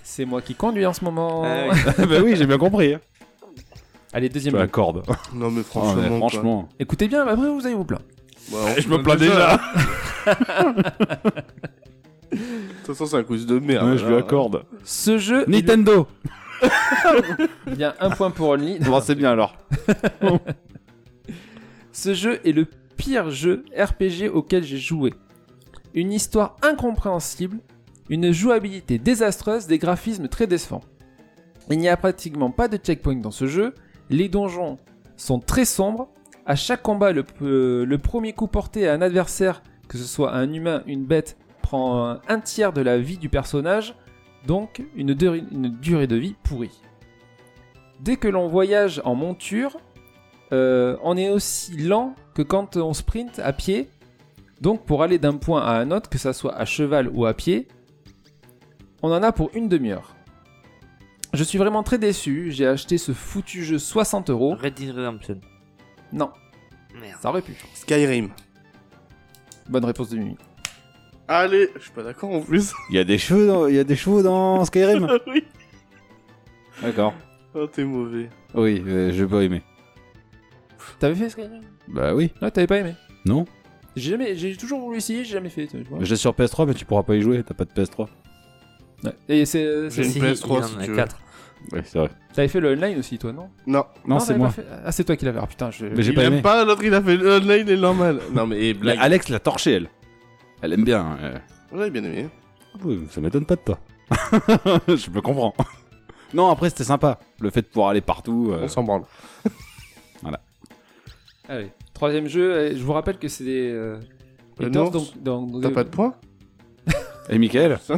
C'est moi qui conduis en ce moment. Ah oui. Bah oui, j'ai bien compris. Allez, deuxième. Tu jeu. accordes. Non, mais franchement. quoi. Oh, franchement. Écoutez bien, après vous allez vous plaindre. Bah, on Eh, Je me se plains déjà. De toute façon, c'est un quiz de merde. *laughs* hein. Ouais, je lui accorde. Ce jeu. est Nintendo le- Bien, un point pour Only. Bon, c'est bien alors. Ce jeu est le pire jeu RPG auquel j'ai joué. Une histoire incompréhensible, une jouabilité désastreuse, des graphismes très décevants. Il n'y a pratiquement pas de checkpoint dans ce jeu, les donjons sont très sombres, à chaque combat le, euh, le premier coup porté à un adversaire, que ce soit un humain, une bête, prend un, un tiers de la vie du personnage, donc une durée- une durée de vie pourrie. Dès que l'on voyage en monture, euh, on est aussi lent que quand on sprint à pied. Donc pour aller d'un point à un autre, que ça soit à cheval ou à pied, on en a pour une demi-heure. Je suis vraiment très déçu, j'ai acheté ce foutu jeu 60 euros. Red Dead Redemption. Non, Merde. ça aurait pu. Skyrim. Bonne réponse de Mimi. Allez, je suis pas d'accord en plus. *laughs* Il y a des cheveux dans, il y a des chevaux dans *laughs* Skyrim oui. D'accord. Ah, t'es mauvais. Oui, euh, j'ai pas aimé. T'avais fait Skyrim Bah oui. Non, t'avais pas aimé. Non. J'ai jamais, j'ai toujours voulu essayer, j'ai jamais fait. tu vois. J'ai sur PS3, mais tu pourras pas y jouer, t'as pas de PS3. Ouais. Et c'est, euh, J'ai c'est- Si, une PS3, il y en si a tu veux. quatre. Oui, c'est vrai. t'avais fait le online aussi, toi, non Non. Non, c'est t'avais moi. pas fait- Ah, c'est toi qui l'avais. Ah putain, je. Mais j'ai il pas aime aimé. pas, l'autre il a fait le online et le normal. Non mais eh, Mais blague. Alex l'a torché, elle. Elle aime bien. euh. J'avais bien aimé. Ah Oui, ça m'étonne pas de toi. *laughs* je me comprends. Non, après, c'était sympa. Le fait de pouvoir aller partout. euh, On s'en *laughs* branle. Allez. Troisième jeu, euh, je vous rappelle que c'est des. euh, Euh, Haters, non, donc, donc- T'as pas de points Et Michael *laughs*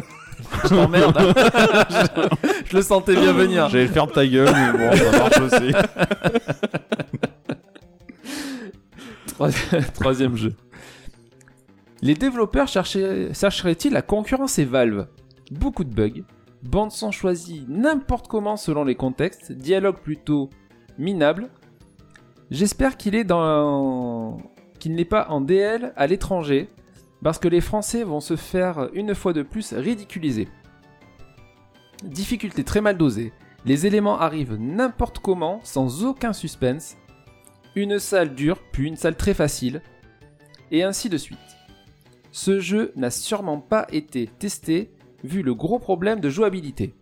Je *laughs* t'emmerde. je, je le sentais bien venir. J'allais le faire de ta gueule, mais bon, ça *laughs* marche aussi. Trois- *laughs* Troisième jeu. Les développeurs cherchaient- chercheraient-ils à concurrencer Valve Beaucoup de bugs, bandes sont choisies n'importe comment selon les contextes, dialogue plutôt minable. J'espère qu'il est dans qu'il n'est pas en DL à l'étranger, parce que les Français vont se faire une fois de plus ridiculiser. Difficulté très mal dosée, les éléments arrivent n'importe comment, sans aucun suspense, une salle dure, puis une salle très facile, et ainsi de suite. Ce jeu n'a sûrement pas été testé vu le gros problème de jouabilité.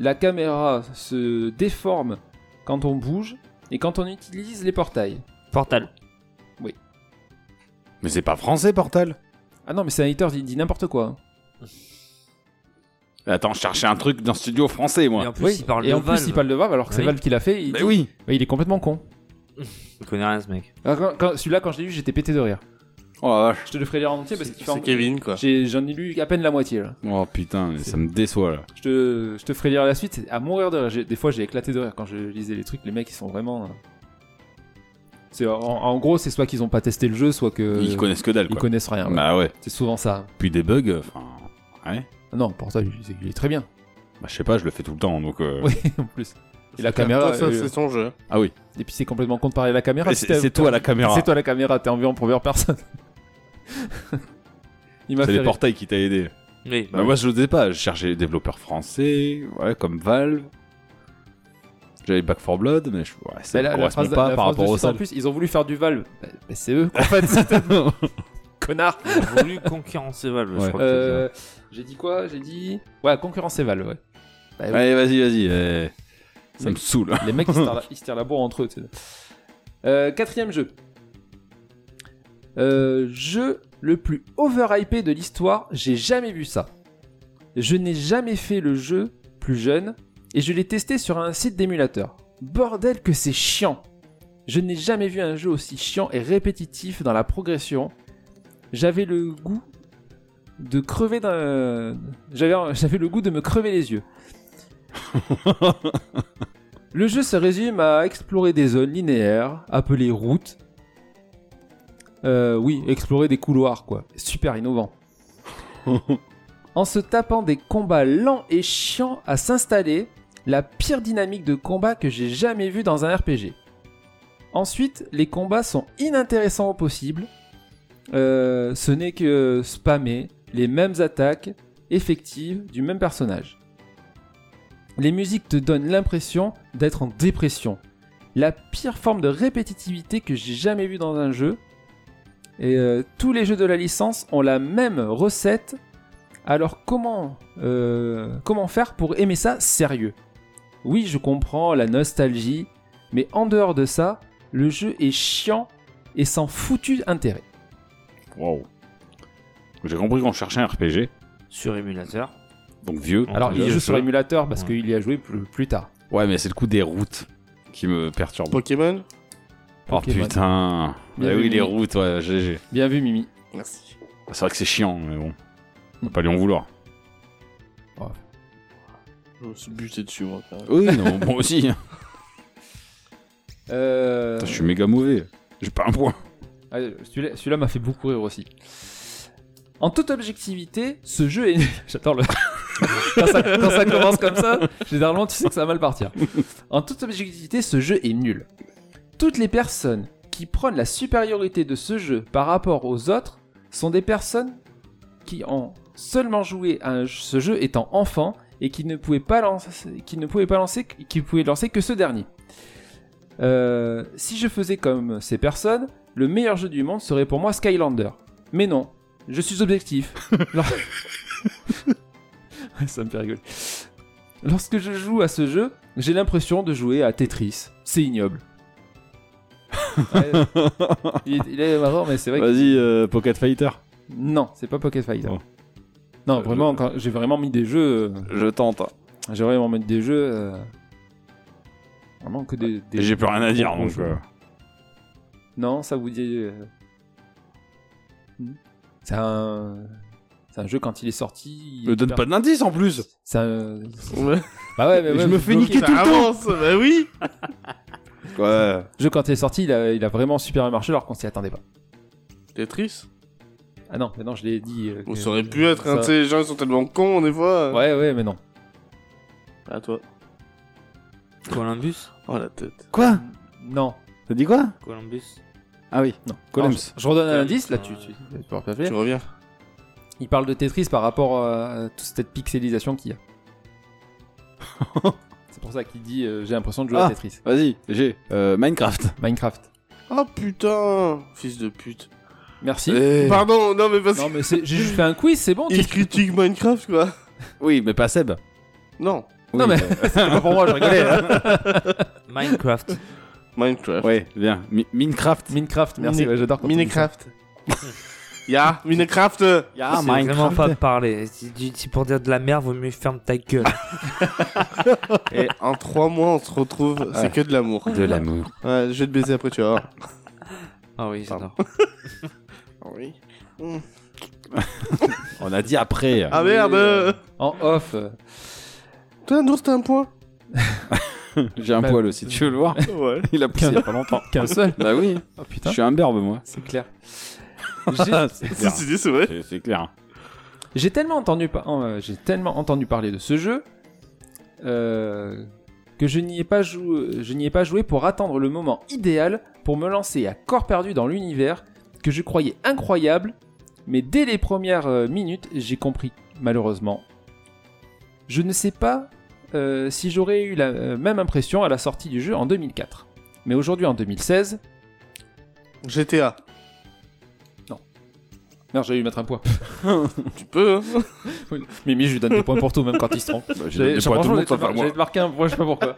La caméra se déforme quand on bouge et quand on utilise les portails. Portal. Mais c'est pas français, Portal Ah non, mais c'est un hater, il dit n'importe quoi. hein. Attends, je cherchais un truc d'un studio français, Et moi. en plus, il parle et de en Valve. plus, il parle de Valve alors que c'est Oui. Valve qui l'a fait. Il, Mais dit- oui Mais il est complètement con. Il connaît rien, ce mec. Ah, quand- quand- Celui-là, quand je l'ai lu, j'étais pété de rire. Oh la vache. Je te le ferai lire en entier parce qu'il fait. en- C'est Kevin, quoi. J'ai- J'en ai lu à peine la moitié là. Oh putain, mais ça me déçoit là. Je te, je te ferai lire la suite, c'est à mourir de rire. J'ai- Des fois, j'ai éclaté de rire quand je lisais les trucs. Les mecs, ils sont vraiment. euh, C'est, en, en gros, c'est soit qu'ils ont pas testé le jeu, soit que Ils connaissent que dalle Euh, ils quoi. connaissent rien. ouais. Bah ouais. C'est souvent ça. Puis des bugs, euh, enfin. Ouais. Non, pour ça, il, il est très bien. Bah je sais pas, je le fais tout le temps donc. euh, Oui, en plus. Et la caméra. Ça, euh, c'est son jeu. Ah oui. et puis, c'est complètement con de parler à la caméra. Et si C'est t'as- c'est toi la caméra. C'est Ah, toi la caméra, t'es environ première personne. *laughs* il m'a C'est fait. les rire. portails qui t'a aidé. Oui, Bah, moi je le sais pas, je cherchais des développeurs français, ouais, comme Valve. J'avais Back 4 Blood, mais je... ouais, ça Mais ne la- la correspond phrase- pas la par phrase de rapport au suite, en salles. plus, ils ont voulu faire du Valve. Bah, bah, c'est eux, en *laughs* fait. c'était- Connard. Ils ont voulu concurrencer Valve, Ouais. je crois que Euh, j'ai dit quoi J'ai dit. Ouais, concurrence et Valve, ouais. Bah, Allez, vas-y, vas-y. eh, Ça me saoule. *laughs* Les mecs, ils se tirent la, ils se tirent la bourre entre eux. tu sais. Euh, quatrième jeu. Euh, jeu le plus overhypé de l'histoire, j'ai jamais vu ça. Je n'ai jamais fait le jeu plus jeune et je l'ai testé sur un site d'émulateur. Bordel que c'est chiant. Je n'ai jamais vu un jeu aussi chiant et répétitif dans la progression. J'avais le goût de crever d'un j'avais *laughs* j'avais le goût de me crever les yeux. Le jeu se résume à explorer des zones linéaires, appelées routes. Euh, oui, explorer des couloirs, quoi. Super innovant. en se tapant des combats lents et chiants à s'installer, la pire dynamique de combat que j'ai jamais vue dans un RPG. Ensuite, les combats sont inintéressants au possible. Euh, ce n'est que spammer les mêmes attaques effectives du même personnage. Les musiques te donnent l'impression d'être en dépression. La pire forme de répétitivité que j'ai jamais vue dans un jeu. Et euh, tous les jeux de la licence ont la même recette. Alors comment, euh, comment faire pour aimer ça sérieux Oui, je comprends la nostalgie, mais en dehors de ça, le jeu est chiant et sans foutu intérêt. Wow. J'ai compris qu'on cherchait un RPG, c'est ça. Sur émulateur. donc vieux. Alors il Bien joue sûr. sur émulateur parce Ouais. qu'il y a joué plus, plus tard. Ouais, mais c'est le coup des routes qui me perturbe. Pokémon Oh Pokémon. putain. Bien Eh vu, oui, Mimi. les routes, ouais, GG. Bien vu Mimi. Merci. C'est vrai que c'est chiant, mais bon. On va pas lui en vouloir. Je me suis buté dessus, moi. quand même. Oui, *laughs* non, moi aussi. Euh, Putain, Je suis méga mauvais. J'ai pas un point. Ah, Celui-là celui-là m'a fait beaucoup rire aussi. En toute objectivité, ce jeu est. *laughs* J'adore le. quand, ça, quand ça commence comme ça, généralement tu sais que ça va mal partir. En toute objectivité, ce jeu est nul. Toutes les personnes qui prennent la supériorité de ce jeu par rapport aux autres sont des personnes qui ont seulement joué à un- ce jeu étant enfant et qui ne pouvaient pas lancer, qui ne pouvaient pas lancer, qui pouvaient lancer que ce dernier. Euh, si je faisais comme ces personnes, le meilleur jeu du monde serait pour moi Skylander. Mais non, je suis objectif. Lors- *laughs* Ouais, Ça me fait rigoler. Lorsque je joue à ce jeu, j'ai l'impression de jouer à Tetris. C'est ignoble. Ouais. il, est, il est marrant, mais c'est vrai que... Vas-y, euh, Pocket Fighter. Non, c'est pas Pocket Fighter. Oh. Non, vraiment, quand- j'ai vraiment mis des jeux... euh, Je tente. hein. J'ai vraiment mis des jeux... euh, Vraiment que des... des- Et j'ai plus rien à dire, donc. Bonjour. euh, Non, ça vous dit... euh, C'est hmm. un... c'est C'est un jeu quand il est sorti. il Me est donne hyper- pas d'indice en plus C'est un- Ouais. Bah ouais, mais ouais, je me vous fais bloquez. niquer tout le temps. Bah oui. Ouais. Le jeu quand il est sorti, il a, il a vraiment super bien marché alors qu'on s'y attendait pas. Tetris. Ah non, mais non, je l'ai dit. euh, On que- saurait pu être. Hein, ça- tu sais, les gens ils sont tellement cons des fois. Ouais, ouais, mais non. À toi. Columbus Oh la tête. Quoi Non. T'as dit quoi Columbus. Ah oui. Non. Columns. Alors, je, je redonne un Columns, indice, là, ouais. tu, tu, tu pourras pas faire. Tu reviens. Il parle de Tetris par rapport à toute cette pixelisation qu'il y a. C'est pour ça qu'il dit euh, j'ai l'impression de jouer à Ah. Tetris. Vas-y, j'ai euh, Minecraft. Minecraft. Oh putain, fils de pute. Merci. Eh. Pardon, non mais parce Non que mais c'est- j'ai juste fait un quiz, c'est bon. Euh. il critique Minecraft quoi. *laughs* Oui, mais pas Seb. Non, Oui, euh, Non, mais- *laughs* C'était pas pour moi, je rigolais. hein. *laughs* Minecraft. Minecraft. Ouais, bien. Mi- Minecraft. Minecraft, merci, Mine- ouais, j'adore. quand tu dis ça. Minecraft. Ya, Minecraft. euh. Ah, C'est vraiment pas parler. Si tu- si pour dire de la merde, vaut mieux ferme ta gueule. Et en trois mois, on se retrouve. C'est Ouais. que de l'amour. De l'amour. Ouais, je vais te baiser après, tu vas voir. *laughs* Ah oui, j'adore. Oui. On a dit après. Ah merde. euh, euh, En off. euh, Putain, d'ours, t'as un point. J'ai un bah- poil aussi, tu veux le voir *laughs* Ouais. *laughs* Il a poussé il y a pas longtemps. Qu'un seul. Bah oui, Oh je putain, suis un berbe moi. c'est clair. Ah, J'ai- *laughs* c'est clair. Ceci dit, c'est vrai. C'est- C'est clair. hein. J'ai tellement entendu par- oh, euh, j'ai tellement entendu parler de ce jeu euh, que je n'y ai pas joué, je n'y ai pas joué pour attendre le moment idéal pour me lancer à corps perdu dans l'univers que je croyais incroyable, mais dès les premières euh, minutes, j'ai compris malheureusement. Je ne sais pas euh, si j'aurais eu la euh, même impression à la sortie du jeu en 2004. Mais aujourd'hui en 2016, GTA. non, j'allais lui mettre un point. *laughs* Tu peux, hein. Mimi, je lui donne des points pour tout, même quand il se trompe. Bah, j'ai J'avais- donné j'ai- poil à tout franchement, le j'avais te monde, sauf à mar- moi. j'allais te marquer un point, je sais pas *laughs* pourquoi.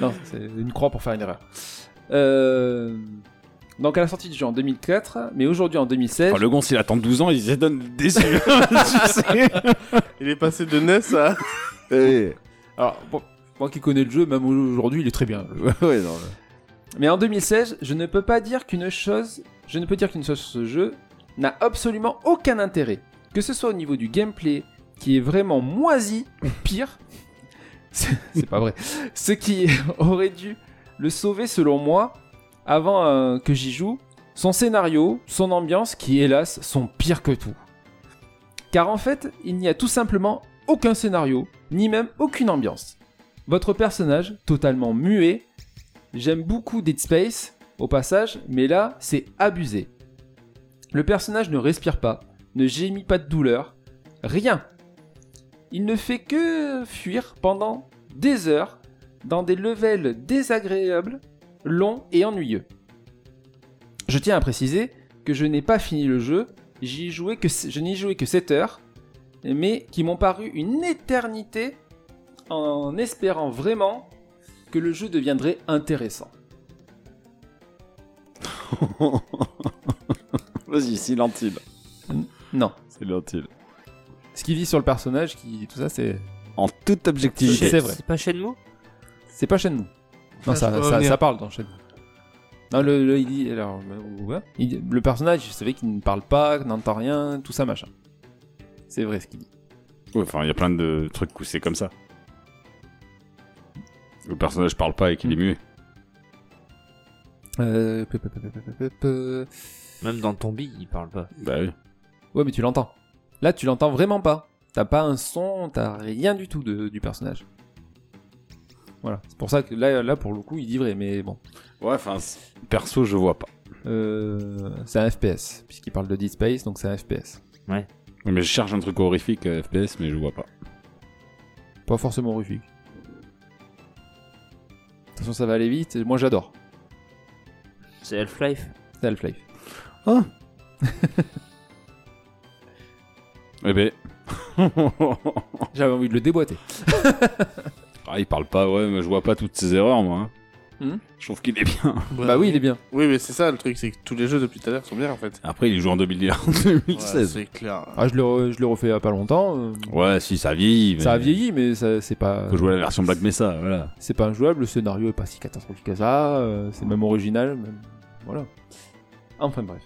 non, c'est une croix pour faire une erreur. Euh, Donc à la sortie du jeu en 2004, mais aujourd'hui en 2016, *laughs* Enfin, Oh, le gonce, il attend 12 ans, il se donne déçu. Il est passé de NES à. alors bon, moi qui connais le jeu, même aujourd'hui, il est très bien. ouais, non. Mais en 2016, je ne peux pas dire qu'une chose, je ne peux dire qu'une chose sur ce jeu n'a absolument aucun intérêt. Que ce soit au niveau du gameplay, qui est vraiment moisi, ou pire, c'est c'est pas vrai, ce qui *laughs* aurait dû le sauver selon moi, avant euh, que j'y joue, son scénario, son ambiance, qui hélas sont pires que tout. Car en fait, il n'y a tout simplement aucun scénario, ni même aucune ambiance. Votre personnage, totalement muet, J'aime beaucoup Dead Space, au passage, mais là, c'est abusé. Le personnage ne respire pas, ne gémit pas de douleur, rien. Il ne fait que fuir pendant des heures dans des levels désagréables, longs et ennuyeux. Je tiens à préciser que je n'ai pas fini le jeu, j'y ai joué que, je n'y ai joué que 7 heures, mais qui m'ont paru une éternité en espérant vraiment que le jeu deviendrait intéressant. *laughs* Vas-y, c'est l'antile. Non. C'est l'antile. Ce qu'il dit sur le personnage, qui tout ça, c'est En toute objectivité. C'est vrai. C'est pas Shenmue c'est pas Shenmue. Non, ça, ça, ça parle dans Shenmue. Non, le, le- il dit alors euh, ouais. Il dit- le personnage, je savais qu'il ne parle pas, qu'il n'entend rien, tout ça machin. C'est vrai ce qu'il dit. Ouais, enfin, il y a plein de trucs où c'est comme ça. Le personnage parle pas et Hmm. qu'il est muet. Euh, peu, peu, peu, peu, peu, peu, peu. Même dans Tombi, il parle pas. Bah oui. Ouais, mais tu l'entends. Là, tu l'entends vraiment pas. T'as pas un son, t'as rien du tout de- du personnage. Voilà. C'est pour ça que là, là pour le coup, il dit vrai, mais bon. Ouais, enfin, perso, je vois pas. Euh, c'est un FPS, puisqu'il parle de Dead Space, donc c'est un FPS. Oui, Mais je cherche un truc horrifique euh, FPS, mais je vois pas. Pas forcément horrifique. De toute façon, ça va aller vite. Moi, j'adore C'est Half-Life. C'est Half-Life. Eh *laughs* ben. Oh. J'avais envie de le déboîter. ah, il parle pas, ouais, mais je vois pas toutes ses erreurs, moi. hein. Hmm. Je trouve qu'il est bien. bah oui, il est bien. Oui, mais c'est ça le truc, c'est que tous les jeux depuis tout à l'heure sont bien en fait. Après, il joue en 2000 en Ouais, 2016. c'est clair. Ah, je, le re- je le refais il y a pas longtemps. euh, Ouais, si, ça vieillit. Mais... Ça a vieilli, mais ça- c'est pas, Faut jouer à la version Black Mesa, voilà. c'est pas injouable. Le scénario est pas si catastrophique que ça. euh, c'est même original. même- Voilà. Enfin bref.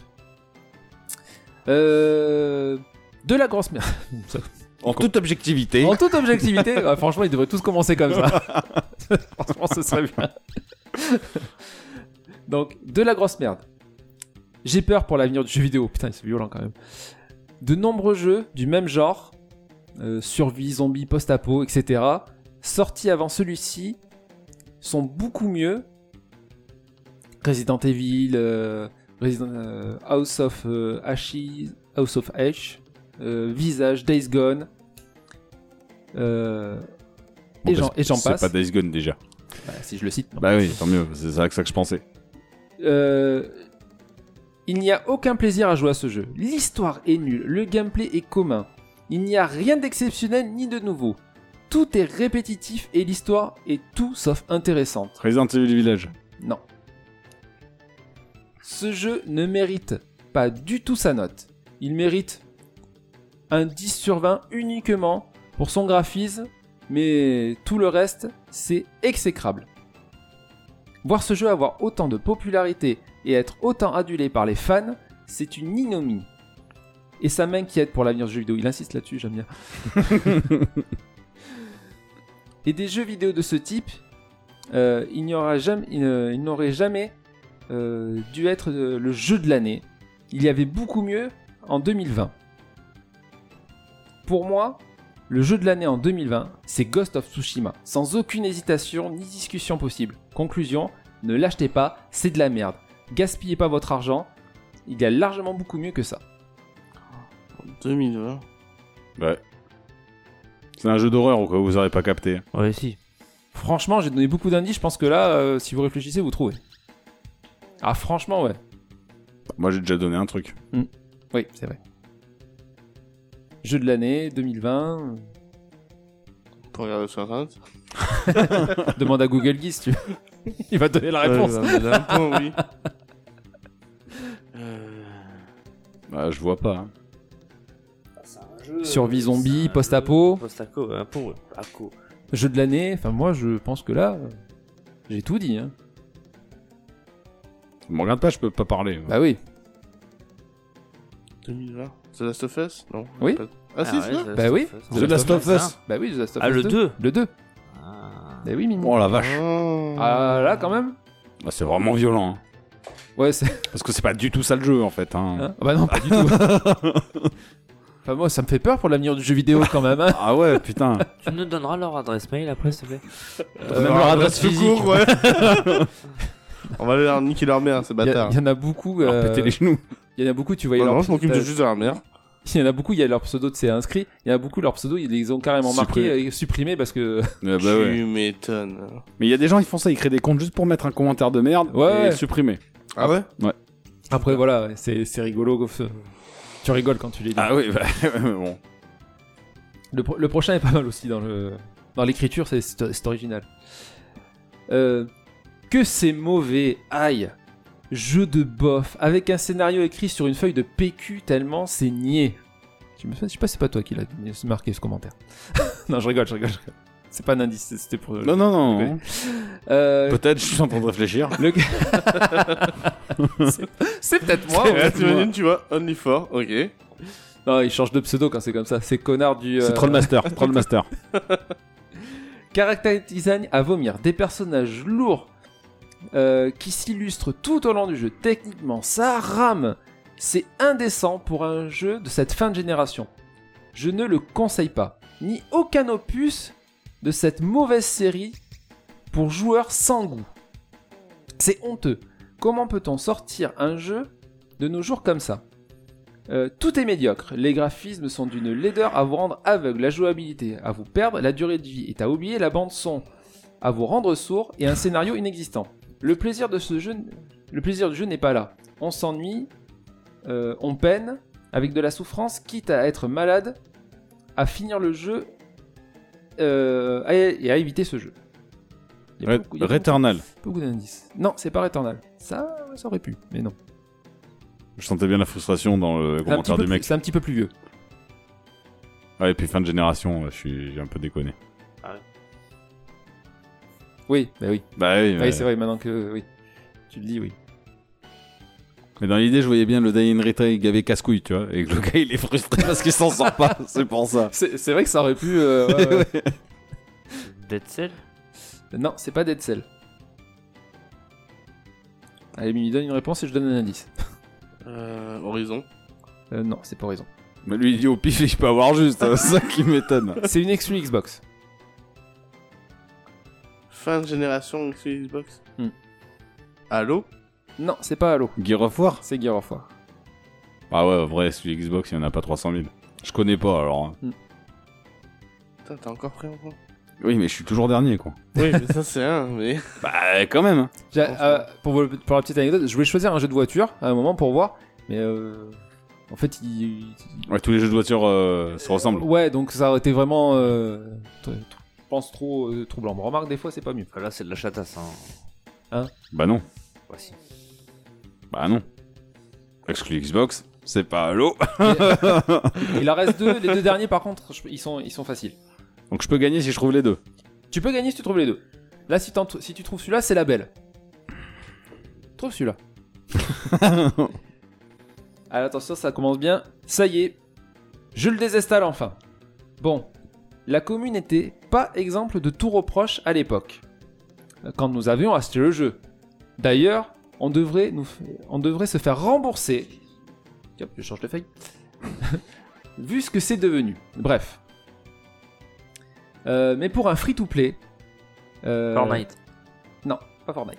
Euh, de la grosse merde. En toute objectivité. En toute objectivité, ouais, franchement, ils devraient tous commencer comme ça. franchement, ce serait bien. Donc, de la grosse merde. J'ai peur pour l'avenir du jeu vidéo. Putain, c'est violent quand même. De nombreux jeux du même genre, euh, survie, zombie, post-apo, etc., sortis avant celui-ci, sont beaucoup mieux. Resident Evil, euh, Resident- euh, House of euh, Ashes, House of H, Visage, Days Gone, euh, Bon, et bah, j'en- et j'en passe. C'est pas Days Gone déjà. Bah, si je le cite. non. Bah oui, tant mieux, c'est ça que ça que je pensais. Euh, il n'y a aucun plaisir à jouer à ce jeu. L'histoire est nulle, le gameplay est commun. Il n'y a rien d'exceptionnel ni de nouveau. Tout est répétitif et l'histoire est tout sauf intéressante. Resident Evil Village. Non. Ce jeu ne mérite pas du tout sa note. Il mérite un 10 sur 20 uniquement pour son graphisme, mais tout le reste, c'est exécrable. Voir ce jeu avoir autant de popularité et être autant adulé par les fans, c'est une ignomie. Et ça m'inquiète pour l'avenir du jeu vidéo. Il insiste là-dessus, j'aime bien. et des jeux vidéo de ce type, euh, il n'y aura jamais, il, euh, il n'aurait jamais euh, dû être euh, le jeu de l'année. Il y avait beaucoup mieux en 2020. Pour moi, le jeu de l'année en 2020, c'est Ghost of Tsushima, sans aucune hésitation ni discussion possible. Conclusion, ne l'achetez pas, c'est de la merde. Gaspillez pas votre argent, il y a largement beaucoup mieux que ça. 2000 dollars. Ouais. C'est un jeu d'horreur ou quoi, vous aurez pas capté. Ouais, si. Franchement, j'ai donné beaucoup d'indices, je pense que là, euh, si vous réfléchissez, vous trouvez. Ah franchement, ouais. Moi j'ai déjà donné un truc. Oui, c'est vrai. Jeu de l'année 2020. Pour regarder sur internet. Demande à Google Guise, tu veux. Il va te donner la réponse. Ouais, bah, bah, bon, oui. Euh, Bah je vois pas. hein. Survie zombie, post-apo. Ah, Post-apo, euh, pour- apo. Jeu de l'année, enfin moi je pense que là, euh, j'ai tout dit. Hein. Me regarde pas, je peux pas parler. Bah oui, 2000 dollars. The Last of Us Non. Oui. Pas- Ah, si, ouais, c'est ça The Bah oui. Last of Ah, Us. The Last of Us. bah oui, The Last of Ah, Us le 2. Le 2. Ah. Bah oui, Mimi. Oh la vache. Oh. Ah là quand même Bah, c'est vraiment violent. hein. Ouais, c'est. Parce que c'est pas du tout ça le jeu en fait. hein. hein Ah bah non, pas du tout. enfin moi ça me fait peur pour l'avenir du jeu vidéo quand même. Hein. Ah ouais, putain. Tu nous donneras leur adresse mail après, s'il te plaît *laughs* même leur adresse tout court, ouais. On va aller leur niquer leur mère, ces Il y, a- bâtards. il y en a beaucoup. Ah, euh, pétez les genoux. Il y en a Ah, beaucoup, tu Ah voyais non, leur je m'occupe de juste de leur mère. Il y en a beaucoup, il y a leur pseudo de c'est inscrit. Il y en a beaucoup, leur pseudo, ils les ont carrément marqué Supprimé. et supprimé parce que. Ouais, bah tu ouais. m'étonnes. Mais il y a des gens qui font ça, ils créent des comptes juste pour mettre un commentaire de merde Ouais, et ouais. le supprimer. Ah ouais Après, voilà, c'est c'est rigolo. Goff. Tu rigoles quand tu les dis. Ah oui, bah *laughs* bon. Le, pro- le prochain est pas mal aussi dans le dans l'écriture, c'est c'est- c'est original. Euh, que c'est mauvais, aïe. Jeu de bof avec un scénario écrit sur une feuille de PQ tellement c'est niais. Je, me... souviens- je sais pas, c'est pas toi qui l'as marqué ce commentaire. *laughs* non, je rigole, je rigole. je rigole. C'est pas un indice, c'est- c'était pour. Non, non, non. Euh, Peut-être, je suis en train de réfléchir. le- C'est- c'est peut-être *laughs* moi. en fait, Tu moi. imagines, tu vois, Only for, ok. Non, il change de pseudo quand c'est comme ça. C'est connard du. C'est euh, *laughs* Trollmaster. Trollmaster. Character design à vomir, des personnages lourds euh, qui s'illustrent tout au long du jeu. Techniquement, ça rame. C'est indécent pour un jeu de cette fin de génération. Je ne le conseille pas. Ni aucun opus de cette mauvaise série pour joueurs sans goût. C'est honteux. Comment peut-on sortir un jeu de nos jours comme ça Euh, tout est médiocre, les graphismes sont d'une laideur à vous rendre aveugle, la jouabilité à vous perdre, la durée de vie est à oublier, la bande son à vous rendre sourd et un scénario inexistant. Le plaisir de ce jeu, n- le plaisir du jeu n'est pas là. On s'ennuie, euh, on peine, avec de la souffrance, quitte à être malade, à finir le jeu euh, à- et à éviter ce jeu. Il y a Ret- beaucoup- il y a beaucoup- Returnal. beaucoup d'indices. Non, c'est pas Returnal. Ça, ça aurait pu, mais non. Je sentais bien la frustration dans le C'est un, petit commentaire peu du plus- mec. Ah c'est un petit peu plus vieux. Ouais, et puis fin de génération, je suis j'ai un peu déconné. Oui, bah oui. Bah oui, Ah Bah Oui, c'est vrai, maintenant que oui. Tu le dis, oui. Mais dans l'idée, je voyais bien le Day in Retry gavé casse-couille, tu vois. Et que le gars, il est frustré parce qu'il s'en sort pas. *laughs* C'est pour ça. C'est c'est vrai que ça aurait pu. euh, ouais, *laughs* ouais. Dead Cell Non, c'est pas Dead Cell. Allez, mais il donne une réponse et je donne un indice. Euh, Horizon. Euh, non, c'est pas Horizon. Mais lui, il dit au pif, je peux avoir juste. hein. C'est ça qui m'étonne. C'est une exclu Xbox. Fin de génération sur Xbox. Hmm. Halo Non, c'est pas Halo. Gear of War C'est Gear of War. Ah ouais, en vrai, celui Xbox, il y en a pas 300 000. Je connais pas alors. hein. Putain, t'as encore pris un *laughs* point. Oui, mais je suis toujours dernier, quoi. Oui, mais ça c'est un, mais. *laughs* Bah, quand même. hein. J'ai- euh, pour, vous- pour la petite anecdote, je voulais choisir un jeu de voiture à un moment pour voir, mais euh, en fait, il, il- Ouais, tous les jeux de voiture euh, se ressemblent. ouais, donc ça aurait été vraiment, euh, tr- tr- je pense trop euh, troublant. Bon, remarque, des fois, c'est pas mieux. Là, c'est de la chatasse. Hein. Bah non. Voici. Bah non. Exclu Xbox, c'est pas Halo. Il en reste deux, les deux derniers, par contre, je- ils sont, ils sont faciles. Donc je peux gagner si je trouve les deux. Tu peux gagner si tu trouves les deux. Là, si, t'en tr- si tu trouves celui-là, c'est la belle. Trouve *laughs* celui-là. Alors attention, ça commence bien. Ça y est, je le désestalle enfin. Bon, la commune n'était pas exemple de tout reproche à l'époque, quand nous avions acheté le jeu. D'ailleurs, on devrait, nous, f- on devrait se faire rembourser. Tiens, je change de feuille. *laughs* Vu ce que c'est devenu. Bref. Euh, mais pour un free-to-play. euh, Fortnite. Non, pas Fortnite.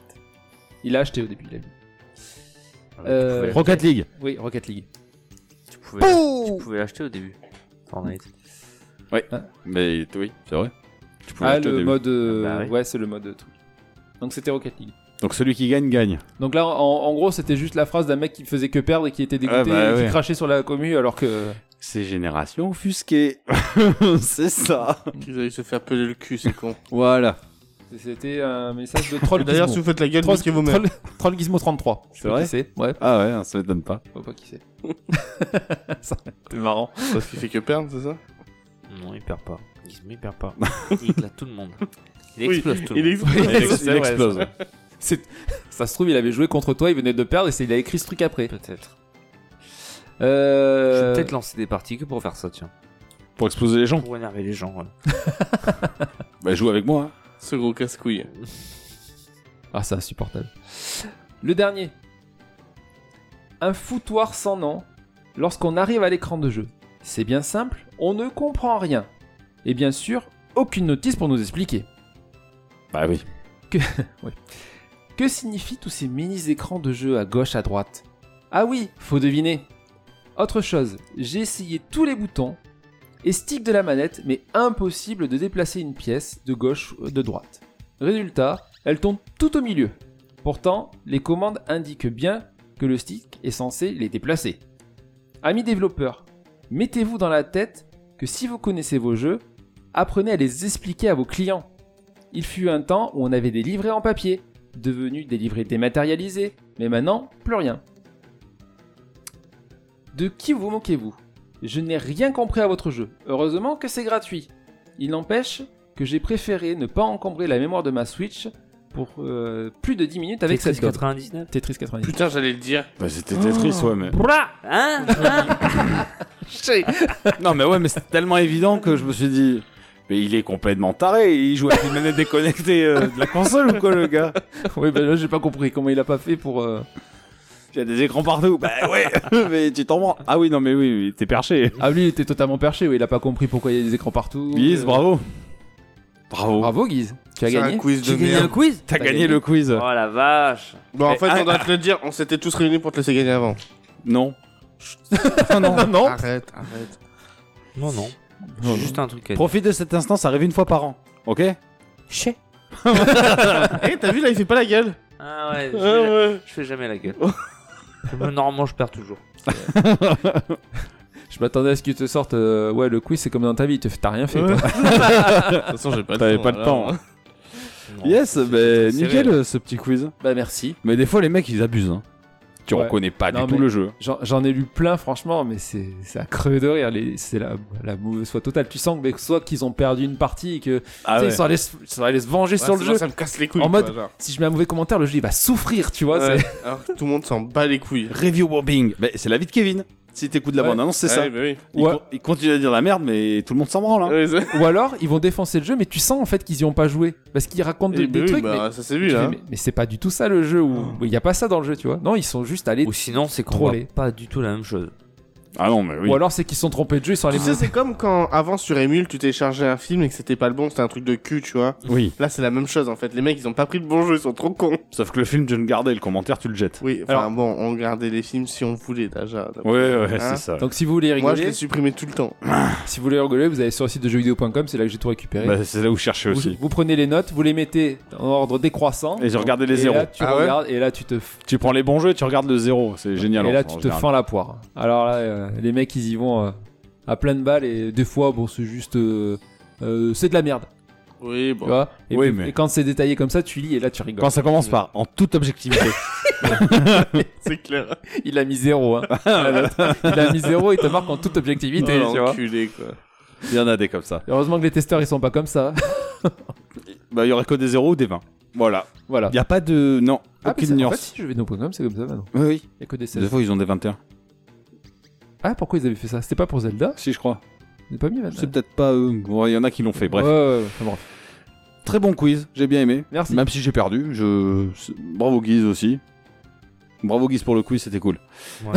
Il a acheté au début. il a vu. Tu Euh, pouvais- Rocket League. Oui, Rocket League. Tu pouvais, tu pouvais l'acheter au début. Fortnite. Mais oui, c'est vrai. Tu pouvais Ah, acheter au le début. mode. euh, Bah oui. Ouais, c'est le mode euh, truc. Donc c'était Rocket League. Donc celui qui gagne, gagne. Donc là, en, en gros, c'était juste la phrase d'un mec qui faisait que perdre et qui était dégoûté Ah bah et qui ouais. crachait sur la commu alors que. C'est génération offusquée. *laughs* c'est ça. Ils allaient se faire peler le cul, c'est con. Voilà. C'était un message de troll. D'ailleurs, si Gizmo. vous faites la gueule, Troll, niquez vous-même. troll, troll Gizmo 33. Je sais pas vrai qui c'est. Ouais, Ah ouais, ça m'étonne pas. je vois pas qui c'est. Ça, C'était marrant. Parce qu'il fait que perdre, c'est ça Non, il perd pas. Gizmo, il perd *laughs* pas. Il éclate tout le monde. Il Oui, explose tout le Il monde. explose. Il ex- *laughs* il explose. C'est- Ça se trouve, il avait joué contre toi, il venait de perdre et c'est- il a écrit ce truc après. Peut-être. Je Euh... vais peut-être lancer des parties que pour faire ça, tiens. Pour exploser les gens. Pour énerver les gens, ouais. Bah joue avec moi. hein. Ce gros casse-couille. Ah, c'est insupportable. Le dernier. Un foutoir sans nom lorsqu'on arrive à l'écran de jeu. C'est bien simple, on ne comprend rien. Et bien sûr, aucune notice pour nous expliquer. Bah oui. Que signifient tous ces mini-écrans de jeu à gauche, à droite Ah oui, faut deviner. Autre chose, j'ai essayé tous les boutons et stick de la manette, mais impossible de déplacer une pièce de gauche ou de droite. Résultat, elle tombe tout au milieu. Pourtant, les commandes indiquent bien que le stick est censé les déplacer. Amis développeurs, mettez-vous dans la tête que si vous connaissez vos jeux, apprenez à les expliquer à vos clients. Il fut un temps où on avait des livrets en papier, devenus des livrets dématérialisés, mais maintenant, plus rien. De qui vous moquez-vous Je n'ai rien compris à votre jeu. Heureusement que c'est gratuit. Il n'empêche que j'ai préféré ne pas encombrer la mémoire de ma Switch pour euh, plus de 10 minutes avec Tetris cette gomme. 99 Tetris *laughs* 90. Putain, j'allais le dire. Bah c'était Tetris, ouais, mais. Bra Hein *laughs* non, mais ouais, mais c'est tellement évident que je me suis dit. Mais il est complètement taré. Il joue avec une manette déconnectée euh, de la console ou quoi, le gars oui, ben là, j'ai pas compris comment il a pas fait pour. euh, Il y a des écrans partout. Bah ouais, *laughs* mais tu t'en branles. Ah oui, non, mais oui, oui, t'es perché. Ah, lui, il était totalement perché, oui, il a pas compris pourquoi il y a des écrans partout. Guise, bravo. euh. Bravo. Bravo, Guise. Tu as C'est gagné. un quiz de J'ai gagné un merde. quiz T'as T'as gagné Ah. gagné. le quiz. Oh la vache Bon, en Mais- fait, ah, on doit te le dire, on s'était tous réunis pour te laisser gagner avant. Non. non, non. Arrête, arrête. Non, Oh non. J'ai juste un truc à dire. Profite de cet instant, ça arrive une fois par an. Ok Eh, t'as vu là, il fait pas la gueule. Ah ouais, Oh. je Ouais, fais, ouais. je fais jamais la gueule. Moi, Normalement, je perds toujours. Je m'attendais à ce qu'il te sorte. euh, Ouais, le quiz, c'est comme dans ta vie, il te fait- t'as rien fait. Ouais. toi. De toute façon, j'ai pas le temps. hein. T'avais pas le alors. temps. hein. Non. Yes, C'est- bah c'est serré, nickel euh, ce petit quiz. Bah, merci. Mais des fois les mecs ils abusent. hein. tu Ouais. reconnais pas Non, du tout mais- le jeu. J'en j'en ai lu plein, franchement, mais c'est c'est à crever de rire. les- C'est la, la mauvaise foi totale. Tu sens que mais, soit qu'ils ont perdu une partie et que Ah Ah tu sais, ils sont allés se- ils sont allés se venger sur le jeu. Ça me casse les couilles. En mode- quoi, genre. Si je mets un mauvais commentaire, le jeu il va souffrir, tu vois. Ouais, c'est- alors que tout le monde s'en bat les couilles. Review bombing, Bah, c'est la vie de Kevin. Si t'écoutes la Ouais. bande annonce, c'est ça. Ouais, bah oui. Il, Ouais. con- il continue à dire la merde, mais tout le monde s'en branle. hein. Ouais, c'est- Ou alors, ils vont défoncer le jeu, mais tu sens en fait qu'ils y ont pas joué. Parce qu'ils racontent de- Eh des ben oui, trucs, mais- bah, ça s'est tu vu fais, là. mais, mais c'est pas du tout ça le jeu. Oh. Où il y a pas ça dans le jeu, tu vois. Non, ils sont juste allés. Ou sinon, c'est qu'on voit Trollé. pas du tout la même chose. Ah non, mais oui. Ou alors c'est qu'ils se sont trompés de jeu, ils sont allés. Tu sais, c'est comme quand avant sur Emule, tu téléchargeais un film et que c'était pas le bon, c'était un truc de cul, tu vois. Oui. Là, c'est la même chose en fait. Les mecs, ils ont pas pris le bon jeu, ils sont trop cons. Sauf que le film, je ne gardais, le commentaire, tu le jettes. Oui, enfin Alors- bon, on regardait les films si on voulait déjà. Ouais, ouais, Hein c'est ça. Donc si vous voulez Moi, je rigoler, les supprimais tout le temps. si vous voulez rigoler, vous allez sur le site de jeuxvideo.com, c'est là que j'ai tout récupéré. Bah, c'est là où je cherchais vous, aussi. vous prenez les notes, vous les mettez en ordre décroissant. Et je regardais les Et zéros. là, tu Ah ouais regardes et là tu te f- Tu prends les bons jeux et tu regardes le zéro. C'est génial. et en- là en tu te général. fends la poire. Alors là, euh, les mecs ils y vont euh, à plein de balles et des fois bon c'est juste euh, euh, c'est de la merde, Oui, tu bon. vois. Et, Oui, puis- mais- et quand c'est détaillé comme ça, tu lis et là tu rigoles. Quand ça commence par en toute objectivité. C'est clair. Il a mis zéro, *laughs* hein. *laughs* il a mis zéro, il te marque en toute objectivité, Oh, tu vois. l'enculé, quoi. *laughs* Il y en a des comme ça. Heureusement que les testeurs ils sont pas comme ça. *laughs* Bah, il y aurait que des zéros ou des 20. Voilà. voilà. Il n'y a pas de. Non, Ah, mais aucune ça- en fait, nuance. si je vais dans Pokémon, c'est comme ça maintenant. Oui, oui. Il y a que des Des 16. fois, ils ont des 21. Ah, pourquoi ils avaient fait ça C'était pas pour Zelda Si, je crois. Ils n'ont pas mis C'est maintenant. peut-être pas eux. Ouais, Il y en a qui l'ont fait. Bref. Ouais, ouais, ouais. Enfin, bref. Très bon quiz. J'ai bien aimé. Merci. Même si j'ai perdu. Je... c'est- Bravo, Guise aussi. Bravo, Guise, pour le quiz. C'était cool. *laughs*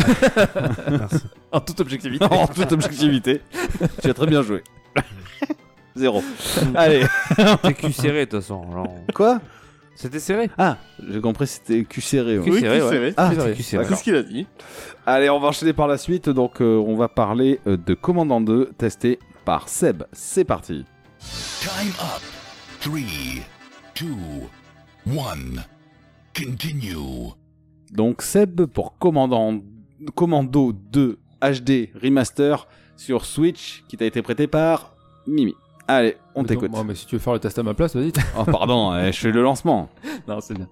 En toute objectivité. en toute objectivité. tu as très bien *laughs* joué. Zéro. Allez. T'es cul serré de toute façon. genre. Quoi C'était serré. Ah, j'ai compris, c'était cul serré. E. ouais. Cul Oui, serré, cul ouais. serré. Ah, Cul serré. Cul serré. Qu'est-ce qu'il a dit Allez, on va enchaîner par la suite. Donc, euh, on va parler euh, de Commandant 2 testé par Seb. C'est parti. Time up. Three, two, one. Continue. Donc, Seb pour Commandant Commando 2 HD Remaster sur Switch qui t'a été prêté par Mimi. Allez, Mais on donc, t'écoute. moi, mais si tu veux faire le test à ma place, vas-y. Oh, pardon, eh, je fais le *laughs* lancement. *laughs* non, c'est bien.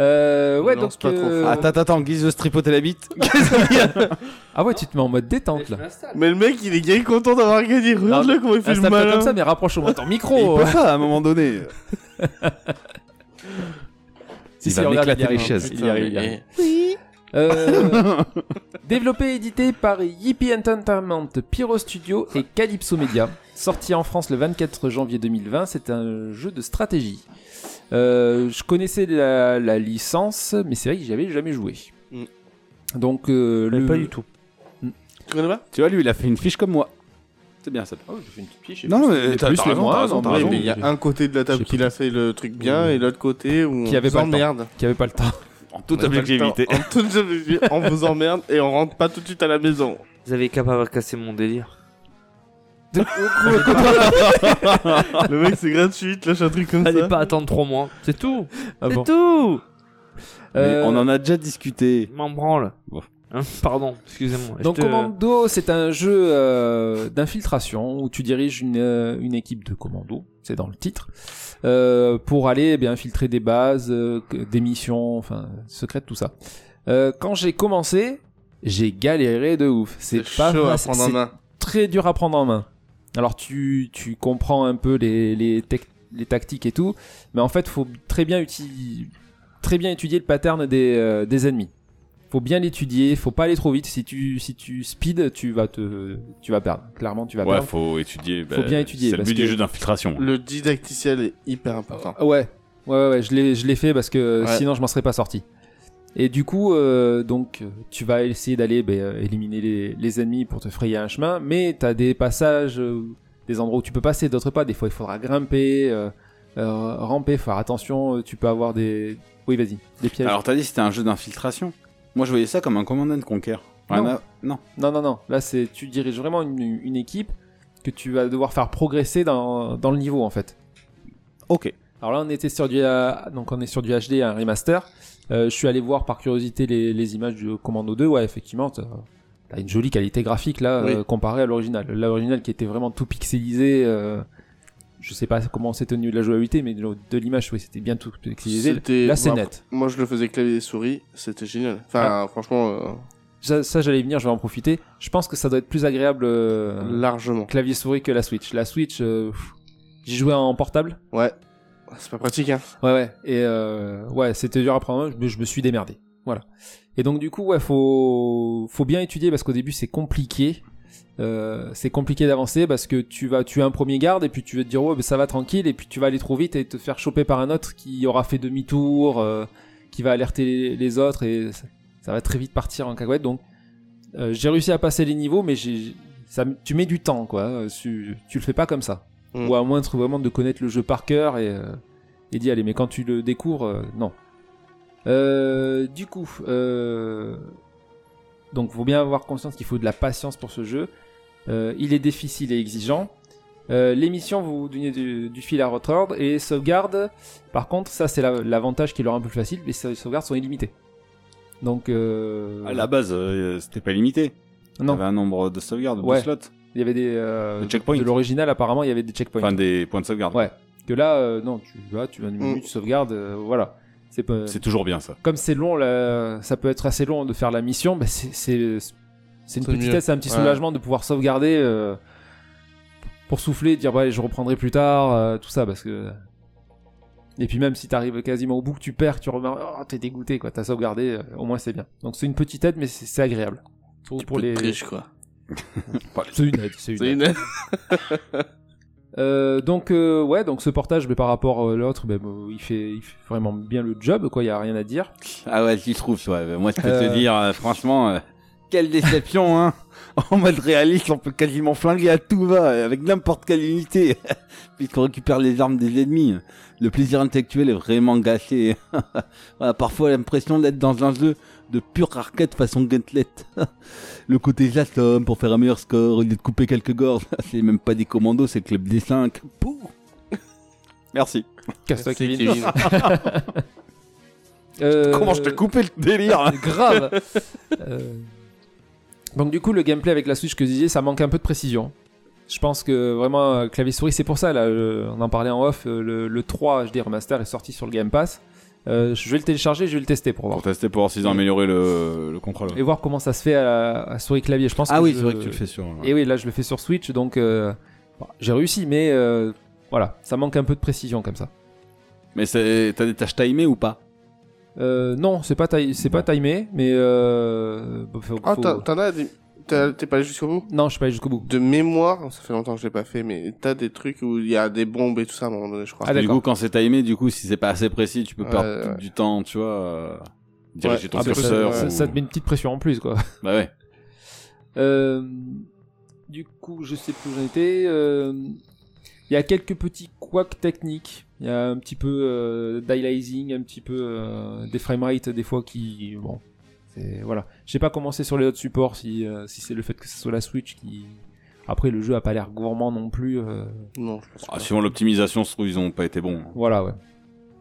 Euh, ouais, Ne donc. lance pas trop euh, fort. Attends, attends, attends, guise de stripoter la bite. Ah ouais, tu te mets en mode détente là. Mais le mec, il est gay content d'avoir gagné. Regarde-le comment il fait Reste le un peu malin. comme ça, mais rapproche au moins ton Il micro. peut pas à un moment *laughs* donné. Si, Il si, va regarde, m'éclater il y les arrive. chaises. Il y arrive, il y mais- arrive. Euh, *laughs* développé et édité par Yippie Entertainment, Pyro Studio et Calypso Media. Sorti en France le 24 janvier 2020, c'est un jeu de stratégie. Euh, je connaissais la, la licence, mais c'est vrai que j'y avais jamais joué. Mm. Donc, euh, le... Pas du tout. Tu connais pas Tu vois, lui, il a fait une fiche comme moi. C'est bien, Seb. Oh, j'ai fait une petite piche. Non, mais t'as- t'as raison, t'as raison, t'as Oui, raison. mais il y a un côté de la J'ai table qui pas- a fait le truc bien et l'autre côté où Qui on avait vous pas le temps. emmerde. Qui avait pas le temps. En toute On n'a pas le temps. objectivité. *laughs* En toute objectivité, on vous emmerde et on rentre pas tout de suite à la maison. Vous avez qu'à pas avoir cassé mon délire. Le mec, c'est gratuit, lâche un truc comme Fallait ça. pas attendre 3 mois. C'est tout. Ah c'est bon. tout. Mais Euh, on en a déjà discuté. Je m'en branle. Bon. Hein, pardon, excusez-moi. Je Donc te- Commando, c'est un jeu euh, d'infiltration où tu diriges une, euh, une équipe de commando, c'est dans le titre, euh, pour aller eh bien infiltrer des bases, euh, que- des missions, enfin secrètes, tout ça. Euh, quand j'ai commencé, j'ai galéré de ouf. C'est pas chaud à facile, prendre en c'est main. très dur à prendre en main. Alors tu, tu comprends un peu les, les, tec- les tactiques et tout, mais en fait faut très bien, uti- très bien étudier le pattern des, euh, des ennemis. Faut bien l'étudier, faut pas aller trop vite. Si tu, si tu speed, tu vas te, tu vas perdre. Clairement, tu vas Ouais, perdre. faut étudier. Faut bien étudier, C'est le parce but du que- jeu d'infiltration. Le didacticiel est hyper important. Ah Ouais, ouais, ouais, ouais, je l'ai, je l'ai fait parce que euh, Ouais. sinon je m'en serais pas sorti. Et du coup, euh, donc, tu vas essayer d'aller ben, euh, éliminer les, les ennemis pour te frayer un chemin, mais t'as des passages, euh, des endroits où tu peux passer, d'autres pas. Des fois, il faudra grimper, euh, euh, ramper, faut faire attention. euh, Tu peux avoir des, oui, vas-y, des pièges. Alors, t'as dit que c'était un jeu d'infiltration. Moi, je voyais ça comme un Command and Conquer. Rien Non. à- non. Non, non, non. Là, c'est tu diriges vraiment une, une équipe que tu vas devoir faire progresser dans, dans le niveau, en fait. Ok. Alors là, on était sur du, euh, donc on est sur du HD, un remaster. Euh, je suis allé voir par curiosité les, les images du Commando 2. Ouais, effectivement, t'as t'as une jolie qualité graphique là, Oui. euh, comparée à l'original. L'original qui était vraiment tout pixelisé, euh, je sais pas comment c'est tenu de la jouabilité, mais de de l'image, oui, c'était bien tout pixelisé. C'était- Là, c'est bon, net. Moi, je le faisais clavier et souris, c'était génial. Enfin, Ah. franchement, euh, Ça, ça, j'allais y venir, je vais en profiter. Je pense que ça doit être plus agréable euh, largement. clavier souris que la Switch. La Switch, euh, pff, j'y jouais en portable. Ouais. C'est pas pratique, hein. Ouais, ouais. Et euh, ouais, c'était dur à prendre, mais je me suis démerdé. Voilà. Et donc, du coup, ouais, faut, faut bien étudier parce qu'au début, c'est compliqué. Euh, c'est compliqué d'avancer parce que tu vas tu as un premier garde et puis tu vas te dire ouais ben ça va tranquille et puis tu vas aller trop vite et te faire choper par un autre qui aura fait demi-tour euh, qui va alerter les, les autres et ça, ça va très vite partir en cacahuète donc euh, j'ai réussi à passer les niveaux mais j'ai ça me- tu mets du temps quoi euh, tu, tu le fais pas comme ça Mm. ou à moins de- vraiment de connaître le jeu par cœur et, euh, et d'y aller mais quand tu le découvres euh, non Euh, du coup euh, donc faut bien avoir conscience qu'il faut de la patience pour ce jeu euh, il est difficile et exigeant. Euh, les missions, vous donnez du, du fil à retordre. Et les sauvegardes, par contre, ça c'est la- l'avantage qui est leur un peu plus facile, les sau- sauvegardes sont illimitées. Donc, euh, À la base, euh, c'était pas limité. Il y non, avait un nombre de sauvegardes, Ouais. de slots. il y avait des... euh, Des checkpoints. De l'original, apparemment, il y avait des checkpoints. Enfin, des points de sauvegarde. Ouais. Que là, euh, non, tu vas, tu vas du menu, Mm. tu sauvegardes, euh, voilà. C'est pas... C'est toujours bien ça. Comme c'est long, là, ça peut être assez long de faire la mission, bah, c'est- c'est c'est une C'est petite mieux. aide, c'est un petit Ouais. soulagement de pouvoir sauvegarder euh, pour souffler, dire bah allez, je reprendrai plus tard, euh, tout ça parce que et puis même si t'arrives quasiment au bout que tu perds, tu remarques oh t'es dégoûté quoi, t'as sauvegardé, euh, au moins c'est bien. Donc c'est une petite aide mais c'est c'est agréable. Surtout pour les Triche, quoi. c'est une aide, c'est une C'est aide. une... Euh, donc euh, ouais donc ce portage mais par rapport à l'autre ben, bon, il, fait, il fait vraiment bien le job quoi, il y a rien à dire. Ah ouais, j'y trouve, toi. Moi, je peux Euh. te dire, euh, franchement, euh, quelle déception, hein. *laughs* En mode réaliste, on peut quasiment flinguer à tout va, euh, avec n'importe quelle unité, *laughs* puisqu'on récupère les armes des ennemis. Le plaisir intellectuel est vraiment gâché. *laughs* Voilà, parfois, l'impression d'être dans un jeu de pure arcade façon Gauntlet. *laughs* Le côté j'assomme pour faire un meilleur score, au lieu de couper quelques gorges. *laughs* C'est même pas des commandos, c'est le club des 5. Merci. Casse-toi C'est Kevin. Kevin. Euh, *laughs* Comment je t'ai coupé le délire *laughs* *laughs* grave. Euh, Donc du coup, le gameplay avec la Switch que je disais, ça manque un peu de précision. Je pense que vraiment euh, clavier souris, c'est pour ça. Là, euh, on en parlait en off. euh, le, le 3 HD remaster est sorti sur le Game Pass. Euh, je vais le télécharger, je vais le tester pour voir Pour tester, pour voir s'ils ont amélioré le, le contrôle. et voir comment ça se fait à, à souris clavier. Je pense Ah que oui, je- c'est vrai que tu le fais sur. Et oui, là, je le fais sur Switch, donc euh, bon, j'ai réussi, mais euh, voilà, ça manque un peu de précision comme ça. Mais c'est- t'as des tâches timées ou pas Euh, non, c'est pas taille- c'est pas timé, mais euh, bon, faut- Ah, faut- t'as- t'en as des- t'as- T'es pas allé jusqu'au bout non, je suis pas allé jusqu'au bout. De mémoire, ça fait longtemps que je l'ai pas fait, mais t'as des trucs où il y a des bombes et tout ça à un moment donné, je crois. Ah, Du d'accord. coup, quand c'est timé, du coup, si c'est pas assez précis, tu peux Ouais, perdre ouais. du temps, tu vois. euh, diriger Ouais. ton Ah, bah, ça- curseur. ça, ou- ça te met une petite pression en plus, quoi. Bah ouais. Euh, du coup, je sais plus où j'en étais. euh, Il y a quelques petits couacs techniques. Il y a un petit peu euh, d'highlighting, un petit peu euh, des framerates des fois qui. Bon, c'est. Voilà. Je sais pas comment c'est sur les autres supports, si, euh, si c'est le fait que ce soit la Switch qui. Après, le jeu a pas l'air gourmand non plus. euh, Non, je pense pas. Ah, suivant l'optimisation, je trouve ils ont pas été bons. hein. voilà, ouais.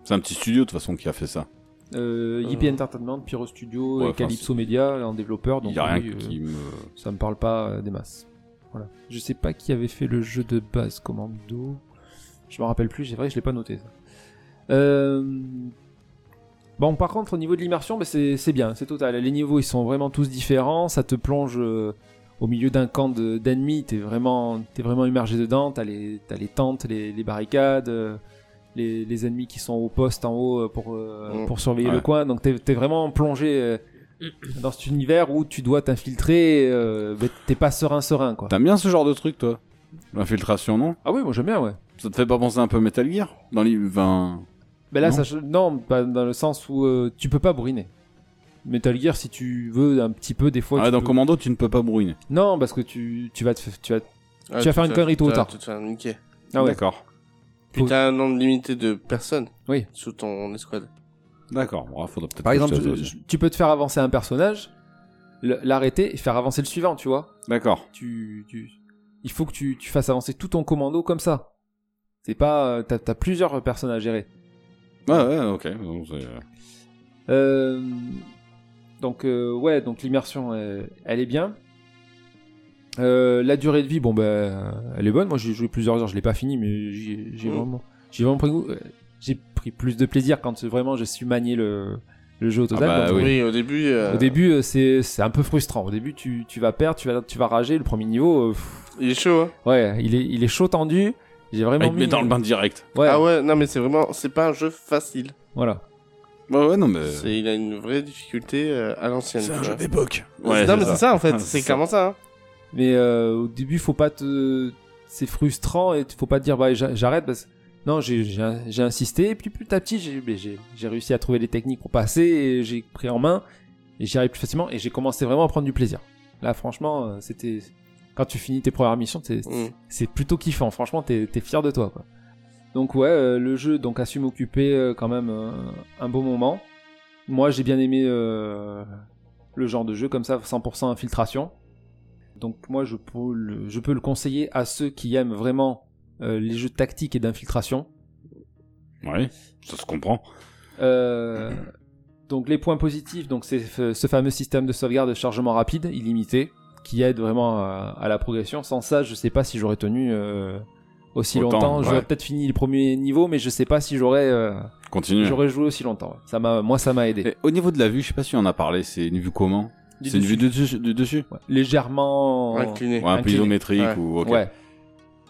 C'est un petit studio de toute façon qui a fait ça. Euh, IB Entertainment, Pyro Studio Ouais, et enfin, Calypso Media en développeur. Il Donc, y a rien oui, euh, qui me. ça me parle pas euh, des masses. Voilà. Je sais pas qui avait fait le jeu de base, Commando. Je me rappelle plus, c'est vrai que je l'ai pas noté ça. Euh, Bon, par contre, au niveau de l'immersion, bah, c'est c'est bien, c'est total. Les niveaux, ils sont vraiment tous différents. Ça te plonge euh, au milieu d'un camp de- d'ennemis. t'es vraiment, t'es vraiment immergé dedans. T'as les, t'as les tentes, les, les barricades, euh, les, les ennemis qui sont au poste en haut euh, pour, euh, Mm. pour surveiller le Ouais. coin. Donc, t'es t'es vraiment plongé euh, dans cet univers où tu dois t'infiltrer. euh, mais t'es pas serein, serein, quoi. T'aimes bien ce genre de truc, toi L'infiltration, non Ah oui, moi j'aime bien, ouais. Ça te fait pas penser un peu Metal Gear Dans les. Enfin... Mais là, Non. ça, ch- non, pas dans le sens où euh, tu peux pas bourriner. Metal Gear, si tu veux un petit peu, des fois. ah, tu dans peux- Commando, tu ne peux pas brouiller. Non, parce que tu, tu vas te, f- tu vas. Ah, tu vas faire une connerie tôt ou t'as- tard. Tu te fais niquer. Ah ouais. D'accord. Puis t'as un nombre limité de personnes. Oui. Sous ton escouade. D'accord. Bon, faudrait peut-être. Par que je exemple, te- tu, tu peux te faire avancer un personnage, le- l'arrêter et faire avancer le suivant, tu vois. D'accord. Tu, tu- il faut que tu, tu fasses avancer tout ton commando comme ça. C'est pas, euh, t'as, t'as plusieurs personnes à gérer. Ouais, ouais, ok. Donc, c'est- Ah, Euh, donc euh, ouais, donc l'immersion, euh, elle est bien. Euh, la durée de vie, bon, bah, elle est bonne. Moi, j'ai joué plusieurs heures, je l'ai pas fini, mais j'y- j'ai Mm. vraiment, j'ai vraiment pris, goût. Euh, j'ai pris plus de plaisir quand euh, vraiment je suis manié le, le jeu au total. bah Donc, oui. au début. euh, Ah Au début, euh, c'est c'est un peu frustrant. Au début, tu, tu vas perdre, tu vas, tu vas rager. Le premier niveau, euh, pff, Il est chaud, hein. ouais, il est, il est chaud tendu. J'ai vraiment Ah, Il te mis. met dans le bain direct. Ouais, Ah ouais, non, mais c'est vraiment. C'est pas un jeu facile. voilà. Ouais, ouais, non, Euh. mais. C'est- Il a une vraie difficulté euh, à l'ancienne. tu vois. d'époque. non, mais c'est ça en fait, Ah, c'est c'est clairement ça. hein. Mais euh, au début, faut pas te. C'est frustrant et faut pas te dire bah j'a- j'arrête parce que non j'ai- j'ai j'ai insisté et puis petit à petit j'ai mais j'ai- j'ai réussi à trouver les techniques pour passer et j'ai pris en main et j'y arrive plus facilement et j'ai commencé vraiment à prendre du plaisir. Là franchement euh, c'était quand tu finis tes premières missions t'es- Mm. c'est plutôt kiffant franchement t'es es fier de toi quoi. Donc ouais euh, le jeu donc a su m'occuper euh, quand même euh, un beau moment. Moi j'ai bien aimé euh, le genre de jeu comme ça 100% infiltration. Donc moi, je peux le, je peux le conseiller à ceux qui aiment vraiment euh, les jeux tactiques et d'infiltration. Ouais, ça se comprend. Euh, donc les points positifs, donc c'est f- ce fameux système de sauvegarde de chargement rapide, illimité, qui aide vraiment à, à la progression. Sans ça, je sais pas si j'aurais tenu euh, aussi Autant, longtemps. J'aurais ouais. peut-être fini les premiers niveaux, mais je sais pas si j'aurais euh, Continue. j'aurais joué aussi longtemps. ouais. Ça m'a, moi, ça m'a aidé. Et au niveau de la vue, je sais pas si on en a parlé, c'est une vue comment Du C'est une dessus. vue de dessus, du dessus Ouais. Légèrement. Incliné. Ouais, un peu Incliné. isométrique Ouais. ou. ok. Ouais.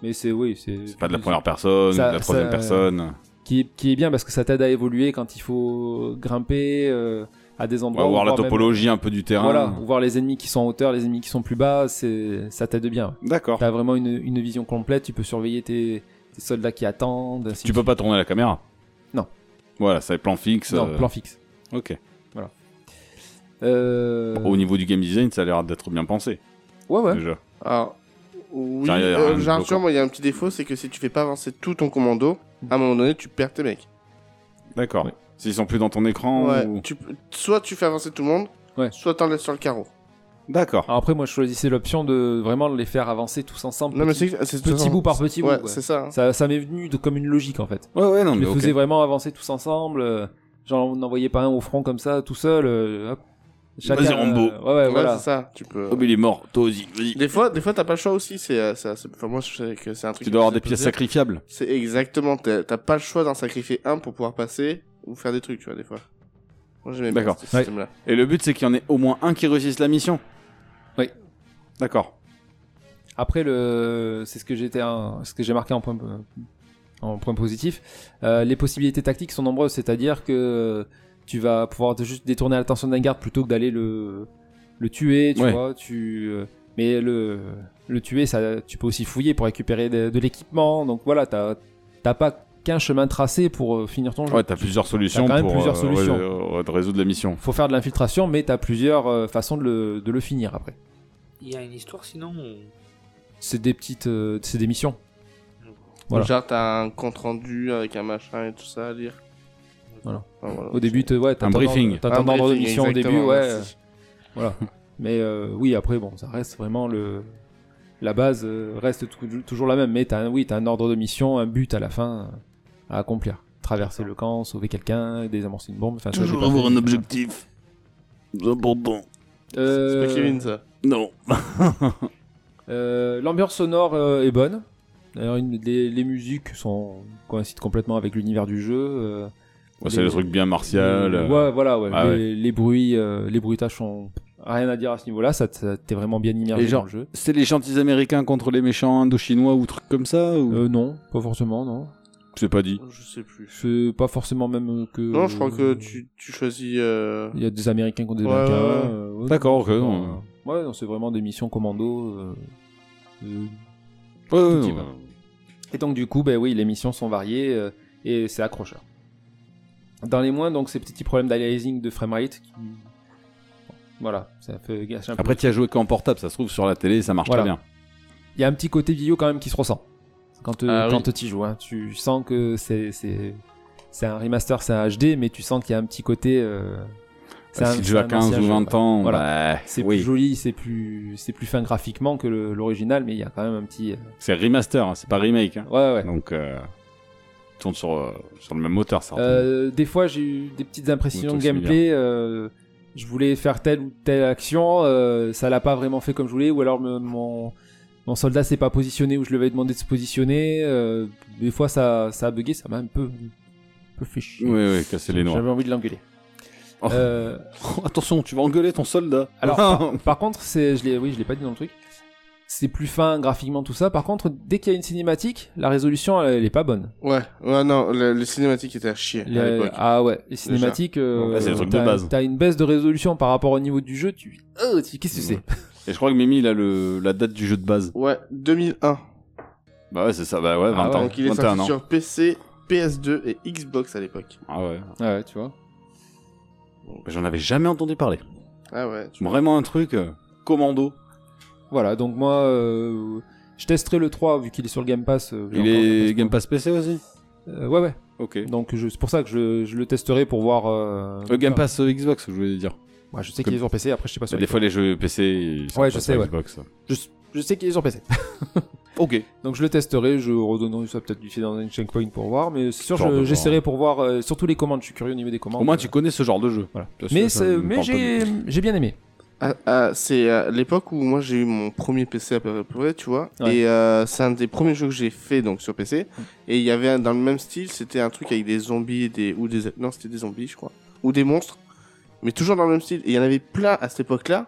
Mais c'est oui, c'est. C'est pas de la première personne, Ça- de la troisième ça- personne. qui est, qui est bien parce que ça t'aide à évoluer quand il faut grimper euh, à des On endroits. va ou voir la même- topologie un peu du terrain. voilà, ou voir les ennemis qui sont en hauteur, les ennemis qui sont plus bas, c'est ça t'aide bien. D'accord. T'as vraiment une, une vision complète, tu peux surveiller tes, tes soldats qui attendent. ainsi Tu de peux suite. pas tourner la caméra Non. Voilà, c'est plan fixe. Non, euh, plan fixe. Ok. Euh... Au niveau du game design, ça a l'air d'être bien pensé. Ouais, ouais. Déjà. Alors, oui, Tiens, il y a euh, un j'ai un bloquant. sûr, moi, il y a un petit défaut, c'est que si tu fais pas avancer tout ton commando, à un moment donné, tu perds tes mecs. D'accord. Ouais. S'ils sont plus dans ton écran. Ouais, ou- tu peux- soit tu fais avancer tout le monde, Ouais. soit t'en laisses sur le carreau. D'accord. Alors après, moi, je choisissais l'option de vraiment les faire avancer tous ensemble. Non, mais petit, c'est c'est- petit bout par petit Ouais, bout. quoi. c'est ça. hein. Ça, ça m'est venu de, comme une logique en fait. Ouais, ouais, non, Je mais. les ok. faisais vraiment avancer tous ensemble. euh, genre, on n'envoyait pas un au front comme ça, tout seul. euh, hop. Vas-y, Rambo. euh, ouais, ouais, Ouais, voilà. c'est ça. Tu peux. Oh, mais il est mort. Toi aussi. Vas-y. Des fois, des fois, t'as pas le choix aussi. C'est, euh, ça, c'est- enfin, moi, je sais que c'est un truc. Tu qui dois me avoir des faisait pièces plaisir. sacrifiables. C'est exactement. T'as t'as pas le choix d'en sacrifier un pour pouvoir passer ou faire des trucs, tu vois, des fois. Moi, j'aimais bien D'accord. ce Ouais. système-là. Et le but, c'est qu'il y en ait au moins un qui réussisse la mission. Oui. D'accord. Après, le, c'est ce que j'étais, un- ce que j'ai marqué en point, euh, en point positif. Euh, les possibilités tactiques sont nombreuses, c'est-à-dire que tu vas pouvoir te- juste détourner l'attention d'un garde plutôt que d'aller le, le tuer, tu Ouais. vois. Tu, euh, mais le, le tuer, ça, tu peux aussi fouiller pour récupérer de, de l'équipement. Donc voilà, t'as, t'as pas qu'un chemin tracé pour euh, finir ton jeu. Ouais, t'as plusieurs solutions quand même pour euh, plusieurs solutions. ouais, de résoudre la mission. faut faire de l'infiltration, mais t'as plusieurs euh, façons de le, de le finir après. Il y a une histoire sinon. C'est des petites, euh, c'est des missions. Voilà. Genre, t'as un compte rendu avec un machin et tout ça à lire. Voilà. Enfin, voilà. Au début, t'es- ouais, t'as Un ton briefing. ordre- T'as Un ton ordre de briefing, mission au début, exactement, ouais. merci. Mais euh, oui, après, bon, ça reste vraiment le. La base euh, reste tou- toujours la même, mais t'as un, oui, t'as un ordre de mission, un but à la fin euh, à accomplir. Traverser le camp, sauver quelqu'un, désamorcer une bombe. Enfin, ça, j'ai pas fait. objectif. Important. Euh, C'est pas Kevin, ça. Non. euh, L'ambiance sonore euh, est bonne. D'ailleurs, une- les, les musiques sont coïncident complètement avec l'univers du jeu. euh, c'est le les- truc bien martial. Euh, euh, Ouais, voilà, ouais. Ah les, les bruits, euh, les bruitages sont rien à dire à ce niveau-là. Ça, t- t'es vraiment bien immergé Et genre- dans le jeu. C'est les gentils américains contre les méchants indochinois ou trucs comme ça ou... Euh, non, pas forcément, non. C'est pas dit. Je sais plus. C'est pas forcément même que. Non, je crois que tu, tu choisis. euh, Il y a des Américains contre des Ouais, Américains. ouais, ouais. euh, ouais, D'accord, ok. non, non. euh, ouais, non, c'est vraiment des missions commando. euh, euh. Ouais, ouais, petit ouais. peu. Et donc, du coup, ben oui, les missions sont variées euh, et c'est accrocheur. Dans les moins, donc, ces petits problèmes d'aliasing de framerate qui. Voilà, ça fait gâcher un peu Après, tu as joué qu'en portable, ça se trouve sur la télé, ça marche Voilà. très bien. il y a un petit côté vidéo quand même qui se ressent quand euh, Ah oui. quand t'y joues hein. tu sens que c'est c'est c'est un remaster c'est un HD mais tu sens qu'il y a un petit côté euh, c'est Euh, un- si tu c'est joues à un 15 ancien ou jeu, 20 quoi. ans, Voilà. bah, c'est oui. plus joli c'est plus c'est plus fin graphiquement que le- l'original mais il y a quand même un petit euh, c'est remaster, hein, c'est pas remake. hein. ouais ouais Donc, euh, il tourne sur, euh, sur le même moteur, ça. Euh, des fois j'ai eu des petites impressions Ou de tout similaire. gameplay euh, je voulais faire telle ou telle action, euh, ça l'a pas vraiment fait comme je voulais, ou alors me- mon, mon soldat s'est pas positionné où je lui avais demandé de se positionner. euh, des fois, ça, ça a bugué, ça m'a un peu, un peu fait chier. Oui, oui, casser les noix. J'avais envie de l'engueuler. Oh. Euh, attention, tu vas engueuler ton soldat. *laughs* alors, par, par contre, c'est, je l'ai, oui, je l'ai pas dit dans le truc. C'est plus fin graphiquement tout ça. Par contre, dès qu'il y a une cinématique, la résolution elle, elle est pas bonne. Ouais, ouais, non, le- les cinématiques étaient à chier Les- à l'époque. ah ouais, les cinématiques. euh, Ah, c'est le truc de t'as- base. T'as une baisse de résolution par rapport au niveau du jeu. Tu, oh, tu- qu'est-ce que c'est Et je crois que Mimi, il a le, la date du jeu de base. Ouais, 2001. Bah ouais, c'est ça, bah ouais, 20 Ah ouais, ans. Donc il est 21 sorti ans. sur PC, PS2 et Xbox à l'époque. Ah ouais. Ouais, tu vois. J'en avais jamais entendu parler. Ah ouais. tu- Vraiment un truc euh, commando. *laughs* Voilà, donc moi, euh, je testerai le 3 vu qu'il est sur le Game Pass. euh, j'ai Il encore le est Game Pass PC aussi Euh, ouais, ouais. Ok. Donc je- c'est pour ça que je, je le testerai pour voir. euh, Le Game Pass euh, Xbox, je voulais dire. Ouais, je sais qu'il est sur PC, après je sais pas sur. Des fois, les jeux PC, ils sont Ouais, pas je sur sais, ouais. Xbox. Je, je sais qu'il est sur PC. Ok. *laughs* donc je le testerai, je redonnerai ça peut-être du fil dans un checkpoint pour voir, mais c'est sûr, Genre de je- voir. j'essaierai pour voir euh, surtout les commandes. Je suis curieux au niveau des commandes. Au moins, tu connais ce genre de jeu. bah. Voilà. Parce que Mais, ça, c'est- ça me mais parle pas j'ai j'ai bien aimé. Ah, ah, c'est euh, l'époque où moi j'ai eu mon premier PC à peu près, tu vois. Ouais. Et euh, c'est un des premiers jeux que j'ai fait donc sur PC. Et il y avait un, dans le même style, c'était un truc avec des zombies et des ou des non c'était des zombies je crois ou des monstres, mais toujours dans le même style. Et il y en avait plein à cette époque-là.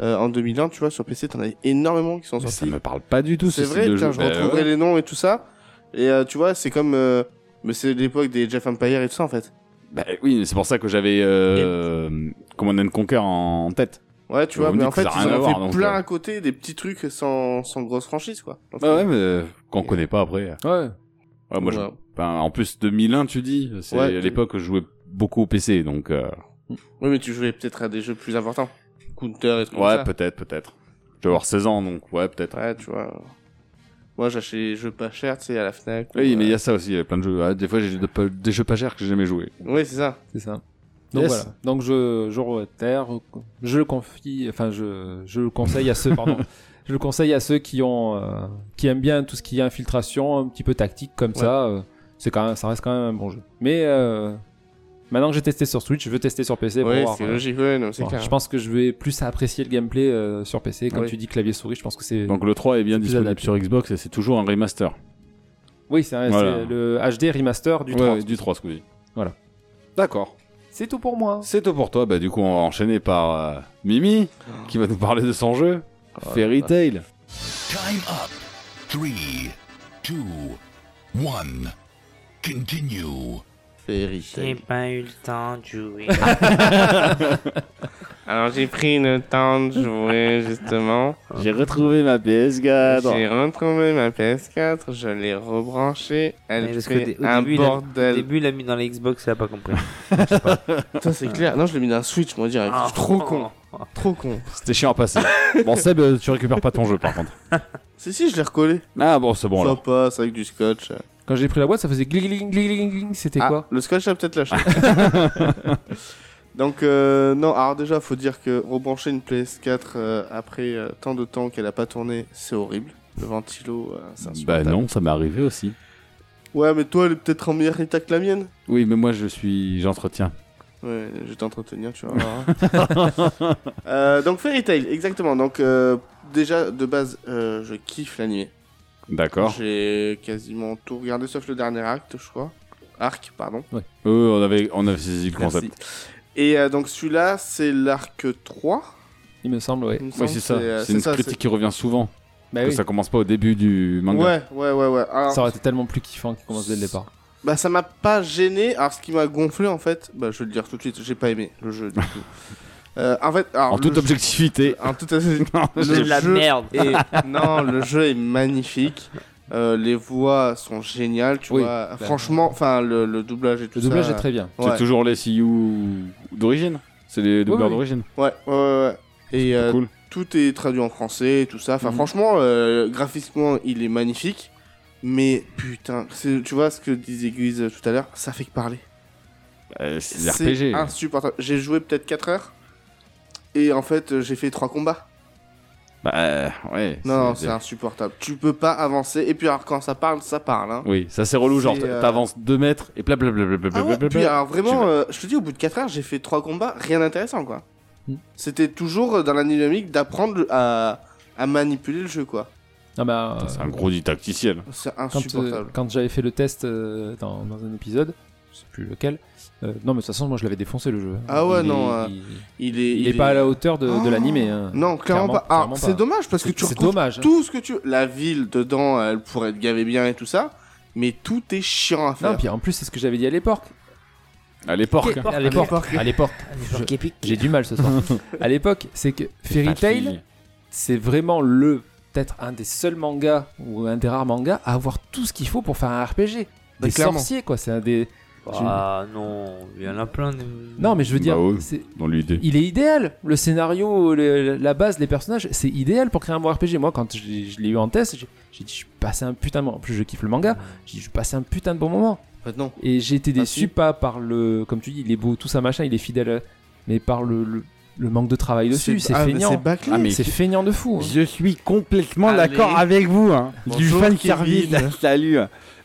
Euh, en 2001, tu vois, sur PC, t'en avais énormément qui sont Mais Ça sortis. me parle pas du tout, ce C'est style vrai, de putain, jeu. je Bah retrouverai ouais. les noms et tout ça. Et euh, tu vois, c'est comme. euh, mais c'est l'époque des Jeff Empire et tout ça en fait. Bah oui, c'est pour ça que j'avais euh, Command and Conquer en en tête. Ouais, tu Vous vois, me mais en dites Euh, que fait, ça a ils rien à ont voir, fait donc, plein euh. à côté des petits trucs sans, sans grosse franchise quoi. Bah ouais, mais euh, qu'on connaît pas après. Ouais. Ouais, moi, je- Ouais. ben, en plus, 2001, tu dis, c'est Ouais, à tu- l'époque où je jouais beaucoup au PC, donc... euh, Oui, mais tu jouais peut-être à des jeux plus importants. Counter et tout Ouais, ça. peut-être, peut-être. Je dois avoir 16 ans, donc ouais, peut-être. Ouais, tu vois. Moi, j'achetais des jeux pas chers, tu sais, à la Fnac. Oui, ou, mais il y euh, a ça aussi, il y a plein de jeux. Ah, des fois, j'ai de- des jeux pas chers que j'ai jamais joué. Oui, euh, c'est ça. C'est ça. Donc Yes. voilà. Donc je, je reterre, je le confie, enfin je, je le conseille à ceux, pardon, je le conseille à ceux qui ont, euh, qui aiment bien tout ce qui est infiltration, un petit peu tactique comme ça. euh, c'est quand même, ça reste quand même un bon jeu. Mais euh, maintenant que j'ai testé sur Switch, je veux tester sur PC pour Oui, voir. hein. c'est euh, logique, ouais, non, c'est voir. clair. Je pense que je vais plus apprécier le gameplay euh, sur PC. Comme Oui. tu dis clavier souris, je pense que c'est. Donc le 3 est bien C'est plus disponible adapté. sur Xbox et c'est toujours un remaster. Oui, c'est un- Voilà. c'est le HD remaster du Ouais, 3. ouais, du 3, Squeezie. Voilà. D'accord. C'est tout pour moi. C'est tout pour toi. Bah, du coup, on va enchaîner par euh, Mimi, qui va nous parler de son jeu, Fairy Tail. Time up. Three, two, one. Continue. Fairy J'ai pas eu le temps de jouer. Alors, j'ai pris le temps de *laughs* jouer, justement. J'ai retrouvé ma PS4. J'ai retrouvé ma PS4, je l'ai rebranchée. Mais Elle parce fait que dé- au un début, il a- Au bordel. début, il a mis dans la Xbox, il a pas compris. Putain, c'est clair. Non, je l'ai mis dans un Switch, moi, direct. Ah. Trop con. Trop con. C'était chiant à passer. *laughs* bon, Seb, euh, tu récupères pas ton jeu, par contre. Si, si, je l'ai recollé. Ah bon, c'est bon, ça alors. passe avec du scotch. Quand j'ai pris la boîte, ça faisait gling gling gling gling gling. C'était Ah, quoi Le scotch a peut-être *laughs* lâché. *laughs* Donc, euh, non, alors déjà, faut dire que rebrancher une PS4 euh, après euh, tant de temps qu'elle a pas tourné, c'est horrible. Le ventilo, euh, c'est Bah insupportable. non, ça m'est arrivé aussi. Ouais, mais toi, elle est peut-être en meilleur état que la mienne. Oui, mais moi, je suis... J'entretiens. Ouais, je vais t'entretenir, *laughs* tu vas voir. Euh, donc, Fairy Tail, exactement. Donc, euh, déjà, de base, euh, je kiffe l'animé. D'accord. J'ai quasiment tout regardé sauf le dernier acte, je crois. Arc, pardon. Eux, on avait, on avait saisi le concept. Merci. Et euh, donc, celui-là, c'est l'arc 3. Il me semble, ouais. Il me semble Oui, que c'est ça. euh, C'est une ça, critique qui revient souvent. Bah que oui. Ça commence pas au début du c'est- manga. Ouais, ouais, ouais, ouais. Alors, Ça aurait été tellement plus kiffant qu'il commence dès le départ. bah, ça m'a pas gêné. Alors, ce qui m'a gonflé, en fait, bah, je vais le dire tout de suite, j'ai pas aimé le jeu *laughs* du tout. Euh, en fait, alors, en le toute jeu- *laughs* objectivité. En toute objectivité. Non, *laughs* Le C'est de la jeu merde. Ah, *laughs* est- Non, le jeu est magnifique. Euh, les voix sont géniales, tu Oui, Bah, vois. Franchement, enfin, le, le doublage et tout Le doublage ça. est très bien. Ouais. C'est toujours les CU d'origine. C'est les doubleurs oui. d'origine. Ouais, ouais, ouais. ouais. Et euh, cool. tout est traduit en français, et tout ça. Enfin, Mhm. franchement, euh, graphiquement, il est magnifique. Mais putain, c'est- tu vois ce que disait Guise euh, tout à l'heure, ça fait que parler. Euh, c'est des RPG. insupportable. J'ai joué peut-être 4 heures. Et en fait, euh, j'ai fait 3 combats. Bah euh, ouais. Non, non, c'est insupportable. Tu peux pas avancer. Et puis, alors, quand ça parle, ça parle. Hein. Oui, ça c'est relou, genre C'est, euh, t'avances 2 mètres et Ah ouais, blablabla. puis, alors, Tu vraiment, euh, je te dis, au bout de 4 heures, j'ai fait 3 combats, rien d'intéressant, quoi. Mm. C'était toujours euh, dans la dynamique d'apprendre à, à manipuler le jeu, quoi. Non, bah, Putain, C'est euh, un gros didacticiel. C'est quand, euh, insupportable. quand j'avais fait le test euh, dans, dans un épisode, je sais plus lequel. euh, non, mais de toute façon, moi je l'avais défoncé le jeu. Ah ouais, Il est- non, euh, il, Il est, il est pas à la hauteur de, de Oh. l'animé. hein. Non, clairement, pas. Ah, clairement c'est dommage parce que C'est- tu c'est retrouves dommage. hein. tout ce que tu veux. La ville dedans, elle pourrait être gavée bien et tout ça, mais tout est chiant à faire. Non, puis en plus, c'est ce que j'avais dit à l'époque. À l'époque. À l'époque. À l'époque. Genre épique. J'ai du mal ce *laughs* soir. à l'époque, c'est que hein. Fairy Tail, c'est vraiment le peut-être un des seuls mangas ou un des rares mangas à avoir tout ce qu'il faut pour faire un RPG. Des Bah, clairement. sorciers quoi, c'est un des Ah non, il y en a plein de. Non, mais je veux Bah dire oui. c'est- Dans l'idée. il est idéal. Le scénario, le- la base, les personnages, c'est idéal pour créer un bon RPG. Moi, quand je, l'ai- je l'ai eu en test, j'ai j'ai dit, je suis passé un putain de moment. En plus, je kiffe le manga. J'ai dit, je passé un putain de bon moment. Maintenant, Et j'ai été Ah, déçu si. pas par le, comme tu dis, il est beau, tout ça machin, il est fidèle, euh, mais par le, le, le manque de travail dessus. C'est ah, mais feignant. C'est bâclé. Ah, mais C'est feignant de fou. hein. Je suis complètement Allez. d'accord avec vous. Hein. Du Bonjour, fan Kevin. service, salut.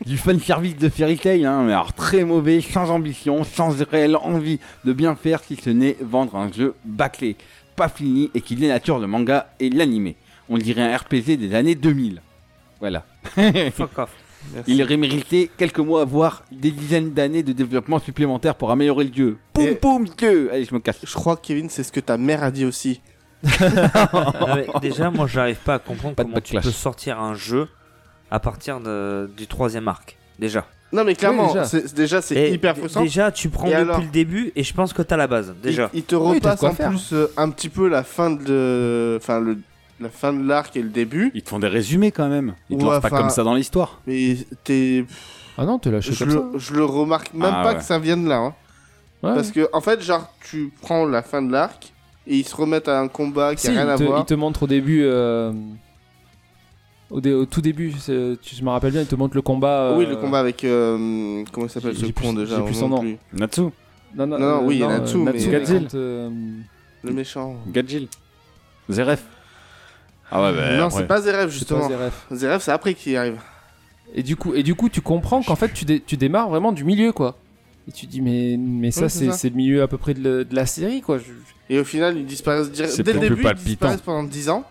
Du fan service de Fairy Tail, hein, mais alors très mauvais, sans ambition, sans réelle envie de bien faire, si ce n'est vendre un jeu bâclé, pas fini et qui dénature le manga et l'animé. On dirait un RPG des années 2000. Voilà. Fuck off. Il aurait mérité quelques mois, voire des dizaines d'années de développement supplémentaire pour améliorer le jeu. Poum Et- poum Dieu Allez, je me casse. Je crois, Kevin, c'est ce que ta mère a dit aussi. Non, mais déjà, moi, j'arrive pas à comprendre Pas de comment tu backlash. peux sortir un jeu à partir de- du troisième arc. Déjà. Non, mais clairement, déjà. c'est- déjà, c'est Et hyper d- frustrant. Déjà, tu prends Et depuis alors le début et je pense que t'as la base. Déjà. Il, il te Oui, t'as de repasse quoi en faire. plus euh, un petit peu la fin de, enfin le, la fin de l'arc et le début. Ils te font des résumés quand même. Ils te Ouais, lancent pas enfin- comme ça dans l'histoire. Mais t'es, Ah non, te lâches je comme ça. Ah le, je le remarque même Ah pas ouais. que ça vienne là. hein. Ouais. Parce que en fait, genre tu prends la fin de l'arc et ils se remettent à un combat qui Si, a rien il, à te, voir. il te montre au début. euh, au, dé- au tout début, c'est- tu je me rappelle bien, il te montre le combat. euh, Oui, le combat avec euh, comment il s'appelle j'ai plus- ce con déjà j'ai plus on son non nom. plus. Natsu. Non, non, Non, euh, oui, il y en a euh, dessous, Natsu, mais- mais quand, euh, Le méchant. Gadjil. Zeref. Ah ouais, bah, non, après. c'est pas Zeref je sais pas, justement. ZRF. Zeref, c'est après qu'il arrive. Et du coup, et du coup, tu comprends qu'en fait, tu, dé- tu démarres vraiment du milieu, quoi. Et tu dis, mais, mais ça, Oui, c'est c'est ça. c'est le milieu à peu près de, le- de la série, quoi. Je- je- Et au final, ils disparaissent direct. C'est Dès le plus début, ils palpitant. disparaissent pendant 10 ans.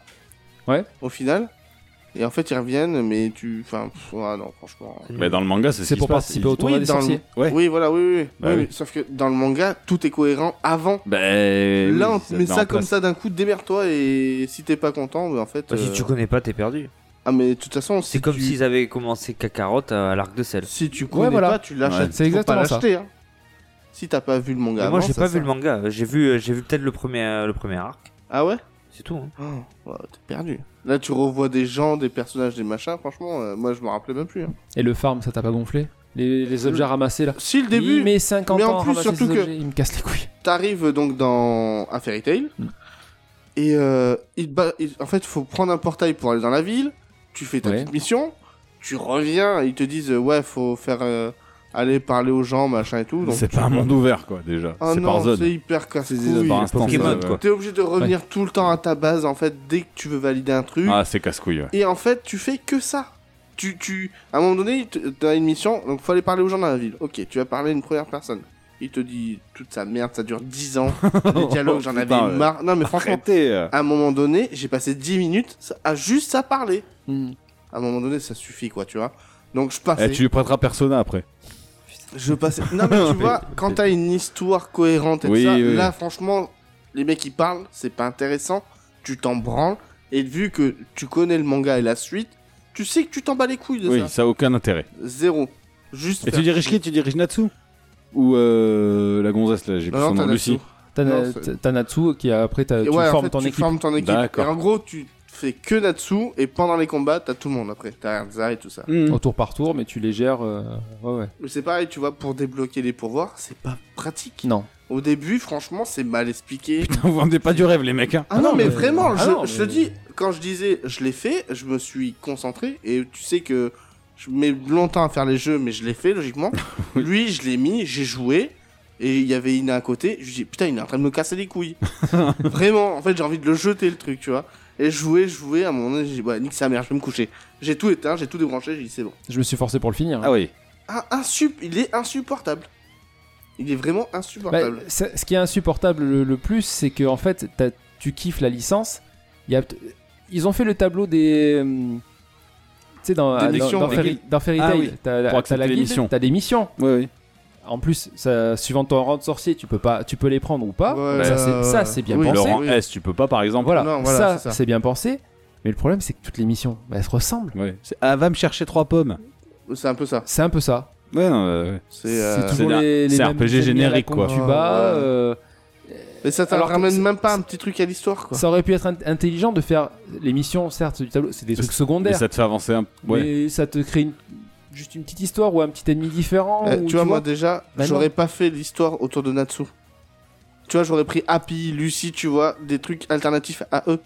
Ouais. Au final. Et en fait, ils reviennent, mais tu. Enfin, pff, ah non, franchement. Mais Ben, dans le manga, c'est ce C'est qui pour se passe. participer au Ils- tournoi Oui, des dans le- sorciers. Ouais. Oui, voilà, oui, oui. Bah oui, oui. oui. Sauf que dans le manga, tout est cohérent avant. Bah, oui, Là, on te c'est met dans ça la comme place. ça d'un coup, démerde-toi et si t'es pas content, bah, en fait. Bah, Si euh, tu connais pas, t'es perdu. Ah, mais de toute façon, C'est si comme tu... Ah, s'ils avaient commencé Kakarot euh, à l'arc de sel. Si tu connais voilà. pas, tu l'achètes. Ouais. C'est Faut pas exactement ça. l'acheter. Hein. Si t'as pas vu le manga Et moi, avant, j'ai ça pas vu sert. le manga. J'ai vu, j'ai vu peut-être le premier, euh, le premier arc. Ah ouais C'est tout. hein. Oh, ouais, T'es perdu. Là, tu revois des gens, des personnages, des machins. Franchement, euh, moi, je m'en rappelais même plus. hein. Et le farm, ça t'a pas gonflé les, les objets ramassés, là. Si le il début. met 50 mais en ans à plus, ramasser surtout ses que- objets, il me casse les couilles. T'arrives donc dans un fairy tale Mm. et euh, il te bat- il- en fait, faut prendre un portail pour aller dans la ville. Tu fais ta Ouais. petite mission, tu reviens. et Ils te disent euh, ouais, faut faire euh, aller parler aux gens, machin et tout. donc C'est tu- pas un monde ouvert, quoi, déjà. Ah c'est par non, c'est zone. hyper casse C'est par instant. Pokémon, ça, ouais. quoi. T'es obligé de revenir tout le temps à ta base en fait dès que tu veux valider un truc. Ah, c'est casse-couille, ouais. Et en fait, tu fais que ça. Tu, tu, à un moment donné, t- t'as une mission, donc faut aller parler aux gens dans la ville. Ok, tu vas parler à une première personne. Il te dit toute sa merde, ça dure 10 *laughs* ans. Les dialogues, j'en avais Putain, ouais. marre. Non, mais franchement, Arrêtez euh. à un moment donné, j'ai passé 10 minutes à juste à parler. Hmm. À un moment donné, ça suffit, quoi, tu vois. Donc je passais. Eh, tu lui prêteras Persona après. Je passais. Non, mais *laughs* tu vois, quand t'as une histoire cohérente et Oui, tout ça, oui. là, franchement, les mecs qui parlent, c'est pas intéressant. Tu t'en branles. Et vu que tu connais le manga et la suite, tu sais que tu t'en bats les couilles de Oui, ça. ça a aucun intérêt. Zéro. Juste. Et faire- tu diriges qui Tu diriges Natsu Ou euh, la gonzesse, là, j'ai plus Non, son non, nom. t'as Lucie. Natsu. T'as Non, Na- c'est- t'as Natsu qui après t'as- Et Euh, tu ouais, en formes fait, ton tu équipe. formes ton équipe. D'accord. Et en gros, tu fais que Natsu. Et pendant les combats, t'as tout le monde après. T'as Erza et tout ça. Hmm. Au tour par tour, mais tu les gères. euh, Ouais, ouais. Mais c'est pareil, tu vois, pour débloquer les pourvoirs, c'est pas pratique. Non. Au début, franchement, c'est mal expliqué. Putain, *laughs* vous vendez pas du rêve, les mecs, hein. Ah, non, non, mais, mais- vraiment, ah je, non, je te mais- dis, quand je disais je l'ai fait, je me suis concentré et tu sais que je mets longtemps à faire les jeux, mais je l'ai fait logiquement. *laughs* Lui, je l'ai mis, j'ai joué et il y avait Ina à côté. Je lui dis putain, il est en train de me casser *laughs* les couilles. vraiment, en fait, j'ai envie de le jeter le truc, tu vois. Et jouer, jouer, à un moment donné, j'ai dit, ouais, nique sa mère, je vais me coucher. J'ai tout éteint, j'ai tout débranché, j'ai dit, c'est bon. Je me suis forcé pour le finir. hein. Ah oui. Ah, insup- il est insupportable. Il est vraiment insupportable. Bah, c'est- ce qui est insupportable le, le plus, c'est que en fait, t'as- tu kiffes la licence. Il y a- ils ont fait le tableau des. hum, Tu sais, dans, Des dans- missions, dans des Fairy- guildes. dans Fairy Ah Tail, oui, t'as la- pour t'as accepter la les guilde, missions. t'as des missions. Ouais, ouais. En plus, ça, suivant ton rang de sorcier, tu peux, pas, tu peux les prendre ou pas. Voilà. Ça, c'est- ça, c'est bien Oui. pensé. Le rang oui. S, tu peux pas, par exemple. Voilà, Non, voilà, c'est ça, ça. c'est bien pensé. Mais le problème, c'est que toutes les missions, bah, elles se ressemblent. Ouais. C'est- Ah, va me chercher trois pommes. C'est un peu ça. C'est un peu ça. Ouais, non, euh, ouais. C'est, euh, Bah, toujours c'est un- les, les c'est un mêmes RPG ennemis à la générique, con quoi. que Tu Oh, bats, ouais. euh, Mais ça te Alors, ramène c'est- même pas un petit truc à l'histoire, quoi. ça aurait pu être int- intelligent de faire les missions, certes, du tableau, c'est des trucs Et secondaires. ça te fait avancer un. Ouais. mais ça te crée une- juste une petite histoire ou un petit ennemi différent. Euh, ou, tu, vois, moi déjà, Bah non. j'aurais pas fait l'histoire autour de Natsu. Tu vois, j'aurais pris Happy, Lucy, tu vois, des trucs alternatifs à eux.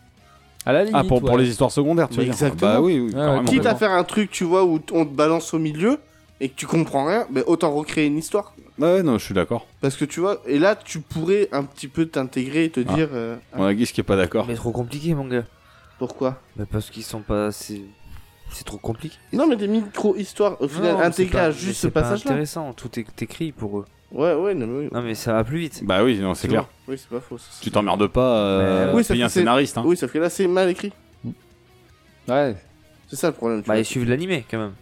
à la limite, Ah, pour, pour ouais. les histoires secondaires, tu Mais veux dire. exactement. Bah oui, oui. Ah, carrément. qui Quitte à Complètement. faire un truc, tu vois, où t- on te balance au milieu et que tu comprends rien, mais autant recréer une histoire. Ouais, non, je suis d'accord. Parce que tu vois, et là, tu pourrais un petit peu t'intégrer et Ah. te dire euh, On a Guise qui est pas d'accord. Mais trop compliqué, mon gars. pourquoi. Bah parce qu'ils sont pas assez. C'est trop compliqué. Non, mais des micro-histoires, au final, Non, mais intégrées c'est pas- à mais juste ce c'est pas Ah, passage-là. intéressant, tout est écrit pour eux. Ouais, ouais, non, mais oui. Non, mais ça va plus vite. Bah oui, non, c'est Tu clair. Oui, c'est pas faux. ça, Tu c'est- t'emmerdes pas euh, Mais, euh, Oui, oui, ça payer un fait- c'est- scénariste. Hein. Oui, sauf que là, c'est mal écrit. Ouais. C'est ça le problème. Tu Bah, vois. ils suivent l'animé quand même.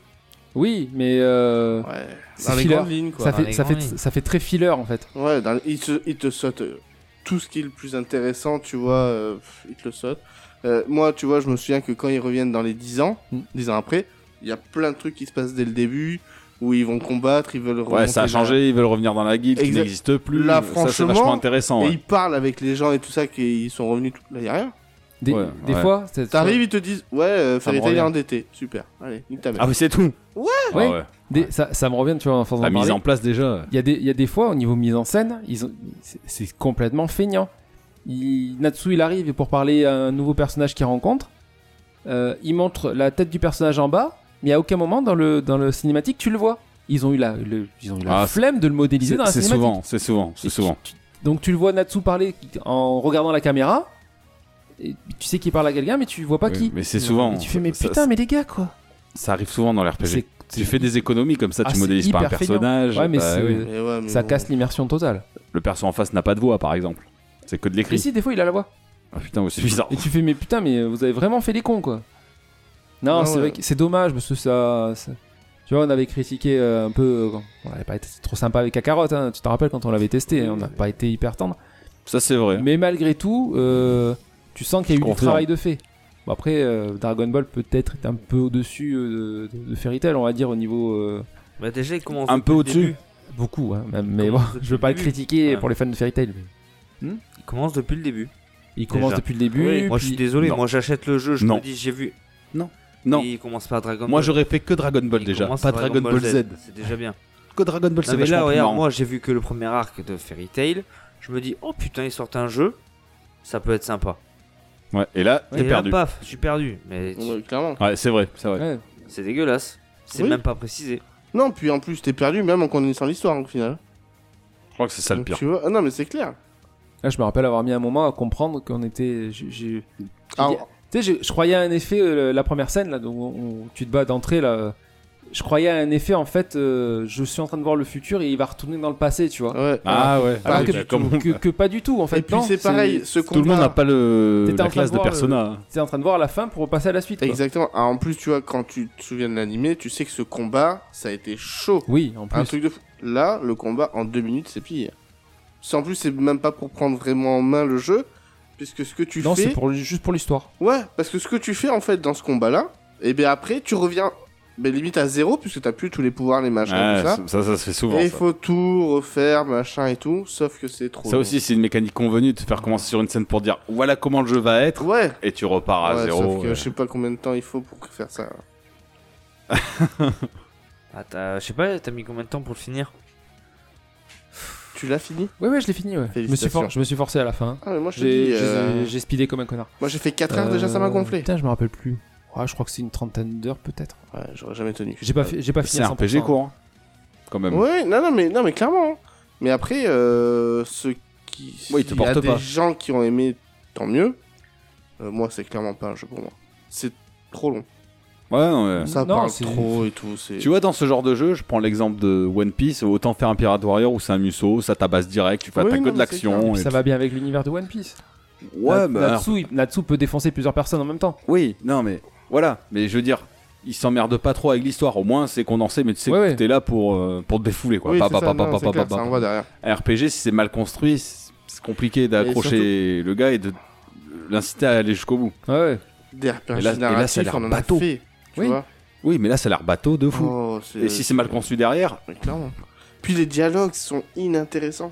Oui, mais euh, Ouais, c'est dans les filler. grandes lignes, quoi. ça, dans fait, les ça, fait, grandes lignes. ça fait très filler en fait. Ouais, dans- il, te, il te saute euh, tout ce qui est le plus intéressant, tu vois, euh, pff, il te le saute. Euh, moi, tu vois, je me souviens que quand ils reviennent dans les 10 ans, Hmm. Mm. 10 ans après, il y a plein de trucs qui se passent dès le début, où ils vont combattre, ils veulent Ouais, ça a remonter changé, ils veulent revenir dans la guilde qui Exact. n'existe plus. Là, ça, c'est franchement, vachement la- intéressant. Et ouais. ils parlent avec les gens et tout ça, qu'ils sont revenus tout... Là, y a rien. Des, Ouais, des ouais. fois, c'est- T'arrives, ils te disent, ouais, euh, Fairy me Tail est revient. endetté. Super. Allez, nique ta mère. Ah, mais c'est tout. Ah Ouais. ouais. des- ça, ça me revient, tu vois, en force La d'en mise parler. en place déjà. Il y, a des- il y a des fois, au niveau mise en scène, ils ont- c'est- c'est complètement feignant. Il- Natsu, il arrive pour parler à un nouveau personnage qu'il rencontre. Euh, il montre la tête du personnage en bas, mais à aucun moment dans le, dans le cinématique, tu le vois. Ils ont eu la, le- ils ont eu la Ah, c'est- flemme de le modéliser C'est dans la c'est cinématique. souvent, c'est souvent, c'est Et souvent. tu- tu- donc tu le vois Natsu parler en regardant la caméra. et tu sais qu'il parle à quelqu'un, mais tu vois pas Oui, qui. mais c'est souvent. Et tu fais, mais Ça- putain, ça- mais les gars, quoi. Ça arrive souvent dans l'RPG. C'est- Tu fais des économies comme ça, Ah, tu c'est modélises pas un hyper feignant. personnage. Ouais, mais bah c'est- oui. Mais ouais, mais Ça bon. casse l'immersion totale. Le perso en face n'a pas de voix, par exemple. C'est que de Mais l'écrit. si, des fois, il a la voix. Ah putain, ouais, c'est bizarre. Et tu fais, mais putain, mais vous avez vraiment fait les cons, quoi. Non, Ah c'est ouais. vrai que c'est dommage, parce que ça. ça- Tu vois, on avait critiqué euh, un peu. euh, On n'avait pas été trop sympa avec la carotte, hein. tu te rappelles quand on l'avait testé, hein, on n'a pas été hyper tendre. Ça, c'est vrai. Mais malgré tout, euh, tu sens qu'il y a eu du Confirme. travail de fait. Bon, après, euh, Dragon Ball peut-être est un peu au-dessus euh, de, de Fairy Tail, on va dire, au niveau. euh, Bah, déjà, ils commencent. Un depuis peu le au-dessus. début. beaucoup, hein, même, mais bon, Commence *laughs* depuis je veux pas le le début. critiquer Ouais. pour les fans de Fairy Tail. mais Ils commencent depuis le début. Il commence Déjà. depuis le début. moi, je suis puis- désolé, Non. moi, j'achète le jeu, je Non. me dis, j'ai vu. Non. Non. Et ils commencent pas à Dragon Ball. Moi, j'aurais fait que Dragon Ball Ils déjà, commencent pas par Dragon Ball Z. C'est déjà bien. Que Dragon Ball, c'est Non, mais là, vachement plus regarde, marrant. moi j'ai vu que le premier arc de Fairy Tail. Je me dis, oh putain, ils sortent un jeu, ça peut être sympa. Ouais, et là, Et t'es là, perdu. paf, je suis perdu. Mais Ouais, clairement. Ouais, c'est vrai, c'est vrai. Ouais. c'est dégueulasse. C'est Oui. même pas précisé. Non, puis en plus, t'es perdu même en connaissant l'histoire, au final. Je crois que c'est ça le Donc, pire. Tu vois, ah non, mais c'est clair. Là, je me rappelle avoir mis un moment à comprendre qu'on était. j'ai- j'ai- Ah, dit- Tu sais, je, je croyais à un effet, euh, la première scène, là, où, on- tu te bats d'entrée, là. Je croyais à un effet, en fait, euh, je suis en train de voir le futur et il va retourner dans le passé, tu vois. ouais. Ah ouais, Pas Ah oui, du bah, tout. comme on- Que, que pas du tout, en fait. Et puis non, c'est pareil, ce combat. tout le monde n'a pas le... T'étais en la train classe de de voir, Persona. T'es en train de voir la fin pour repasser à la suite. quoi. Exactement. Ah, en plus, tu vois, quand tu te souviens de l'animé, tu sais que ce combat, ça a été chaud. Oui, en Un plus. truc de fou. Là, le combat en deux minutes, c'est pire. C'est en plus, c'est même pas pour prendre vraiment en main le jeu, puisque ce que tu Non, fais. c'est pour, le- juste pour l'histoire. Ouais, parce que ce que tu fais en fait dans ce combat-là, et bien après, tu reviens ben, limite à zéro, puisque t'as plus tous les pouvoirs, les machins, Ouais, tout ça. ça, ça se fait souvent. Et il ça. faut tout refaire, machin et tout, sauf que c'est trop. Ça long. aussi, c'est une mécanique convenue de te faire commencer sur une scène pour dire voilà comment le jeu va être, Ouais. et tu repars à Ouais, Ah, zéro. sauf que ouais. je sais pas combien de temps il faut pour faire ça. Ah, t'as- je sais pas, t'as mis combien de temps pour le finir Tu l'as fini Ouais, ouais, je l'ai fini, ouais. Je me, suis for- Félicitations. je me suis forcé à la fin. Ah, mais moi je te J'ai dis. j'ai- euh, j'ai speedé comme un connard. Moi j'ai fait 4 heures déjà, ça m'a Euh, gonflé. Putain, je me rappelle plus. Ouais, je crois que c'est une trentaine d'heures, peut-être. Ouais, j'aurais jamais tenu. J'ai pas, fi- j'ai pas fini C'est à un 100%. RPG court, hein. quand même. Ouais, non, non, mais, non, mais clairement. hein. Mais après, euh, ceux qui. Ouais, il te s'il y a porte des pas. gens qui ont aimé, tant mieux. Euh, moi, c'est clairement pas un jeu pour moi. C'est trop long. Ouais, non, mais- Ça Non, parle c'est- trop et tout. c'est- Tu vois, dans ce genre de jeu, je prends l'exemple de One Piece, autant faire un Pirate Warrior ou c'est un Musso, ça tabasse direct, tu fais Oui, t'as non, que de mais c'est clair. l'action. et Ça tout. va bien avec l'univers de One Piece. Ouais, Na- bah, alors, Natsu, il- Natsu peut défoncer plusieurs personnes en même temps. oui, non, mais voilà, mais je veux dire, ils s'emmerdent pas trop avec l'histoire, au moins c'est condensé, mais tu sais Ouais, que ouais. t'es là pour, euh, pour te défouler, quoi. bah, Oui, Pa, c'est pa, ça, pa, non, pa, c'est pa, clair, pa, ça pa. envoie derrière. Un RPG, si c'est mal construit, c'est c'est compliqué d'accrocher le gars et de l'inciter à aller jusqu'au bout. Ouais, ouais. Des RPG Et là- et là, ça a narratifs, l'air on en a bateau. fait. Tu Oui. vois Oui, mais là, ça a l'air bateau de fou. Oh, c'est- et si c'est mal construit derrière, Mais clairement. Puis les dialogues sont inintéressants.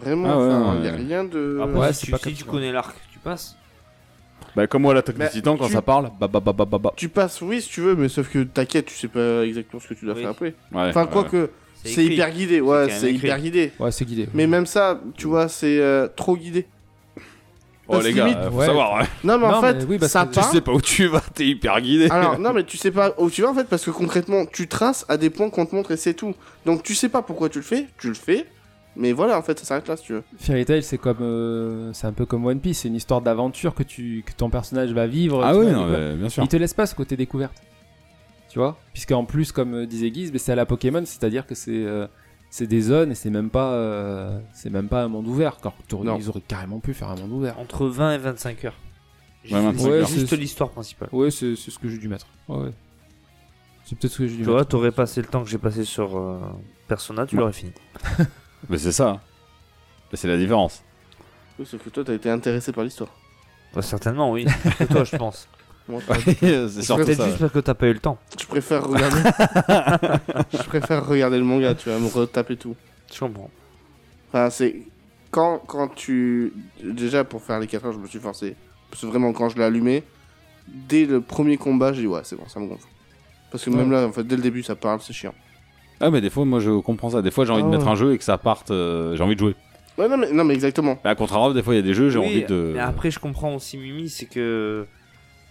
Vraiment, Ah ouais, enfin, ouais. y a rien de. Après, Ouais, si c'est tu, pas si comme tu ça. connais l'arc, tu passes. bah, comme moi, l'attaque Bah, des titans, quand tu- ça parle, bah, bah, bah, bah, bah, bah. Tu passes, oui, si tu veux, mais sauf que t'inquiète, tu sais pas exactement ce que tu dois Oui. faire après. Ouais, Enfin, ouais. quoi que, c'est écrit. hyper guidé. C'est Ouais, quand même c'est écrit. hyper guidé. Ouais, c'est guidé. Mais même ça, tu vois, c'est euh, trop guidé. Oh, les gars, limite, euh, faut ouais. savoir, hein. Non, mais en Non, fait, mais oui, parce ça que- tu part. sais pas où tu vas, t'es hyper guidé. *laughs* Alors, non, mais tu sais pas où tu vas en fait, parce que concrètement, tu traces à des points qu'on te montre et c'est tout. Donc, tu sais pas pourquoi tu le fais, tu le fais, mais voilà, en fait, ça s'arrête là si tu veux. Fairy Tail, c'est comme, euh, c'est un peu comme One Piece, c'est une histoire d'aventure que tu, que ton personnage va vivre. Ah tu oui, vois, non, il va- mais bien sûr. Il te laisse pas ce côté découverte, tu vois, puisque en plus, comme euh, disait Guise, mais c'est à la Pokémon, c'est-à-dire que c'est, euh, c'est des zones et c'est même pas, euh, c'est même pas un monde ouvert. Quand t'aurais- Non. ils auraient carrément pu faire un monde ouvert. Entre 20 et 25 heures. Juste, Ouais, 25 heures. juste Ouais, l'histoire principale. Ouais, c'est, c'est ce que j'ai dû mettre. Ouais, ouais. C'est peut-être ce que j'ai dû Tu mettre. vois, t'aurais passé le temps que j'ai passé sur euh, Persona, tu Ouais. l'aurais fini. Mais c'est ça. Mais C'est la différence. Oui, sauf que toi, t'as été intéressé par l'histoire. Bah, certainement, *laughs* oui. Que toi, je pense. Moi, *laughs* c'est surtout Peut-être ça. juste parce que t'as pas eu le temps. Je préfère regarder. *laughs* je préfère regarder le manga, tu vas me retaper tout. Je comprends. Enfin, c'est. Quand, quand tu. Déjà, pour faire les 4 heures, je me suis forcé. Parce que vraiment, quand je l'ai allumé, dès le premier combat, j'ai dit ouais, c'est bon, ça me gonfle. Parce que même là, en fait, dès le début, ça parle, c'est chiant. Ah, mais des fois, moi, je comprends ça. Des fois, j'ai envie de Ah mettre ouais. un jeu et que ça parte. euh, j'ai envie de jouer. Ouais, non, mais, non, mais exactement. Mais à contrario, des fois, il y a des jeux, j'ai Oui, envie de. Mais après, je comprends aussi Mimi, c'est que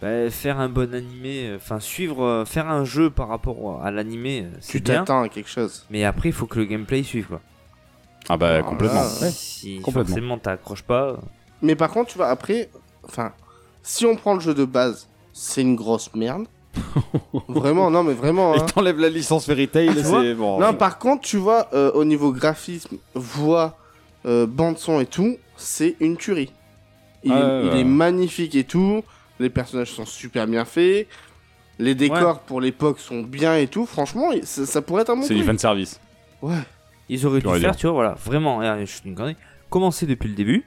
bah, faire un bon animé, euh, enfin suivre, euh, faire un jeu par rapport à l'animé, euh, c'est Tu bien. t'attends à quelque chose. Mais après, il faut que le gameplay suive quoi. Ah, bah, Ah, complètement. là. Ouais, si complètement. forcément t'accroches pas, Mais par contre, tu vois, après. Enfin, si on prend le jeu de base, c'est une *laughs* grosse merde. vraiment, non, mais vraiment. Et hein. t'enlèves la licence Fairy Tail, Ah, Tu c'est Oh, bon. Non, par contre, tu vois, euh, au niveau graphisme, voix, euh, bande-son et tout, c'est une tuerie. Il, Ah est, ouais, il ouais. est magnifique et tout. Les personnages sont super bien faits. Les décors pour l'époque sont bien et tout. Franchement, il- ça, ça pourrait être un bon C'est du truc. fan service. Ouais. ils auraient dû J'aurais faire, dit. tu vois, voilà, vraiment, euh, je suis une connerie. Commencer depuis le début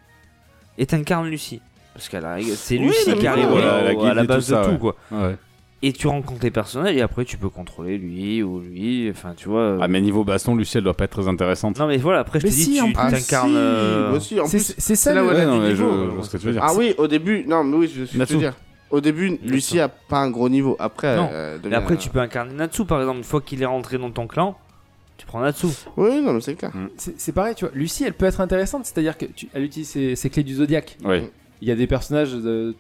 et t'incarnes Lucie. Parce qu'elle arrive- c'est Oui, Lucie mais qui voilà. arrive Voilà, au- la guide à la et base tout ça, de tout ouais. quoi. Ah Ouais. Et tu rencontres tes personnages et après tu peux contrôler lui ou lui, enfin tu vois. euh, Ah, mais niveau baston, Lucie, elle doit pas être très intéressante. Non mais voilà, après je Mais te dis, si, en tu plus. Ah, t'incarnes. si, euh, bah si, en C'est, plus- c'est ça. là le- où elle a Ouais, non, du mais je, niveau, je euh, vois ce que tu veux dire. Ah oui, au début, non, mais oui, je sais ce que je Natsu. veux dire. Au début, Lucie a pas un gros niveau. Après, Non. euh, Mais devient- après, tu peux incarner Natsu par exemple. Une fois qu'il est rentré dans ton clan, tu prends Natsu. euh, Oui, non, mais c'est clair. C'est c'est pareil, tu vois. Lucie, elle peut être intéressante, c'est-à-dire qu'elle utilise ses, ses clés du zodiaque. Oui. Il y a des personnages, de-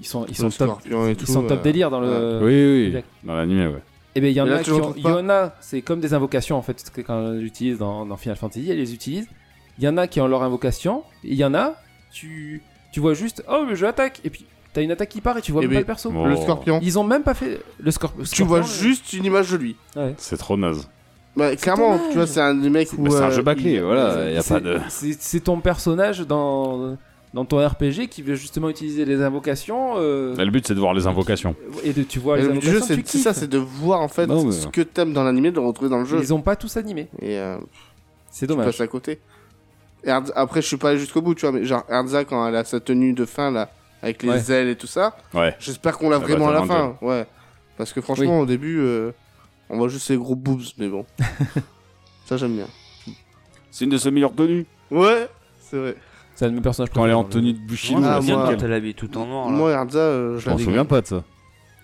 ils sont, ils sont Le top, scorpion et ils tout, sont top euh, délire dans le. Oui, oui, oui. Exact. Dans l'animé, Et ouais. bien, Eh ben, il y en Mais là, a qui tu le ont- retrouves il y pas. en a, c'est comme des invocations en fait, parce que quand on les utilise dans, dans Final Fantasy, elle les utilise. Il y en a qui ont leur invocation, et il y en a, tu, tu vois juste, oh, mais je attaque, et puis t'as une attaque qui part et tu vois Eh même ben, pas le perso. bon. Le scorpion. Ils ont même pas fait le scorp- Oh. scorpion. Tu vois euh, juste une image de lui. C'est trop naze. Bah, clairement, tu vois, c'est un des mecs où. Bah, c'est un euh, jeu bâclé, il- voilà. Y a c'est- pas de. C'est c'est ton personnage dans, dans ton RPG qui veut justement utiliser les invocations. euh, Le but, c'est de voir les invocations. et de, tu vois Et les le but du jeu, invocations. c'est tu c'est ça, kiffes. c'est de voir en fait Non, mais- ce que t'aimes dans l'animé, de le retrouver dans le jeu. Ils ont pas tous animé. Et euh, tu C'est passes dommage. à côté. Et Erz- Après, je suis pas allé jusqu'au bout, tu vois, mais genre Erza, quand elle a sa tenue de fin là, avec les Ouais. ailes et tout ça, Ouais. j'espère qu'on l'a bah, vraiment à la t'as fin. Ouais. Parce que franchement, au début, euh, on voit juste ses gros boobs, mais bon. *laughs* ça, j'aime bien. C'est une de ses meilleures tenues. Ouais, c'est vrai. C'est un de mes personnages Quand elle est en préférés dans le- tenue de Bushido, Ah, là, Moi, c'est moi- nickel. quand elle habille tout en noir. là. Moi, Erza, euh, Je je la m'en dégueule. souviens pas de ça.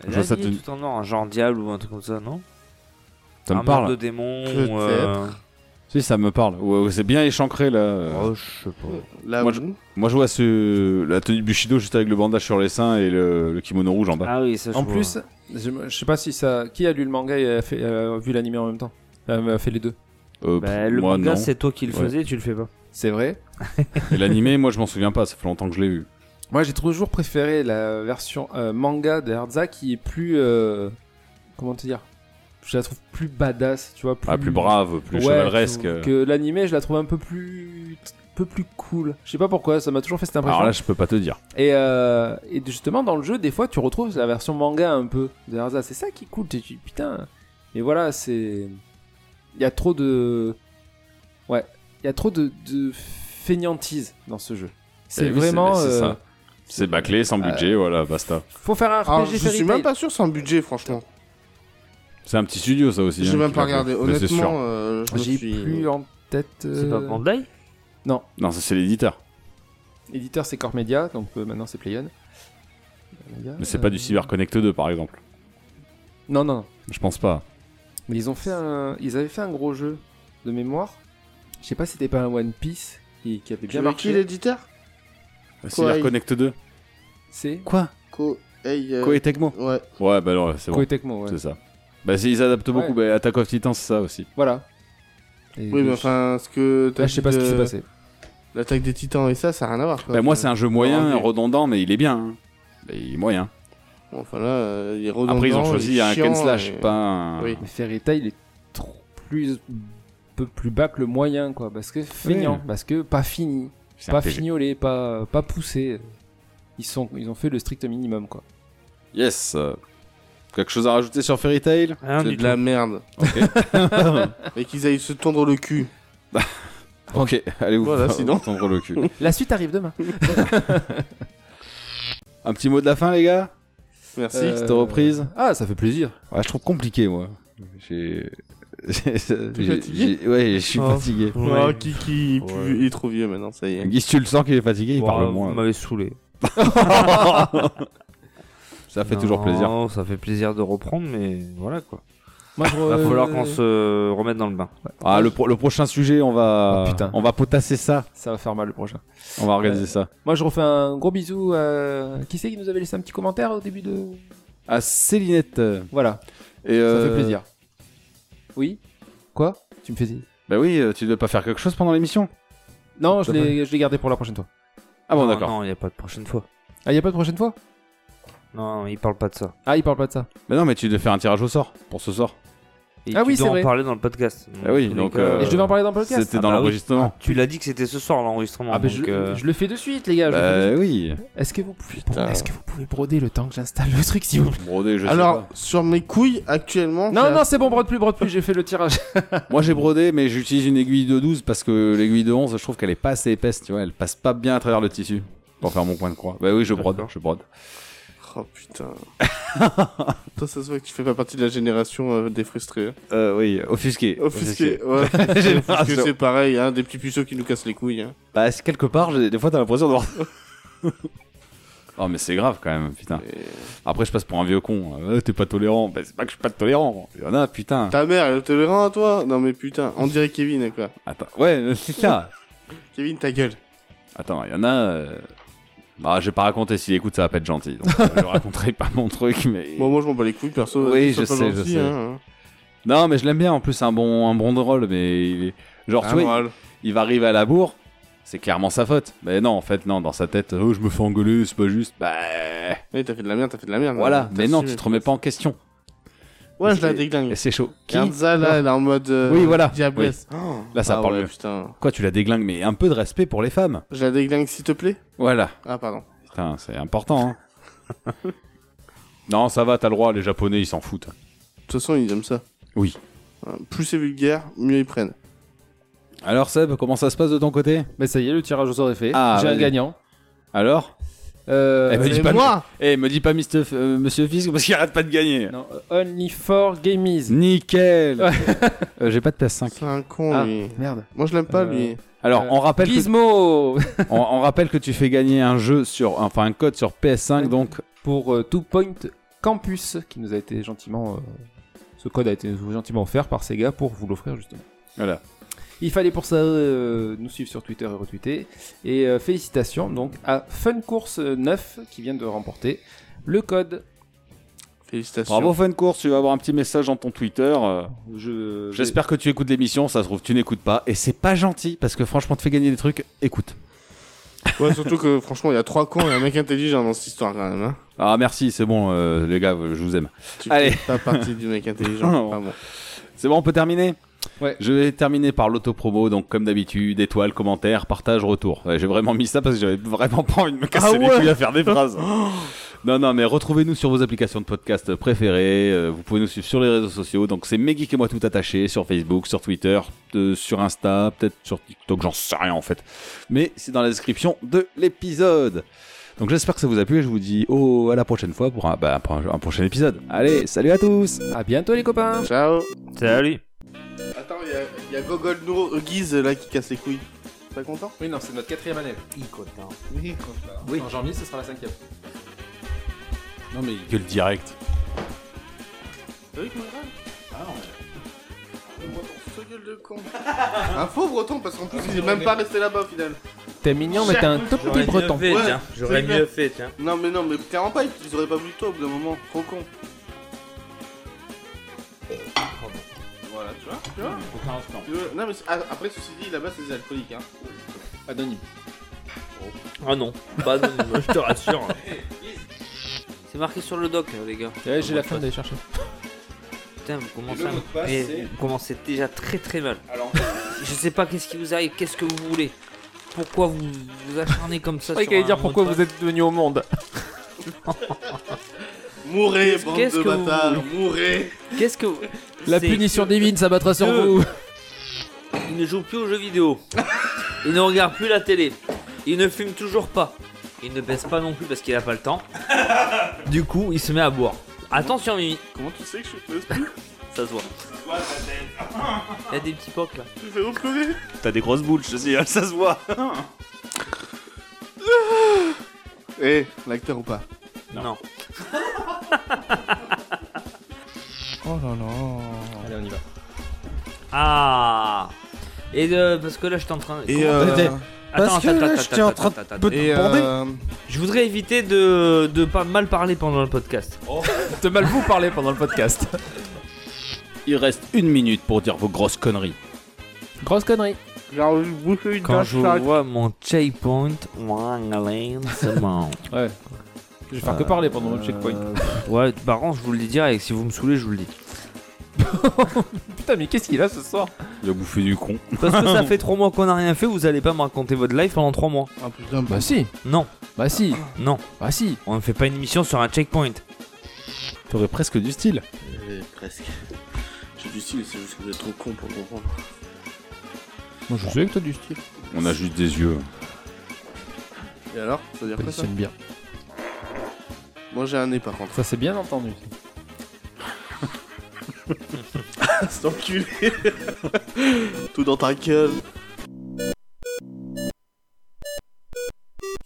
elle je est sais habillée tenue. tout en noir, genre diable ou un truc comme ça, non Ça Ah, Un me parle. de démon. Peut-être. ou, euh, Si, ça me parle. Ouais, ouais, c'est bien échancré là. Oh, je sais pas. Là, Moi, je- où- Moi, je vois ce... la tenue de Bushido juste avec le bandage sur les seins et le, le kimono rouge en bas. Ah oui, ça je En vois. plus, je, je sais pas si ça. Qui a lu le manga et a, fait- a vu l'animé en même temps Euh, a fait les deux. Euh, Bah, pff, le moi, manga, non. c'est toi qui le Ouais. faisais, tu le fais pas. C'est vrai. Et l'animé, moi, je m'en souviens pas. Ça fait longtemps que je l'ai eu. Moi, j'ai toujours préféré la version euh, manga de Herza qui est plus. euh, comment te dire Je la trouve plus badass, tu vois. Plus, Ah, Mm. plus brave, plus Ouais, chevaleresque. que- Que l'animé, je la trouve un peu plus un peu plus cool. Je sais pas pourquoi, ça m'a toujours fait cette impression. Alors là, je peux pas te dire. Et, euh, et justement, dans le jeu, des fois, tu retrouves la version manga un peu de Hansa. C'est ça qui est cool. Tu te dis, putain. Et voilà, c'est. Il y a trop de. Ouais. Il y a trop de, de fainéantise dans ce jeu. C'est Eh oui, vraiment. c'est- c'est euh, ça. C'est bâclé, sans Euh, budget, voilà, basta. Faut faire un Alors, RPG Ah, je Fairy suis même Tail. pas sûr sans budget, franchement. C'est un petit studio, ça aussi. J'ai hein, même qui pas l'a regardé. fait. Mais c'est sûr. Honnêtement, euh, je me J'ai suis- plus en tête. C'est pas euh, Bandai Non. Non, ça, c'est l'éditeur. euh, Éditeur, c'est Core Media. Donc euh, maintenant, c'est Playon. Mais c'est Euh. pas du CyberConnect 2, par exemple. Non, non, non. Je pense pas. Mais ils ont fait un... Ils avaient fait un gros jeu de mémoire. Je sais pas si c'était pas un One Piece qui, qui avait Tu bien veux qui marché. l'éditeur CyberConnect 2. C'est Quoi Ko- hey, euh, Koei Tecmo Ouais. Ouais, bah non, c'est bon. Koei Tecmo, ouais. C'est ça. Bah, c'est- ils adaptent beaucoup. Bah, Attack of Titan, c'est ça aussi. Voilà. Et Oui, mais je- enfin, ce que. t'as Ah, Là, je sais pas ce dit qui s'est de- passé. L'attaque des titans et ça, ça a rien à voir. quoi. Euh, Bah, moi, c'est un jeu moyen, ok. redondant, mais il est bien. hein. Bah, il est moyen. Bon, Enfin là, euh, il est redondant. Après, ils ont il est choisi un chiant, Ken Slash, et- pas un. Oui. Mais Fairy Tail est trop plus un peu plus bas que le moyen quoi parce que feignant parce que pas fini C'est un pas PG. fignolé pas pas poussé ils sont ils ont fait le strict minimum quoi Yes. euh, Quelque chose à rajouter sur Fairy Tail Rien C'est du de tout. la *laughs* merde. *laughs* Et qu'ils aillent se tondre le cul. Ah. Ok, allez vous Voilà, sinon. *laughs* tendre le cul. la suite arrive demain Un petit mot de la fin, les gars Merci. Euh, Cette reprise ah ça fait plaisir Ouais, je trouve compliqué, moi. J'ai. *laughs* j'ai- fatigué j'ai- Ouais, je suis Oh. fatigué. Oh, Kiki, il, est plus- Ouais. il est trop vieux maintenant, ça y est. Guy, tu le sens qu'il est fatigué, il Oh, Ouah, parle Bah, Vous *laughs* moins. m'avez saoulé. Ça fait toujours plaisir. Non, ça fait plaisir de reprendre, mais voilà quoi. moi *laughs* je Va re- falloir qu'on se remette dans le bain. Ah, le, pro- le prochain sujet, on va. Oh, putain. On va potasser ça. ça va faire mal le prochain On va organiser Euh. ça. moi je refais un gros bisou à qui c'est qui nous avait laissé un petit commentaire au début de À Célinette. euh, voilà Et euh, ça fait plaisir oui quoi tu me fais Bah oui, euh, tu dois pas faire quelque chose pendant l'émission. non je l'ai je l'ai gardé pour la prochaine fois Ah bon, Non, d'accord. Non, il n'y a pas de prochaine fois. ah y a pas de prochaine fois Non, il parle pas de ça. ah il parle pas de ça Mais non, mais tu dois faire un tirage au sort pour ce sort. Et Ah tu oui, dois c'est en vrai. parler dans le podcast. Ah oui, tous donc, les cas, euh, Et je devais en parler dans le podcast. C'était ah dans bah oui. l'enregistrement. Tu l'as dit que c'était ce soir l'enregistrement. Ah bah donc, je, euh, je le fais de suite les gars. Ah, je le fais de Bah suite. oui. Est-ce que vous pouvez est-ce que vous pouvez broder le temps que j'installe le truc si vous plaît Brodé, je sais Alors, pas. sur mes couilles, actuellement. Non j'ai- non c'est bon brode plus brode plus j'ai fait le *laughs* tirage. Moi j'ai brodé, mais j'utilise une aiguille de 12 parce que l'aiguille de 11, je trouve qu'elle est pas assez épaisse, tu vois, elle passe pas bien à travers le tissu pour faire mon point de croix. Bah oui, je brode, je brode. Oh *laughs* putain. Toi, ça se voit que tu fais pas partie de la génération euh, des frustrés. Euh, oui, offusqué. Offusqués. Ouais. *laughs* Parce que c'est pareil, hein, des petits puceaux qui nous cassent les couilles. hein. Bah c'est quelque part, j'ai- des fois t'as l'impression d'avoir. oh mais c'est grave quand même, putain. Et- Après je passe pour un vieux con. Euh, T'es pas tolérant. Bah c'est pas que je suis pas tolérant. Il y en a, putain. Ta mère, elle est tolérante, toi Non, mais putain, on dirait Kevin, quoi. Attends, ouais, *laughs* c'est ça. Kevin, ta gueule. Attends, il y en a. euh, Bah, j'ai pas raconté. S'il écoute, ça va pas être *laughs* gentil. Donc, euh, je raconterai pas mon truc, mais. Bon, moi, je m'en bats les couilles, perso. Oui, ils sont je pas sais, je gentils, sais. hein. Non, mais je l'aime bien. En plus, c'est un bon, un bon drôle, mais il est. Genre, Ah, tu vois, il- moral. il va arriver à la bourre, c'est clairement sa faute. Mais non, en fait, non, dans sa tête, oh, je me fais engueuler, c'est pas juste. Bah, Oui, t'as fait de la merde, Ah, t'as fait de la merde. voilà. hein. Mais non, T'assumes. tu te remets pas en question. Ouais, je la déglingue. Et c'est chaud. Qui Kenza, là, elle est en mode. euh, Oui, voilà. Diablesse. Oh. Là, ça Ah parle ouais, mieux. putain. Quoi, tu la déglingues, mais un peu de respect pour les femmes. Je la déglingue, s'il te plaît Voilà. Ah, pardon. Putain, *laughs* c'est important, hein. non, ça va, t'as le droit, les Japonais, ils s'en foutent. De toute façon, ils aiment ça. Oui. Euh, Plus c'est vulgaire, mieux ils prennent. Alors, Seb, comment ça se passe de ton côté Mais ça y est le tirage au sort est fait. Ah, j'ai un vas-y. gagnant. Alors Euh, Eh ben, dis Et pas moi Eh, me dis pas Mr. F- euh, Monsieur Fisk parce qu'il arrête pas de gagner. non, euh, Only for Gamies. Nickel Euh, J'ai pas de PS5. C'est un con, Ah. lui. Merde. Moi, je l'aime pas, Euh, lui. Alors, Euh, on, rappelle que, Gizmo *laughs* on, on rappelle que tu fais gagner un jeu sur. Enfin, un code sur PS5, donc. pour euh, Two Point Campus qui nous a été gentiment euh, ce code a été gentiment offert par Sega pour vous l'offrir justement. Voilà. Il fallait pour ça euh, nous suivre sur Twitter et retweeter. Et euh, félicitations donc à FunCourse9 qui vient de remporter le code. Félicitations. Bravo, Fun Course, tu vas avoir un petit message dans ton Twitter. euh, Je- J'espère que tu écoutes l'émission, ça se trouve, tu n'écoutes pas. Et c'est pas gentil parce que franchement, te fais gagner des trucs, écoute. Ouais, surtout que franchement, il y a trois cons et un mec intelligent dans cette histoire quand même. Hein. Ah merci, c'est bon euh, les gars, je vous aime. Tu Allez. fais pas partie du mec *laughs* Non. intelligent. Ah bon. C'est bon, on peut terminer Ouais. Je vais terminer par l'autopromo, donc comme d'habitude, étoiles, commentaires, partage, retour. Ouais, J'ai vraiment mis ça parce que j'avais vraiment pas envie de me casser les couilles à faire des phrases. *gasps* non, non, mais retrouvez-nous sur vos applications de podcast préférées. euh, vous pouvez nous suivre sur les réseaux sociaux. Donc c'est Mes Geeks et moi tout attaché sur Facebook, sur Twitter, euh, sur Insta, peut-être sur TikTok, j'en sais rien en fait. Mais c'est dans la description de l'épisode. Donc j'espère que ça vous a plu et je vous dis oh, à la prochaine fois pour un- bah, pour un- un prochain épisode. Allez, salut à tous À bientôt les copains. Ciao. Salut. Attends, il y a, il y a Gogol no, euh, Guise là qui casse les couilles. T'es content Oui, non, c'est notre quatrième année. Oui, Oui. En janvier, ce sera la cinquième. Non mais gueule direct. T'as vu comment il râle Ah non. Ce gueule de con. *laughs* un faux breton parce qu'en plus il est même pas resté là-bas au final. T'es mignon, mais t'es un tout petit breton. fait, Ouais, tiens. c'est clair. fait, tiens. Non mais non mais clairement pas, ils auraient pas voulu toi au bout d'un moment, trop con. Voilà, tu vois, tu vois, Tu vois Non mais c'est- ah, après ceci dit, là-bas c'est des alcooliques hein. Anonyme. Ah non, pas non, moi, je te rassure. *laughs* C'est marqué sur le doc, euh, les gars. Ouais, Eh, j'ai la faim d'aller chercher. Putain, vous commencez, Et le à mot de passe, mais c'est- vous commencez déjà très très mal. Alors- *laughs* je sais pas qu'est-ce qui vous arrive, qu'est-ce que vous voulez. Pourquoi vous vous acharnez comme ça Je croyais sur qu'elle allait un dire mot pourquoi de vous êtes venu au monde. Mourez, bande qu'est-ce de que vous bâtards, mourez passe. Qu'est-ce que vous- La C'est- punition divine s'abattra sur Deux. vous. Il ne joue plus aux jeux vidéo. Il ne regarde plus la télé. Il ne fume toujours pas. Il ne baisse pas non plus parce qu'il a pas le temps. Du coup, il se met à boire. Attention, Mimi, Comment tu sais que je suis esprit *laughs* ça se voit. Il y a des petits pocs là. Tu fais replorer T'as des grosses boules, je sais, ça se voit. Eh, l'acteur ou pas Non. Oh là là. Allez, on y va. Ah. Et euh, parce que là, je suis en train. Et Comment- euh... Attends, parce que attends, là, attends, j'étais en attends, train attends, attends. Et euh... Je voudrais éviter de, de pas mal parler pendant le podcast. De mal vous parler pendant le podcast. Il reste une minute pour dire vos grosses conneries. Grosse connerie. J'ai envie de bouffer une Quand je vois mon checkpoint, c'est mort. Ouais. Je vais faire que parler pendant mon checkpoint. Ouais, par contre, je vous le dis direct, si vous me saoulez, je vous le dis. Putain, mais qu'est-ce qu'il a ce soir Il a bouffé du con. Parce que ça fait 3 mois qu'on a rien fait, vous allez pas me raconter votre live pendant 3 mois. Ah putain, Bah si, Non, bah si, non, bah si. on ne fait pas une émission sur un checkpoint. T'aurais presque du style. Eh, Presque. J'ai du style, c'est juste que vous êtes trop con pour comprendre. Moi je sais que t'as du style. On a juste des yeux. hein. Et alors Ça veut dire quoi ça Positionne bien. Moi j'ai un nez par contre. *laughs* Ça c'est bien entendu. C'est enculé *laughs* Tout dans ta gueule